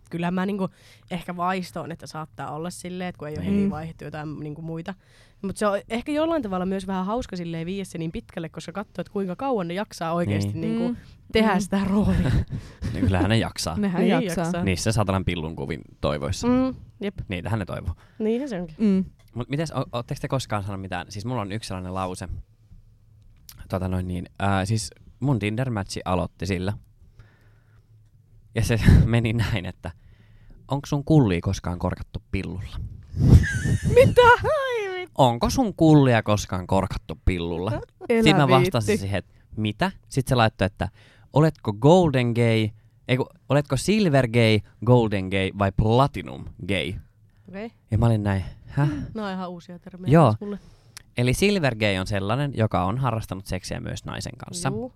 [SPEAKER 2] kyllä mä niinku ehkä vaistoon, että saattaa olla silleen, että kun ei ole
[SPEAKER 1] Niin.
[SPEAKER 2] heti vaihdettu jotain niinku muita. Mutta se on ehkä jollain tavalla myös vähän hauska silleen viiä se niin pitkälle, koska katsoo, että kuinka kauan ne jaksaa oikeasti
[SPEAKER 1] Niin.
[SPEAKER 2] niin. niinku
[SPEAKER 3] Mm.
[SPEAKER 2] tehdä
[SPEAKER 3] Mm.
[SPEAKER 2] sitä roolia.
[SPEAKER 1] Niin Kyllähän ne jaksaa.
[SPEAKER 3] Nehän
[SPEAKER 2] Niin
[SPEAKER 3] jaksaa.
[SPEAKER 2] jaksaa.
[SPEAKER 1] Niissä satanan pillun kuvin toivoissa. Mm.
[SPEAKER 2] Mm, jep,
[SPEAKER 1] Niitähän ne toivoo.
[SPEAKER 2] niinhän se onkin.
[SPEAKER 3] Mm.
[SPEAKER 1] Mut mites, o- ootteko te koskaan sanonut mitään? Siis mulla on yksi sellainen lause. Tota noin niin, ää, siis mun tinder aloitti sillä. Ja se meni näin, että onko sun kullia koskaan korkattu pillulla?
[SPEAKER 3] Mitä?
[SPEAKER 1] Onko sun kullia koskaan korkattu pillulla?
[SPEAKER 3] Elä
[SPEAKER 1] Sitten mä vastasin
[SPEAKER 3] viitti.
[SPEAKER 1] siihen, että mitä? Sitten se laittoi, että oletko golden gay, ei kun, oletko silver gay, golden gay vai platinum gay?
[SPEAKER 2] Okei, okay.
[SPEAKER 1] Ja mä olin näin, häh?
[SPEAKER 2] no ihan uusia termejä
[SPEAKER 1] Joo.
[SPEAKER 2] myös mulle.
[SPEAKER 1] Eli silver gay on sellainen, joka on harrastanut seksiä myös naisen kanssa.
[SPEAKER 2] Juu.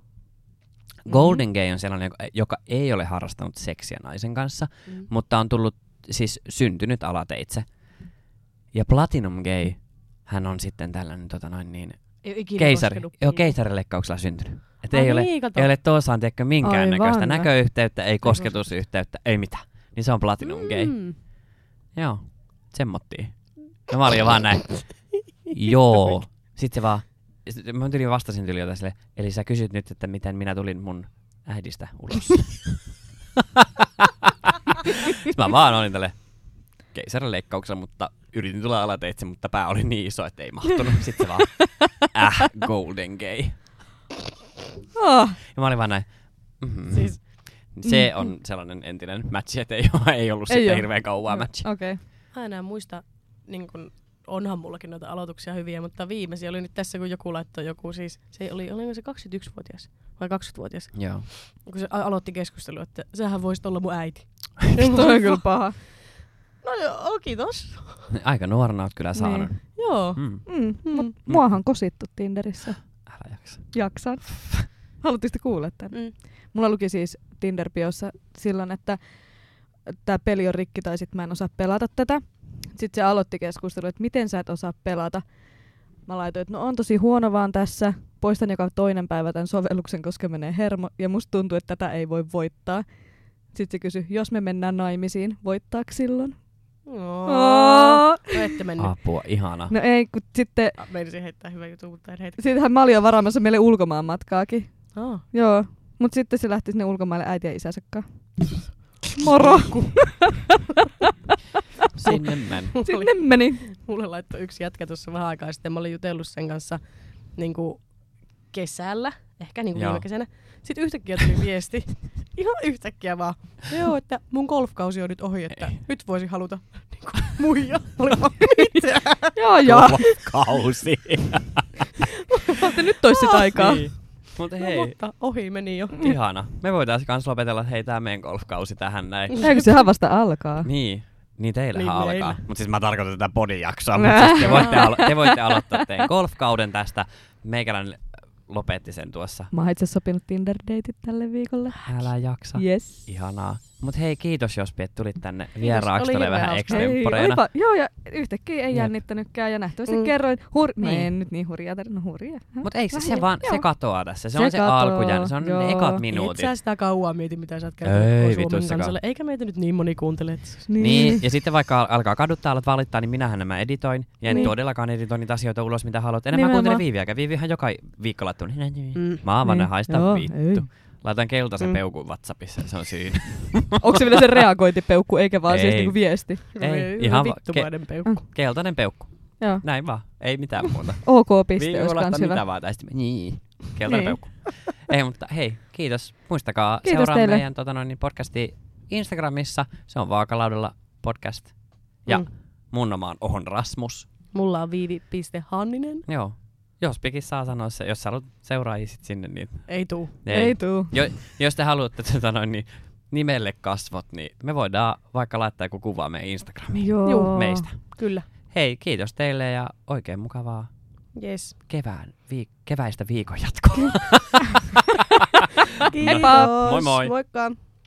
[SPEAKER 1] Golden gay on sellainen, joka- joka ei ole harrastanut seksiä naisen kanssa,
[SPEAKER 2] Mm.
[SPEAKER 1] mutta on tullut siis syntynyt alateitse. Ja platinum gay, hän on sitten tällainen tota noin niin,
[SPEAKER 2] Ei ole ikinä
[SPEAKER 1] keisari,
[SPEAKER 2] koskenut
[SPEAKER 1] joo,
[SPEAKER 2] pilviin.
[SPEAKER 1] keisarileikkauksella syntynyt. Et
[SPEAKER 2] Ai
[SPEAKER 1] ei, ole,
[SPEAKER 2] niin, kato.
[SPEAKER 1] ei ole tuossaan tiedäkö minkäännäköistä
[SPEAKER 3] Aivan.
[SPEAKER 1] näköyhteyttä, ei kosketusyhteyttä, ei mitään. Niin se on platinum mm. gay.
[SPEAKER 2] Mm.
[SPEAKER 1] Joo, semmottiin. No mä olin jo vaan näin, joo. Sitten se vaan, sit mä tyyliin vastasin tyyliin jotain sille, eli sä kysyt nyt, että miten minä tulin mun äidistä ulos. Sitten mä vaan olin tälle keisarileikkauksella, mutta yritin tulla alateitse, mutta pää oli niin iso, että ei mahtunut. Sitten se vaan, äh, golden gay.
[SPEAKER 3] Ah,
[SPEAKER 1] Ja mä olin vaan näin, mm
[SPEAKER 2] Siis-
[SPEAKER 1] siis, se on sellainen entinen matchi, että ei, oo- ei ollut
[SPEAKER 3] mm-hmm. Ei
[SPEAKER 1] sitten
[SPEAKER 3] oo.
[SPEAKER 1] hirveän kauan matchi.
[SPEAKER 3] Okei. Okay.
[SPEAKER 2] Mä enää muista, niin kun, onhan mullakin noita aloituksia hyviä, mutta viimeisiä oli nyt tässä, kun joku laittoi joku siis, se oli, oliko se 21-vuotias vai 20-vuotias,
[SPEAKER 1] Joo.
[SPEAKER 2] kun se a- aloitti keskustelua, että sähän voisit olla mun äiti.
[SPEAKER 3] Toi on kyllä paha.
[SPEAKER 2] No joo, kiitos.
[SPEAKER 1] Aika nuorena oot kyllä saanut. Niin.
[SPEAKER 2] Joo.
[SPEAKER 1] Mm,
[SPEAKER 3] Mm, mut
[SPEAKER 2] Mm.
[SPEAKER 3] muahan kosittu Tinderissä.
[SPEAKER 1] älä jaksa.
[SPEAKER 3] Jaksan. Haluatteko te kuulla tämän?
[SPEAKER 2] Mm.
[SPEAKER 3] Mulla luki siis Tinder-biossa silloin, että tämä peli on rikki tai sit mä en osaa pelata tätä. Sitten se aloitti keskustelun, että miten sä et osaa pelata. Mä laitoin, että no on tosi huono vaan tässä. Poistan joka toinen päivä tämän sovelluksen, koska menee hermo. Ja musta tuntuu, että tätä ei voi voittaa. Sitten se kysyi, jos me mennään naimisiin, voittaako silloin?
[SPEAKER 2] No, no ette mennyt. Ah.
[SPEAKER 1] Apua, ihana.
[SPEAKER 3] No ei, kun sitten,
[SPEAKER 2] Meinasin heittää hyvä juttu, mutta en heitä.
[SPEAKER 3] siitähän Mali on varaamassa meille ulkomaan matkaakin.
[SPEAKER 2] Oh.
[SPEAKER 3] Joo, mut sitten se lähti sinne ulkomaille äiti ja isänsä kanssa. Moro!
[SPEAKER 1] Sinne men.
[SPEAKER 2] Mulla, oli,
[SPEAKER 3] Sinne meni.
[SPEAKER 2] mulle laittoi yksi jätkä tuossa vähän aikaa sitten. Mä olin jutellut sen kanssa niin kuin kesällä, ehkä niin kuin
[SPEAKER 1] Joo.
[SPEAKER 2] viime kesänä. Sitten yhtäkkiä tuli viesti. Ihan yhtäkkiä vaan. Joo, että mun golfkausi on nyt ohi, että
[SPEAKER 1] Ei.
[SPEAKER 2] nyt voisi haluta niin kuin, muija. Oli vaan, mitä?
[SPEAKER 3] Joo, joo.
[SPEAKER 1] Kausi.
[SPEAKER 3] Mutta nyt olisi sitä aikaa.
[SPEAKER 1] Niin. Mutta
[SPEAKER 2] No,
[SPEAKER 1] hei,
[SPEAKER 2] mutta ohi meni jo.
[SPEAKER 1] ihana. Me voidaan kans lopetella, että hei tää meidän golfkausi tähän näin.
[SPEAKER 3] Niin. Eikö sehän vasta alkaa?
[SPEAKER 1] Niin. Niin teillähän
[SPEAKER 2] Niin
[SPEAKER 1] niin
[SPEAKER 2] meillä.
[SPEAKER 1] alkaa. Mutta siis mä tarkoitan tätä podijaksoa, mutta siis te, voitte alo- te voitte aloittaa teidän golfkauden tästä. Meikäläinen lopetti sen tuossa.
[SPEAKER 3] Mä oon itse sopinut Tinder-deitit tälle viikolle.
[SPEAKER 1] Älä jaksa.
[SPEAKER 3] Yes.
[SPEAKER 1] Ihanaa. Mut hei, kiitos Jospi, että tulit tänne
[SPEAKER 2] oli
[SPEAKER 1] vieraaksi. Tulee
[SPEAKER 2] hirveän
[SPEAKER 1] vähän
[SPEAKER 2] hauska.
[SPEAKER 3] Hei,
[SPEAKER 1] extemporeena.
[SPEAKER 3] olipa, joo, ja yhtäkkiä ei
[SPEAKER 1] Jep.
[SPEAKER 3] jännittänytkään, ja nähtävästi
[SPEAKER 2] Mm.
[SPEAKER 3] mm. kerroin. Hur... Niin.
[SPEAKER 1] Niin.
[SPEAKER 3] Mä en nyt niin hurjaa tarina, no hurjaa. Hä?
[SPEAKER 1] Mut eikö se,
[SPEAKER 3] Vähän-
[SPEAKER 1] se vaan, se
[SPEAKER 3] joo.
[SPEAKER 1] katoaa tässä. Se,
[SPEAKER 3] Se
[SPEAKER 1] on se
[SPEAKER 3] katoaa,
[SPEAKER 1] alkujään, se on ne
[SPEAKER 3] joo.
[SPEAKER 1] ekat
[SPEAKER 2] Et
[SPEAKER 1] minuutit.
[SPEAKER 2] sä sitä kauaa mieti, mitä sä oot kertonut
[SPEAKER 1] Niin Ei
[SPEAKER 2] koko Suomen
[SPEAKER 1] vitussakaan.
[SPEAKER 2] kansalle. Eikä meitä nyt niin moni kuuntele. että se-
[SPEAKER 3] Niin.
[SPEAKER 1] Niin, ja sitten vaikka al- alkaa kaduttaa, alat valittaa, niin minähän nämä editoin. Ja en
[SPEAKER 3] Niin.
[SPEAKER 1] niin. todellakaan editoi niitä asioita ulos, mitä haluat. Enemmän
[SPEAKER 3] Nimenomaan.
[SPEAKER 1] kuuntele Viiviäkään. Viivihän joka viikko laittuu.
[SPEAKER 2] Mm.
[SPEAKER 1] Mm. Mä oon vaan
[SPEAKER 3] Niin.
[SPEAKER 1] niin. haista
[SPEAKER 3] Joo,
[SPEAKER 1] vittu. Laitan keltaisen
[SPEAKER 2] Mm.
[SPEAKER 1] mm. peukun WhatsAppissa, se on siinä.
[SPEAKER 3] Onko se vielä se reagointipeukku, eikä vaan siis
[SPEAKER 1] Ei.
[SPEAKER 3] niinku viesti?
[SPEAKER 1] Ei,
[SPEAKER 2] ihan
[SPEAKER 1] ihan Mm. va-
[SPEAKER 2] vittumainen peukku.
[SPEAKER 1] Keltainen peukku.
[SPEAKER 3] Joo.
[SPEAKER 1] Näin vaan. Ei mitään muuta.
[SPEAKER 3] OK piste
[SPEAKER 1] Viivi
[SPEAKER 3] olisi
[SPEAKER 1] laittaa
[SPEAKER 3] kans hyvä.
[SPEAKER 1] mitä vaan tästä. Niin. Keltainen
[SPEAKER 3] Niin.
[SPEAKER 1] peukku. Ei, mutta hei, kiitos. Muistakaa
[SPEAKER 3] Kiitos
[SPEAKER 1] seuraa
[SPEAKER 3] teille.
[SPEAKER 1] meidän tota, noin, niin podcastia Instagramissa. Se on Vaakalaudella podcast. Ja
[SPEAKER 2] Mm.
[SPEAKER 1] mm. mun oma on Ohon Rasmus.
[SPEAKER 2] Mulla on viivi.hanninen.
[SPEAKER 1] Joo. Jos pikin saa sanoa se, jos sä haluat seuraajia sit sinne, niin...
[SPEAKER 2] Ei tuu.
[SPEAKER 3] Ei, ei tuu.
[SPEAKER 1] Jo, jos te haluatte tota noin, niin nimelle kasvot, niin me voidaan vaikka laittaa joku kuva meidän Instagramiin
[SPEAKER 3] Joo.
[SPEAKER 2] Juu,
[SPEAKER 1] meistä.
[SPEAKER 2] Kyllä.
[SPEAKER 1] Hei, kiitos teille ja oikein mukavaa
[SPEAKER 2] Yes.
[SPEAKER 1] kevään, viik- keväistä viikon jatkoa.
[SPEAKER 2] Kiitos.
[SPEAKER 3] Heippa.
[SPEAKER 1] Moi moi.
[SPEAKER 2] Moikka.